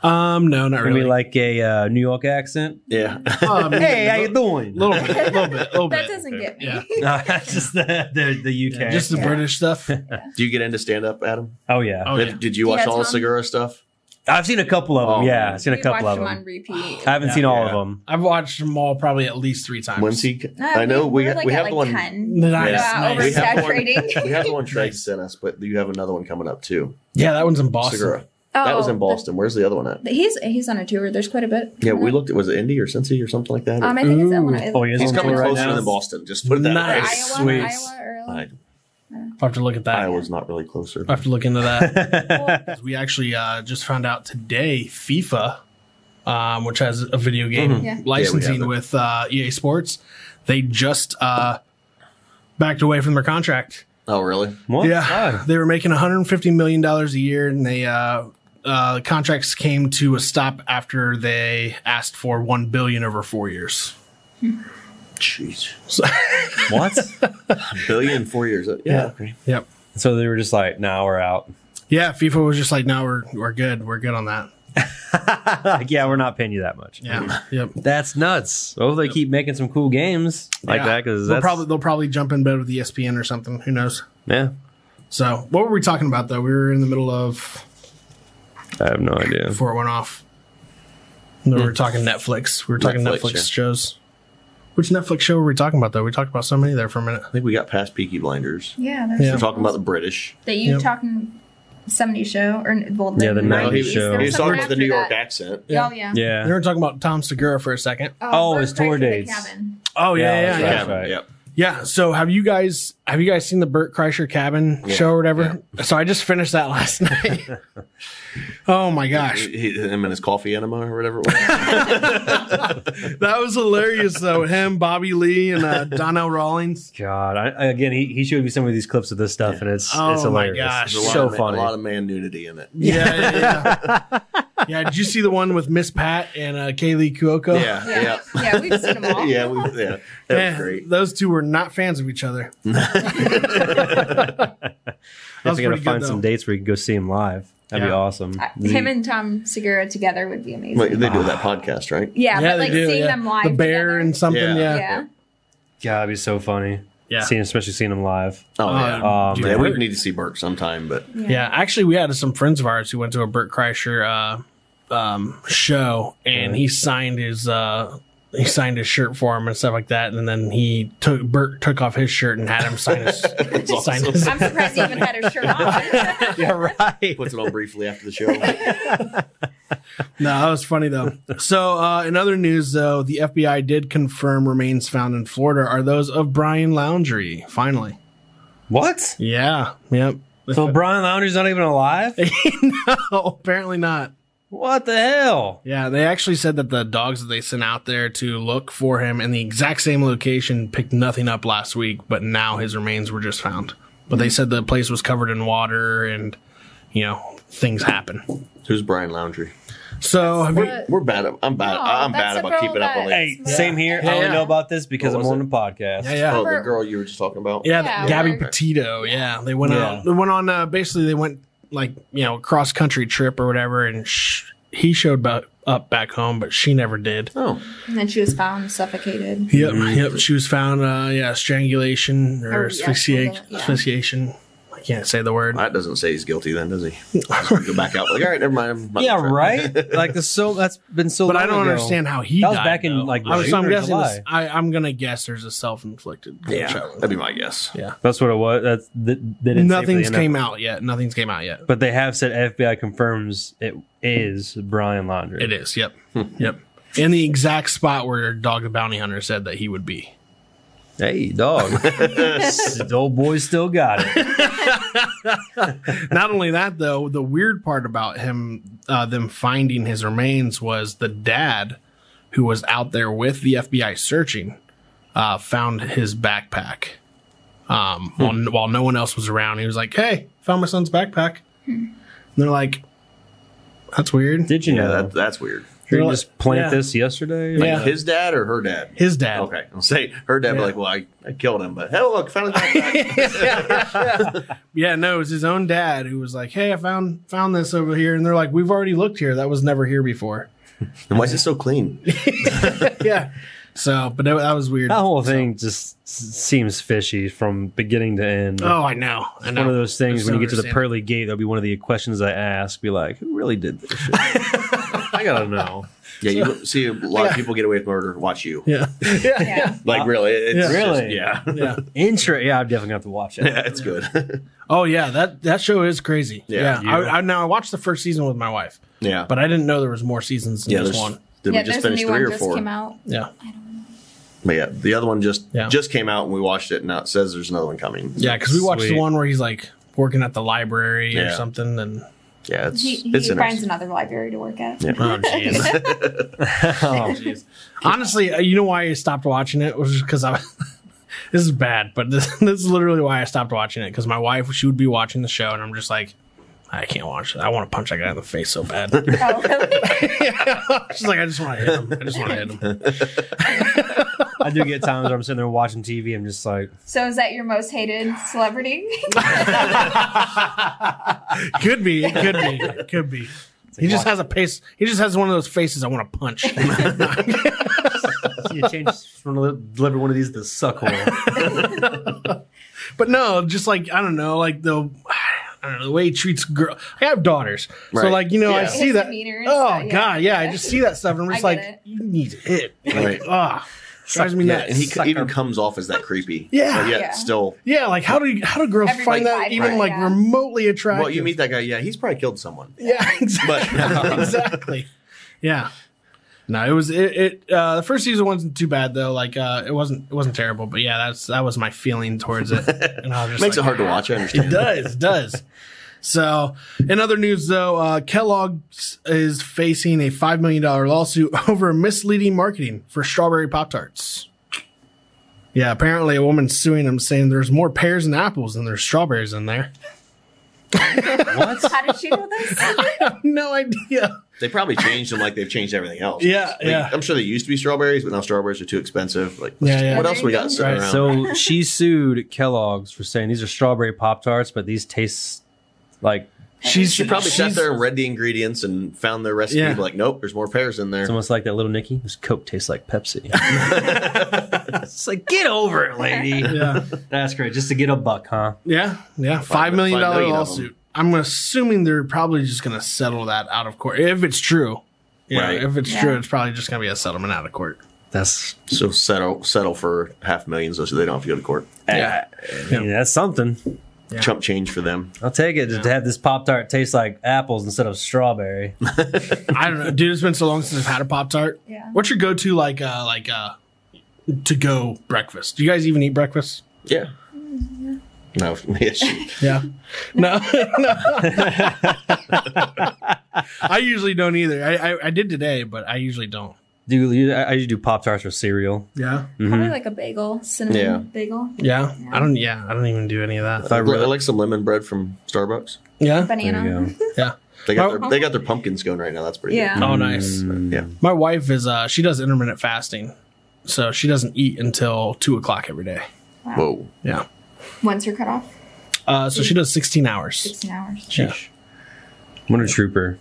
Speaker 1: Um, no, not
Speaker 3: Gonna
Speaker 1: really.
Speaker 3: be like a uh, New York accent.
Speaker 4: Yeah.
Speaker 1: um,
Speaker 3: Hey, how you doing?
Speaker 1: little bit, little bit, little
Speaker 5: That
Speaker 1: bit.
Speaker 5: doesn't get me.
Speaker 1: Yeah.
Speaker 3: <laughs> No, just the the, the UK.
Speaker 1: Yeah, just the
Speaker 5: Yeah.
Speaker 1: British
Speaker 4: <laughs>
Speaker 1: stuff.
Speaker 4: <laughs> Do you get into stand up, Adam?
Speaker 3: oh yeah.
Speaker 1: Oh
Speaker 4: Did-
Speaker 1: yeah.
Speaker 4: Did you watch
Speaker 5: Yeah,
Speaker 4: all the
Speaker 5: Tom.
Speaker 4: Segura stuff?
Speaker 3: I've seen a couple of them.
Speaker 4: Oh,
Speaker 3: yeah,
Speaker 4: man.
Speaker 3: I've seen a
Speaker 5: We
Speaker 3: couple
Speaker 5: watched
Speaker 3: of
Speaker 5: them on
Speaker 3: them.
Speaker 5: repeat.
Speaker 3: I haven't seen all of
Speaker 4: Yeah.
Speaker 3: them.
Speaker 1: I've watched them all probably at least three times.
Speaker 4: When's he? I know we
Speaker 5: were
Speaker 4: ha- we
Speaker 5: at,
Speaker 4: have the one.
Speaker 5: 10.
Speaker 1: Nice,
Speaker 5: Yeah,
Speaker 1: nice.
Speaker 4: We have one.
Speaker 5: oversaturating.
Speaker 4: We have the one
Speaker 5: <laughs>
Speaker 4: Trey sent us, but you have another one coming up too.
Speaker 1: Yeah, that one's in Boston.
Speaker 4: Segura. That was
Speaker 5: Oh,
Speaker 4: in Boston. Where's the other one at?
Speaker 5: but He's he's on a tour. There's quite a bit.
Speaker 4: Yeah, we looked. at Was it Indy or Cincy or something like that?
Speaker 5: Mm-hmm. Um, I think it's that
Speaker 1: Ooh.
Speaker 5: one.
Speaker 3: Oh, he is
Speaker 4: He's
Speaker 3: on
Speaker 4: coming
Speaker 3: tour right
Speaker 4: closer
Speaker 3: now?
Speaker 4: than Boston. Just put that.
Speaker 5: Or
Speaker 1: Nice.
Speaker 5: Iowa,
Speaker 1: Iowa, Sweet.
Speaker 5: Iowa, or
Speaker 4: Right. I-
Speaker 1: I'll have to look at that.
Speaker 4: Iowa's not really closer.
Speaker 1: I have to look into that. 'Cause we actually uh, just found out today FIFA, um, which has a video game
Speaker 5: Yeah.
Speaker 1: licensing
Speaker 4: Yeah, we have it.
Speaker 1: with uh, EA Sports, they just uh, backed away from their contract.
Speaker 4: Oh, really?
Speaker 3: What?
Speaker 1: Yeah, they were making 150 million dollars a year, and they uh, uh, contracts came to a stop after they asked for one billion over four years.
Speaker 4: Jeez, <laughs>
Speaker 3: Oh, what?
Speaker 4: a billion in four years. Yeah. okay.
Speaker 1: Yep.
Speaker 3: so they were just like, "Now nah, we're out." <laughs>
Speaker 1: Yeah, FIFA was just like, no, we're we're good, we're good on that.
Speaker 3: like, yeah, we're not paying you that much.
Speaker 1: Yeah. yep.
Speaker 3: That's nuts. Oh, they keep making some cool games like
Speaker 1: Yeah.
Speaker 3: that because
Speaker 1: they'll
Speaker 3: that's
Speaker 1: probably they'll probably jump in bed with E ESPN or something. Who knows?
Speaker 3: yeah.
Speaker 1: So, what were we talking about though? We were in the middle of
Speaker 3: I have no idea.
Speaker 1: before it went off. No,
Speaker 3: Hmm.
Speaker 1: we were talking Netflix. We were talking
Speaker 4: Netflix,
Speaker 1: Netflix,
Speaker 4: yeah.
Speaker 1: shows. Which Netflix show were we talking about though? We talked about so many there for a minute.
Speaker 4: I think we got past Peaky Blinders.
Speaker 5: Yeah, there's
Speaker 1: Yeah.
Speaker 4: We're talking about the British.
Speaker 5: that you
Speaker 1: Yep.
Speaker 5: talking somebody show or well,
Speaker 3: Yeah, the
Speaker 4: No, he
Speaker 3: 90s
Speaker 5: nineties
Speaker 4: was,
Speaker 3: show.
Speaker 5: There
Speaker 4: he was talking
Speaker 5: something
Speaker 4: about the New York
Speaker 5: after that.
Speaker 4: accent.
Speaker 5: Oh yeah.
Speaker 1: We
Speaker 3: Yeah.
Speaker 1: were talking about Tom Segura for a second.
Speaker 3: Oh,
Speaker 5: Bird
Speaker 3: his
Speaker 5: Cry
Speaker 3: tour
Speaker 5: for the
Speaker 3: dates.
Speaker 5: Cabin.
Speaker 1: Oh
Speaker 3: yeah, yeah, yeah.
Speaker 1: yeah.
Speaker 3: That's right.
Speaker 4: Yep.
Speaker 1: Yeah. So have you guys have you guys seen the Burt Kreischer cabin show or whatever? So I just finished that
Speaker 3: <laughs>
Speaker 1: last night. oh my gosh,
Speaker 4: He- he- him and his coffee enema or whatever it was.
Speaker 1: that was hilarious though. Him, Bobby Lee, and uh, Donnell Rawlings.
Speaker 3: God, I, I- again, he, he showed me some of these clips of this stuff, and it's
Speaker 1: Oh
Speaker 3: it's
Speaker 1: my
Speaker 3: hilarious.
Speaker 1: gosh.
Speaker 4: There's a lot
Speaker 3: so
Speaker 4: of man-
Speaker 3: funny.
Speaker 4: A lot of man nudity in it.
Speaker 1: Yeah, yeah, yeah. yeah. Did you see the one with Miss Pat and uh, Kaylee Cuoco?
Speaker 4: Yeah.
Speaker 5: Yeah.
Speaker 4: Yeah. <laughs>
Speaker 5: yeah, we've seen them all.
Speaker 4: Yeah. We, yeah. That
Speaker 1: Man,
Speaker 4: was great.
Speaker 1: Those two were not fans of each other.
Speaker 3: I
Speaker 1: was
Speaker 3: think I gotta
Speaker 1: pretty good,
Speaker 3: find some
Speaker 1: though.
Speaker 3: dates where you can go see him live. That'd be
Speaker 1: Yeah.
Speaker 3: awesome.
Speaker 5: Uh, Him and Tom Segura together would be amazing.
Speaker 4: Wait, they do that podcast, right?
Speaker 5: yeah, but
Speaker 1: they
Speaker 5: like
Speaker 1: do,
Speaker 5: seeing
Speaker 1: yeah.
Speaker 5: them live.
Speaker 1: the bear
Speaker 5: together.
Speaker 1: and something. Yeah,
Speaker 4: Yeah.
Speaker 5: yeah.
Speaker 3: God, that'd be so funny.
Speaker 1: Yeah.
Speaker 3: Seeing, especially seeing him live.
Speaker 4: Oh,
Speaker 1: Uh,
Speaker 4: yeah.
Speaker 3: Um,
Speaker 1: dude,
Speaker 4: yeah, we
Speaker 1: Burt-
Speaker 4: need to see Burke sometime, but
Speaker 1: yeah. Actually, we had some friends of ours who went to a Burt Kreischer uh, um, show, and he signed his. Uh, he signed his shirt for him and stuff like that, and then he took Bert took off his shirt and had him sign his. sign
Speaker 4: awesome.
Speaker 1: his
Speaker 5: I'm surprised he even had his shirt on.
Speaker 1: <laughs>
Speaker 3: yeah, right.
Speaker 4: puts it on briefly after the show.
Speaker 1: no, that was funny though. So, uh, in other news, though, the FBI did confirm remains found in Florida are those of Brian Laundrie. Finally,
Speaker 3: What?
Speaker 1: yeah, yep. <laughs>
Speaker 3: So Brian Laundrie's not even alive?
Speaker 1: Oh, apparently not.
Speaker 3: What the hell?
Speaker 1: Yeah, they actually said that the dogs that they sent out there to look for him in the exact same location picked nothing up last week, but now his remains were just found. But they said the place was covered in water and, you know, things happen.
Speaker 4: Who's Brian Laundry?
Speaker 1: So, have you,
Speaker 5: But-
Speaker 4: We're bad. at- I'm bad.
Speaker 5: No,
Speaker 4: I'm
Speaker 5: that's
Speaker 4: bad
Speaker 5: a
Speaker 4: about
Speaker 5: girl
Speaker 4: keeping up on
Speaker 5: that-
Speaker 4: it.
Speaker 3: Hey, same here. I
Speaker 1: Yeah,
Speaker 3: only
Speaker 1: yeah.
Speaker 3: know about this because
Speaker 4: What
Speaker 3: I'm
Speaker 4: was
Speaker 3: on
Speaker 4: it?
Speaker 3: the podcast.
Speaker 1: yeah, yeah.
Speaker 4: Oh, the girl you were just talking about.
Speaker 1: Yeah,
Speaker 5: Yeah,
Speaker 1: Gabby
Speaker 5: we're-
Speaker 1: Petito. Yeah, they went
Speaker 3: Yeah.
Speaker 1: on. They went on. Uh, basically, they went like you know cross country trip or whatever, and sh- he showed ba- up back home, but she never did.
Speaker 4: Oh,
Speaker 5: and then she was
Speaker 1: <laughs>
Speaker 5: found suffocated.
Speaker 1: Yep,
Speaker 3: Mm-hmm.
Speaker 1: yep. She was found. Uh, yeah, strangulation or
Speaker 5: Oh, yeah,
Speaker 1: asphyxia-
Speaker 5: something, yeah.
Speaker 1: asphyxiation. I can't say the word.
Speaker 4: that doesn't say he's guilty then, does he? Go back out. Like, all right, never mind. I'm not
Speaker 3: Yeah,
Speaker 4: gonna try.
Speaker 3: right. Like the so that's been
Speaker 1: <laughs>
Speaker 3: so.
Speaker 1: but I
Speaker 3: long
Speaker 1: don't
Speaker 3: ago.
Speaker 1: understand how he
Speaker 3: That was
Speaker 1: died,
Speaker 3: back in,
Speaker 1: though.
Speaker 3: like,
Speaker 1: I was, so I'm
Speaker 3: June or
Speaker 1: guessing. this-
Speaker 3: July.
Speaker 1: I, I'm gonna guess there's a self inflicted.
Speaker 4: Yeah, that'd be my guess.
Speaker 3: That's what it was. That's th- they didn't say for the
Speaker 1: Nothing's
Speaker 3: NFL.
Speaker 1: came out yet. Nothing's came out yet.
Speaker 3: but they have said FBI confirms it is Brian Laundrie.
Speaker 1: It is. Yep. yep. In the exact spot where Dog the Bounty Hunter said that he would be.
Speaker 3: Hey, <laughs> dog. the old boy still got it.
Speaker 1: Not only that, though, the weird part about him, uh, them finding his remains was the dad, who was out there with the FBI searching, uh, found his backpack. Um, while, while no one else was around, he was like, "Hey, found my son's backpack." And they're like, "That's weird."
Speaker 3: Did you
Speaker 4: Yeah,
Speaker 3: know?
Speaker 4: that, that's weird.
Speaker 3: Did you
Speaker 1: They're
Speaker 3: just
Speaker 1: like-
Speaker 3: plant
Speaker 1: yeah.
Speaker 3: this yesterday? Like,
Speaker 1: Yeah.
Speaker 4: His dad or her dad?
Speaker 1: His dad.
Speaker 4: Okay, I'll say her dad. Be
Speaker 1: Yeah.
Speaker 4: like, well, I, I killed him, but hell, look, found his backpack.
Speaker 1: Yeah, no, it was his own dad who was like, "Hey, I found found this over here," and they're like, "We've already looked here. That was never here before."
Speaker 4: <laughs> and why is it so clean?
Speaker 1: yeah. <laughs> So, but that, that was weird.
Speaker 3: That
Speaker 1: Oh,
Speaker 3: whole thing just s- seems fishy from beginning to end.
Speaker 1: Oh, I know. I know.
Speaker 3: One of those things
Speaker 1: Just
Speaker 3: when you
Speaker 1: don't
Speaker 3: get to the
Speaker 1: understand.
Speaker 3: pearly gate, that'll be one of the questions I ask. Be like, who really did this? Shit? I gotta know.
Speaker 4: Yeah, you see a lot of people get away with murder. Watch you.
Speaker 1: Yeah.
Speaker 3: <laughs>
Speaker 5: Yeah.
Speaker 4: Like really, it's
Speaker 1: Yeah.
Speaker 4: just-
Speaker 3: Really?
Speaker 4: yeah. <laughs>
Speaker 1: Yeah.
Speaker 3: Intro. Yeah, I'm definitely gonna have to watch it.
Speaker 4: Yeah, it's good.
Speaker 1: Oh yeah, that that show is crazy.
Speaker 4: Yeah.
Speaker 1: Yeah. I, I now I watched the first season with my wife,
Speaker 4: <laughs> yeah,
Speaker 1: but I didn't know there was more seasons than
Speaker 4: yeah,
Speaker 1: just
Speaker 4: there's
Speaker 1: one.
Speaker 4: Did
Speaker 5: yeah,
Speaker 4: we just
Speaker 5: there's a
Speaker 4: finish
Speaker 5: new
Speaker 4: three
Speaker 5: one
Speaker 4: or
Speaker 5: just
Speaker 4: four?
Speaker 5: came out.
Speaker 1: Yeah.
Speaker 4: But yeah, the other one just
Speaker 1: Yeah.
Speaker 4: just came out and we watched it, and now it says there's another one coming.
Speaker 1: Yeah, because we watched
Speaker 3: Sweet.
Speaker 1: the one where he's like working at the library or
Speaker 4: Yeah.
Speaker 1: something, and
Speaker 4: yeah, it's
Speaker 5: He, he
Speaker 4: it's
Speaker 5: finds
Speaker 4: interesting.
Speaker 5: another library to work at.
Speaker 4: Yeah.
Speaker 1: oh jeez.
Speaker 3: Oh,
Speaker 1: Honestly, uh, you know why I stopped watching it was because I. <laughs> this is bad, but <laughs> this, this is literally why I stopped watching it because my wife she would be watching the show, and I'm just like. I can't watch it. I want to punch that guy in the face so bad. <laughs>
Speaker 5: <laughs> Oh, really?
Speaker 1: She's like, I just want to hit him. I just want to hit him.
Speaker 3: I do get times where I'm sitting there watching TV. I'm just like,
Speaker 5: so is that your most hated celebrity?
Speaker 1: Could be. It could be. It could be. he just has a pace. He just has one of those faces I want to punch.
Speaker 3: you change from to deliver one of these to suckhole.
Speaker 1: But no, just like I don't know, like the <sighs> I don't know the way he treats girl. I have daughters, so
Speaker 4: Right.
Speaker 1: like you know, I
Speaker 4: Yeah.
Speaker 1: see
Speaker 5: His
Speaker 1: that.
Speaker 5: demeanor and
Speaker 1: Oh
Speaker 5: stuff, yeah.
Speaker 1: god, yeah, I just see that stuff, and I'm just
Speaker 5: I
Speaker 1: like,
Speaker 5: get it.
Speaker 1: you need to hit. Like,
Speaker 4: Right.
Speaker 1: ah, drives me
Speaker 4: Yeah,
Speaker 1: nuts.
Speaker 4: and he c- even comes off as that creepy.
Speaker 1: Yeah.
Speaker 4: but yet
Speaker 5: Yeah.
Speaker 4: still.
Speaker 1: yeah, like how do you, how do girls
Speaker 5: Everybody
Speaker 1: find that
Speaker 5: vibe
Speaker 1: even
Speaker 5: right,
Speaker 1: like
Speaker 5: yeah.
Speaker 1: remotely attractive?
Speaker 4: Well, you meet that guy. Yeah, he's probably killed someone.
Speaker 1: <laughs>
Speaker 4: <laughs>
Speaker 1: yeah, exactly, exactly, yeah. No, it was it. it uh, the first season wasn't too bad though. Like uh, it wasn't it wasn't terrible, but yeah, that's that was my feeling towards
Speaker 4: <laughs>
Speaker 1: it. And I was just
Speaker 4: Makes it
Speaker 1: like,
Speaker 4: hard to watch. I
Speaker 1: It
Speaker 4: understand.
Speaker 1: does, it does. So, in other news, though, uh, Kellogg is facing a five million dollar lawsuit <laughs> over misleading marketing for strawberry pop tarts. Yeah, apparently a woman's suing him, saying there's more pears and apples than there's strawberries in there. <laughs>
Speaker 3: what?
Speaker 5: <laughs> How did she know this?
Speaker 4: Mm-hmm.
Speaker 1: No idea.
Speaker 4: They probably changed them like they've changed everything else.
Speaker 1: Yeah,
Speaker 4: Like,
Speaker 1: yeah.
Speaker 4: I'm sure they used to be strawberries, but now strawberries are too expensive. Like, let's
Speaker 1: Yeah,
Speaker 4: just-
Speaker 1: yeah.
Speaker 4: what else we got sitting
Speaker 1: Right.
Speaker 4: around?
Speaker 3: So <laughs> she sued Kellogg's for saying these are strawberry Pop Tarts, but these taste like
Speaker 1: She's
Speaker 4: she probably
Speaker 1: she's-
Speaker 4: sat there <laughs> and read the ingredients and found the recipe.
Speaker 1: Yeah.
Speaker 4: but Like, nope, there's more pears in there.
Speaker 3: it's almost like that little Nicky. This Coke tastes like Pepsi. it's like get over it, lady.
Speaker 1: Yeah,
Speaker 3: That's great. Just to get a buck, huh?
Speaker 1: yeah, yeah. Five million
Speaker 4: five
Speaker 1: dollar
Speaker 4: million of
Speaker 1: lawsuit. I'm assuming they're probably just going to settle that out of court if it's true. Yeah,
Speaker 4: Right.
Speaker 1: if it's
Speaker 5: Yeah.
Speaker 1: true, it's probably just going to be a settlement out of court.
Speaker 3: That's
Speaker 4: So settle settle for half millions so they don't have to go to court.
Speaker 1: Yeah.
Speaker 3: I mean, that's something.
Speaker 4: Chump change for them.
Speaker 3: I'll take it just to have this Pop Tart taste like apples instead of strawberry.
Speaker 1: I don't know, dude. It's been so long since I've had a pop tart.
Speaker 5: Yeah.
Speaker 1: What's your go-to like uh like uh to go breakfast? Do you guys even eat breakfast?
Speaker 4: Yeah. No, <laughs> yeah, she-
Speaker 1: Yeah. <laughs> No. no. <laughs> I usually don't either. I, I I did today, but I usually don't.
Speaker 3: Do you, I I usually do Pop Tarts with cereal.
Speaker 1: Yeah.
Speaker 5: Probably like a bagel, cinnamon
Speaker 4: Yeah.
Speaker 5: bagel,
Speaker 1: Yeah. I don't. Yeah. I don't even do any of
Speaker 3: If
Speaker 1: that.
Speaker 3: I
Speaker 4: I
Speaker 3: really,
Speaker 4: like some lemon bread from Starbucks.
Speaker 1: Yeah.
Speaker 3: there you
Speaker 5: banana.
Speaker 3: go.
Speaker 1: Yeah.
Speaker 4: They got
Speaker 1: Oh.
Speaker 4: their they got their pumpkins going right now. That's pretty
Speaker 5: <laughs> Yeah.
Speaker 1: Oh, nice.
Speaker 3: Mm.
Speaker 4: good. Yeah.
Speaker 1: My wife is uh she does intermittent fasting, so she doesn't eat until two o'clock every day.
Speaker 4: Whoa.
Speaker 1: Yeah. Oh.
Speaker 5: Once you're cut off,
Speaker 1: Uh, so she does sixteen hours.
Speaker 5: 16 hours.
Speaker 1: Yeah.
Speaker 3: What a trooper.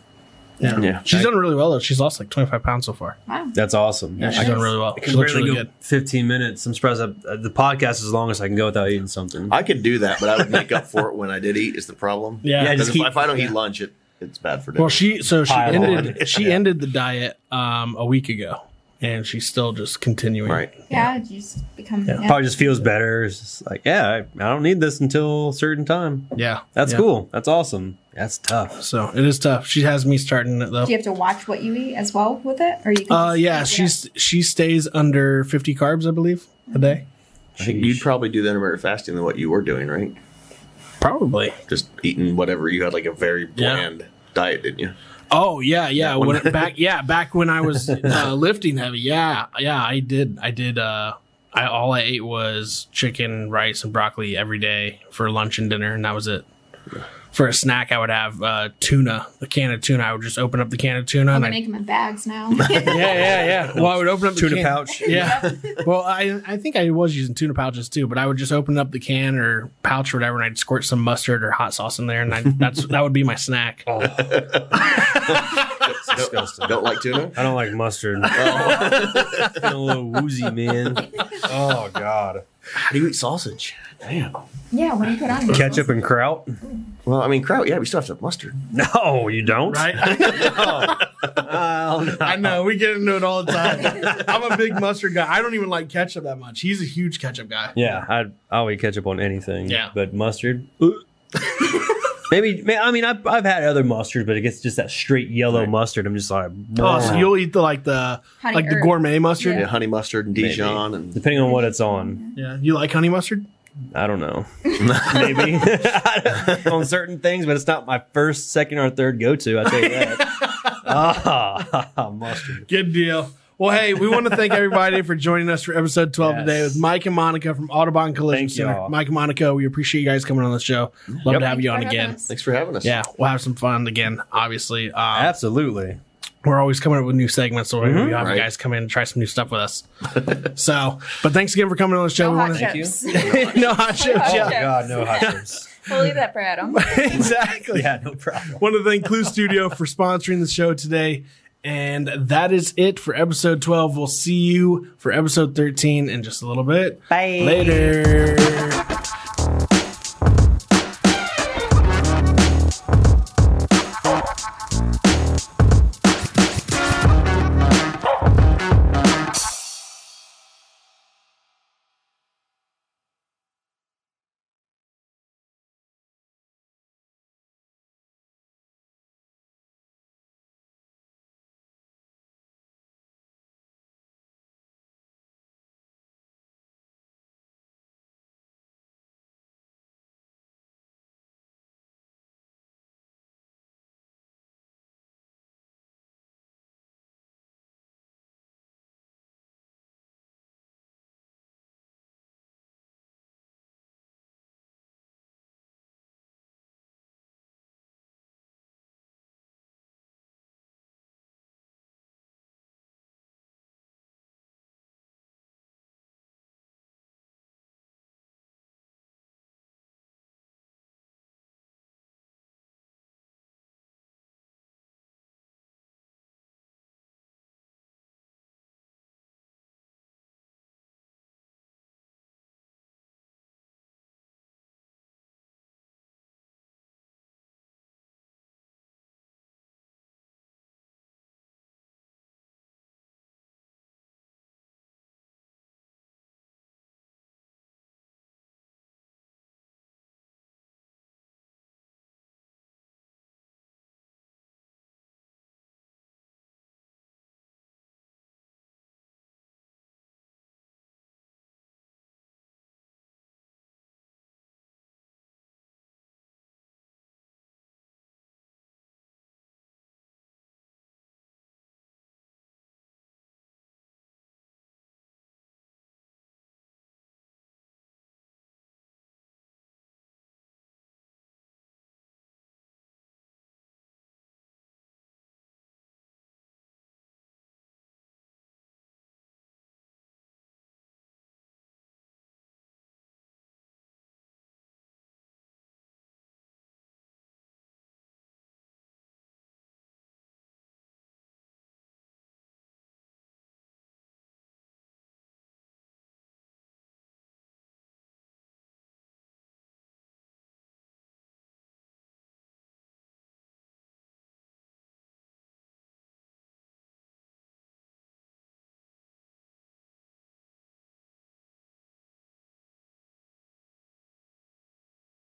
Speaker 1: Yeah.
Speaker 4: Yeah.
Speaker 1: She's done really well though. She's lost like twenty five pounds so far.
Speaker 5: Wow.
Speaker 3: That's awesome.
Speaker 1: Yeah, she's doing really well.
Speaker 3: I
Speaker 1: She
Speaker 3: can
Speaker 1: looks
Speaker 3: barely
Speaker 1: really
Speaker 3: go
Speaker 1: good.
Speaker 3: 15 minutes. I'm surprised I, uh, the podcast is as long as I can go without eating something.
Speaker 4: I could do that, but I would make up for it when I did eat. Is the problem?
Speaker 1: Yeah. Yeah,
Speaker 4: 'Cause
Speaker 3: just
Speaker 4: if,
Speaker 3: keep-
Speaker 4: if I don't eat lunch, it it's bad for dinner.
Speaker 1: Well, she so she
Speaker 3: Pile on.
Speaker 1: ended she ended the diet um a week ago, and she's still just continuing.
Speaker 4: right.
Speaker 5: Yeah, you just become.
Speaker 1: Yeah.
Speaker 5: yeah.
Speaker 3: Probably just feels better. It's just like, yeah, I, I don't need this until a certain time.
Speaker 1: Yeah,
Speaker 3: That's
Speaker 1: Yeah.
Speaker 3: cool. That's awesome. That's tough.
Speaker 1: So it is tough. She has me starting it though.
Speaker 5: Do you have to watch what you eat as well with it, or you? Can
Speaker 1: Uh,
Speaker 5: just-
Speaker 1: yeah, she's she stays under fifty carbs, I believe, a day.
Speaker 4: You'd probably do the intermittent fasting than what you were doing, right?
Speaker 1: Probably.
Speaker 4: Just eating whatever you had like a very bland diet, didn't you?
Speaker 1: Oh yeah, yeah.
Speaker 4: when-
Speaker 1: When, back yeah, back when I was uh, lifting heavy. Yeah, yeah. I did. I did. Uh, I all I ate was chicken, rice, and broccoli every day for lunch and dinner, and that was it. for a snack, I would have uh, tuna, the can of tuna. I would just open up the can of tuna.
Speaker 6: I'm
Speaker 1: And
Speaker 6: gonna
Speaker 1: I,
Speaker 6: make them in bags now.
Speaker 4: <laughs>
Speaker 1: yeah, yeah, yeah. Well, I would open up the
Speaker 2: Tuna
Speaker 1: can-
Speaker 2: pouch.
Speaker 1: Yeah. <laughs> well, I I think I was using tuna pouches too, but I would just open up the can or pouch or whatever, and I'd squirt some mustard or hot sauce in there, and I, that's that would be my snack.
Speaker 2: It's disgusting.
Speaker 4: Don't like <laughs> tuna?
Speaker 3: I don't like
Speaker 1: <laughs>
Speaker 3: mustard.
Speaker 2: Feeling a little woozy, man. Oh God.
Speaker 4: How do you eat sausage? Damn.
Speaker 6: yeah, what do you put on? it?
Speaker 3: Ketchup and kraut?
Speaker 4: Well, I mean, kraut. Yeah, we still have to have mustard.
Speaker 3: No, you don't.
Speaker 1: <laughs> Right?
Speaker 2: Oh, no.
Speaker 1: I know we get into it all the time. I'm a big mustard guy. I don't even like ketchup that much. He's a huge ketchup guy.
Speaker 3: Yeah, I'd, I'll eat ketchup on anything.
Speaker 1: Yeah.
Speaker 3: but mustard.
Speaker 1: <laughs>
Speaker 3: ugh. Maybe, may- I mean, I've, I've had other mustards, but it gets just that straight yellow mustard. I'm just like,
Speaker 1: Oh, so
Speaker 3: "Ugh."
Speaker 1: you'll eat the like the
Speaker 5: Honey
Speaker 1: like the
Speaker 5: herb.
Speaker 1: gourmet mustard.
Speaker 4: Yeah,
Speaker 1: Yeah.
Speaker 4: honey mustard and
Speaker 3: Maybe.
Speaker 4: Dijon and
Speaker 3: depending on what it's on.
Speaker 1: you like honey mustard?
Speaker 3: I don't know. <laughs> Maybe on certain things, but it's not my first, second, or third go to. I tell you that. ah, mustard.
Speaker 1: Good deal. Well, hey, we want to thank everybody for joining us for episode 12
Speaker 3: Yes.
Speaker 1: today with Mike and Monica from Audubon Collision
Speaker 3: Thank
Speaker 1: Center.
Speaker 3: y'all.
Speaker 1: Mike and Monica, we appreciate you guys coming on the show. Love to have you on
Speaker 6: Thanks for having
Speaker 1: again.
Speaker 6: us.
Speaker 4: thanks for having us.
Speaker 1: Yeah, we'll have some fun again, obviously. Um,
Speaker 3: Absolutely.
Speaker 1: we're always coming up with new segments, so we have
Speaker 4: Right.
Speaker 1: you guys come in and try some new stuff with us. so, but thanks again for coming on the show.
Speaker 5: No
Speaker 1: we
Speaker 5: hot
Speaker 1: wanna-
Speaker 5: chips.
Speaker 1: <laughs> no hot chips,
Speaker 5: hot
Speaker 1: yeah.
Speaker 5: chips.
Speaker 3: <laughs> God, <laughs> no hot chips.
Speaker 5: <laughs> We'll leave that for Adam.
Speaker 1: <laughs> exactly.
Speaker 3: Yeah, no problem.
Speaker 1: want to thank Clue Studio for sponsoring the show today. And that is it for episode 12. We'll see you for episode 13 in just a little bit.
Speaker 5: Bye.
Speaker 1: Later.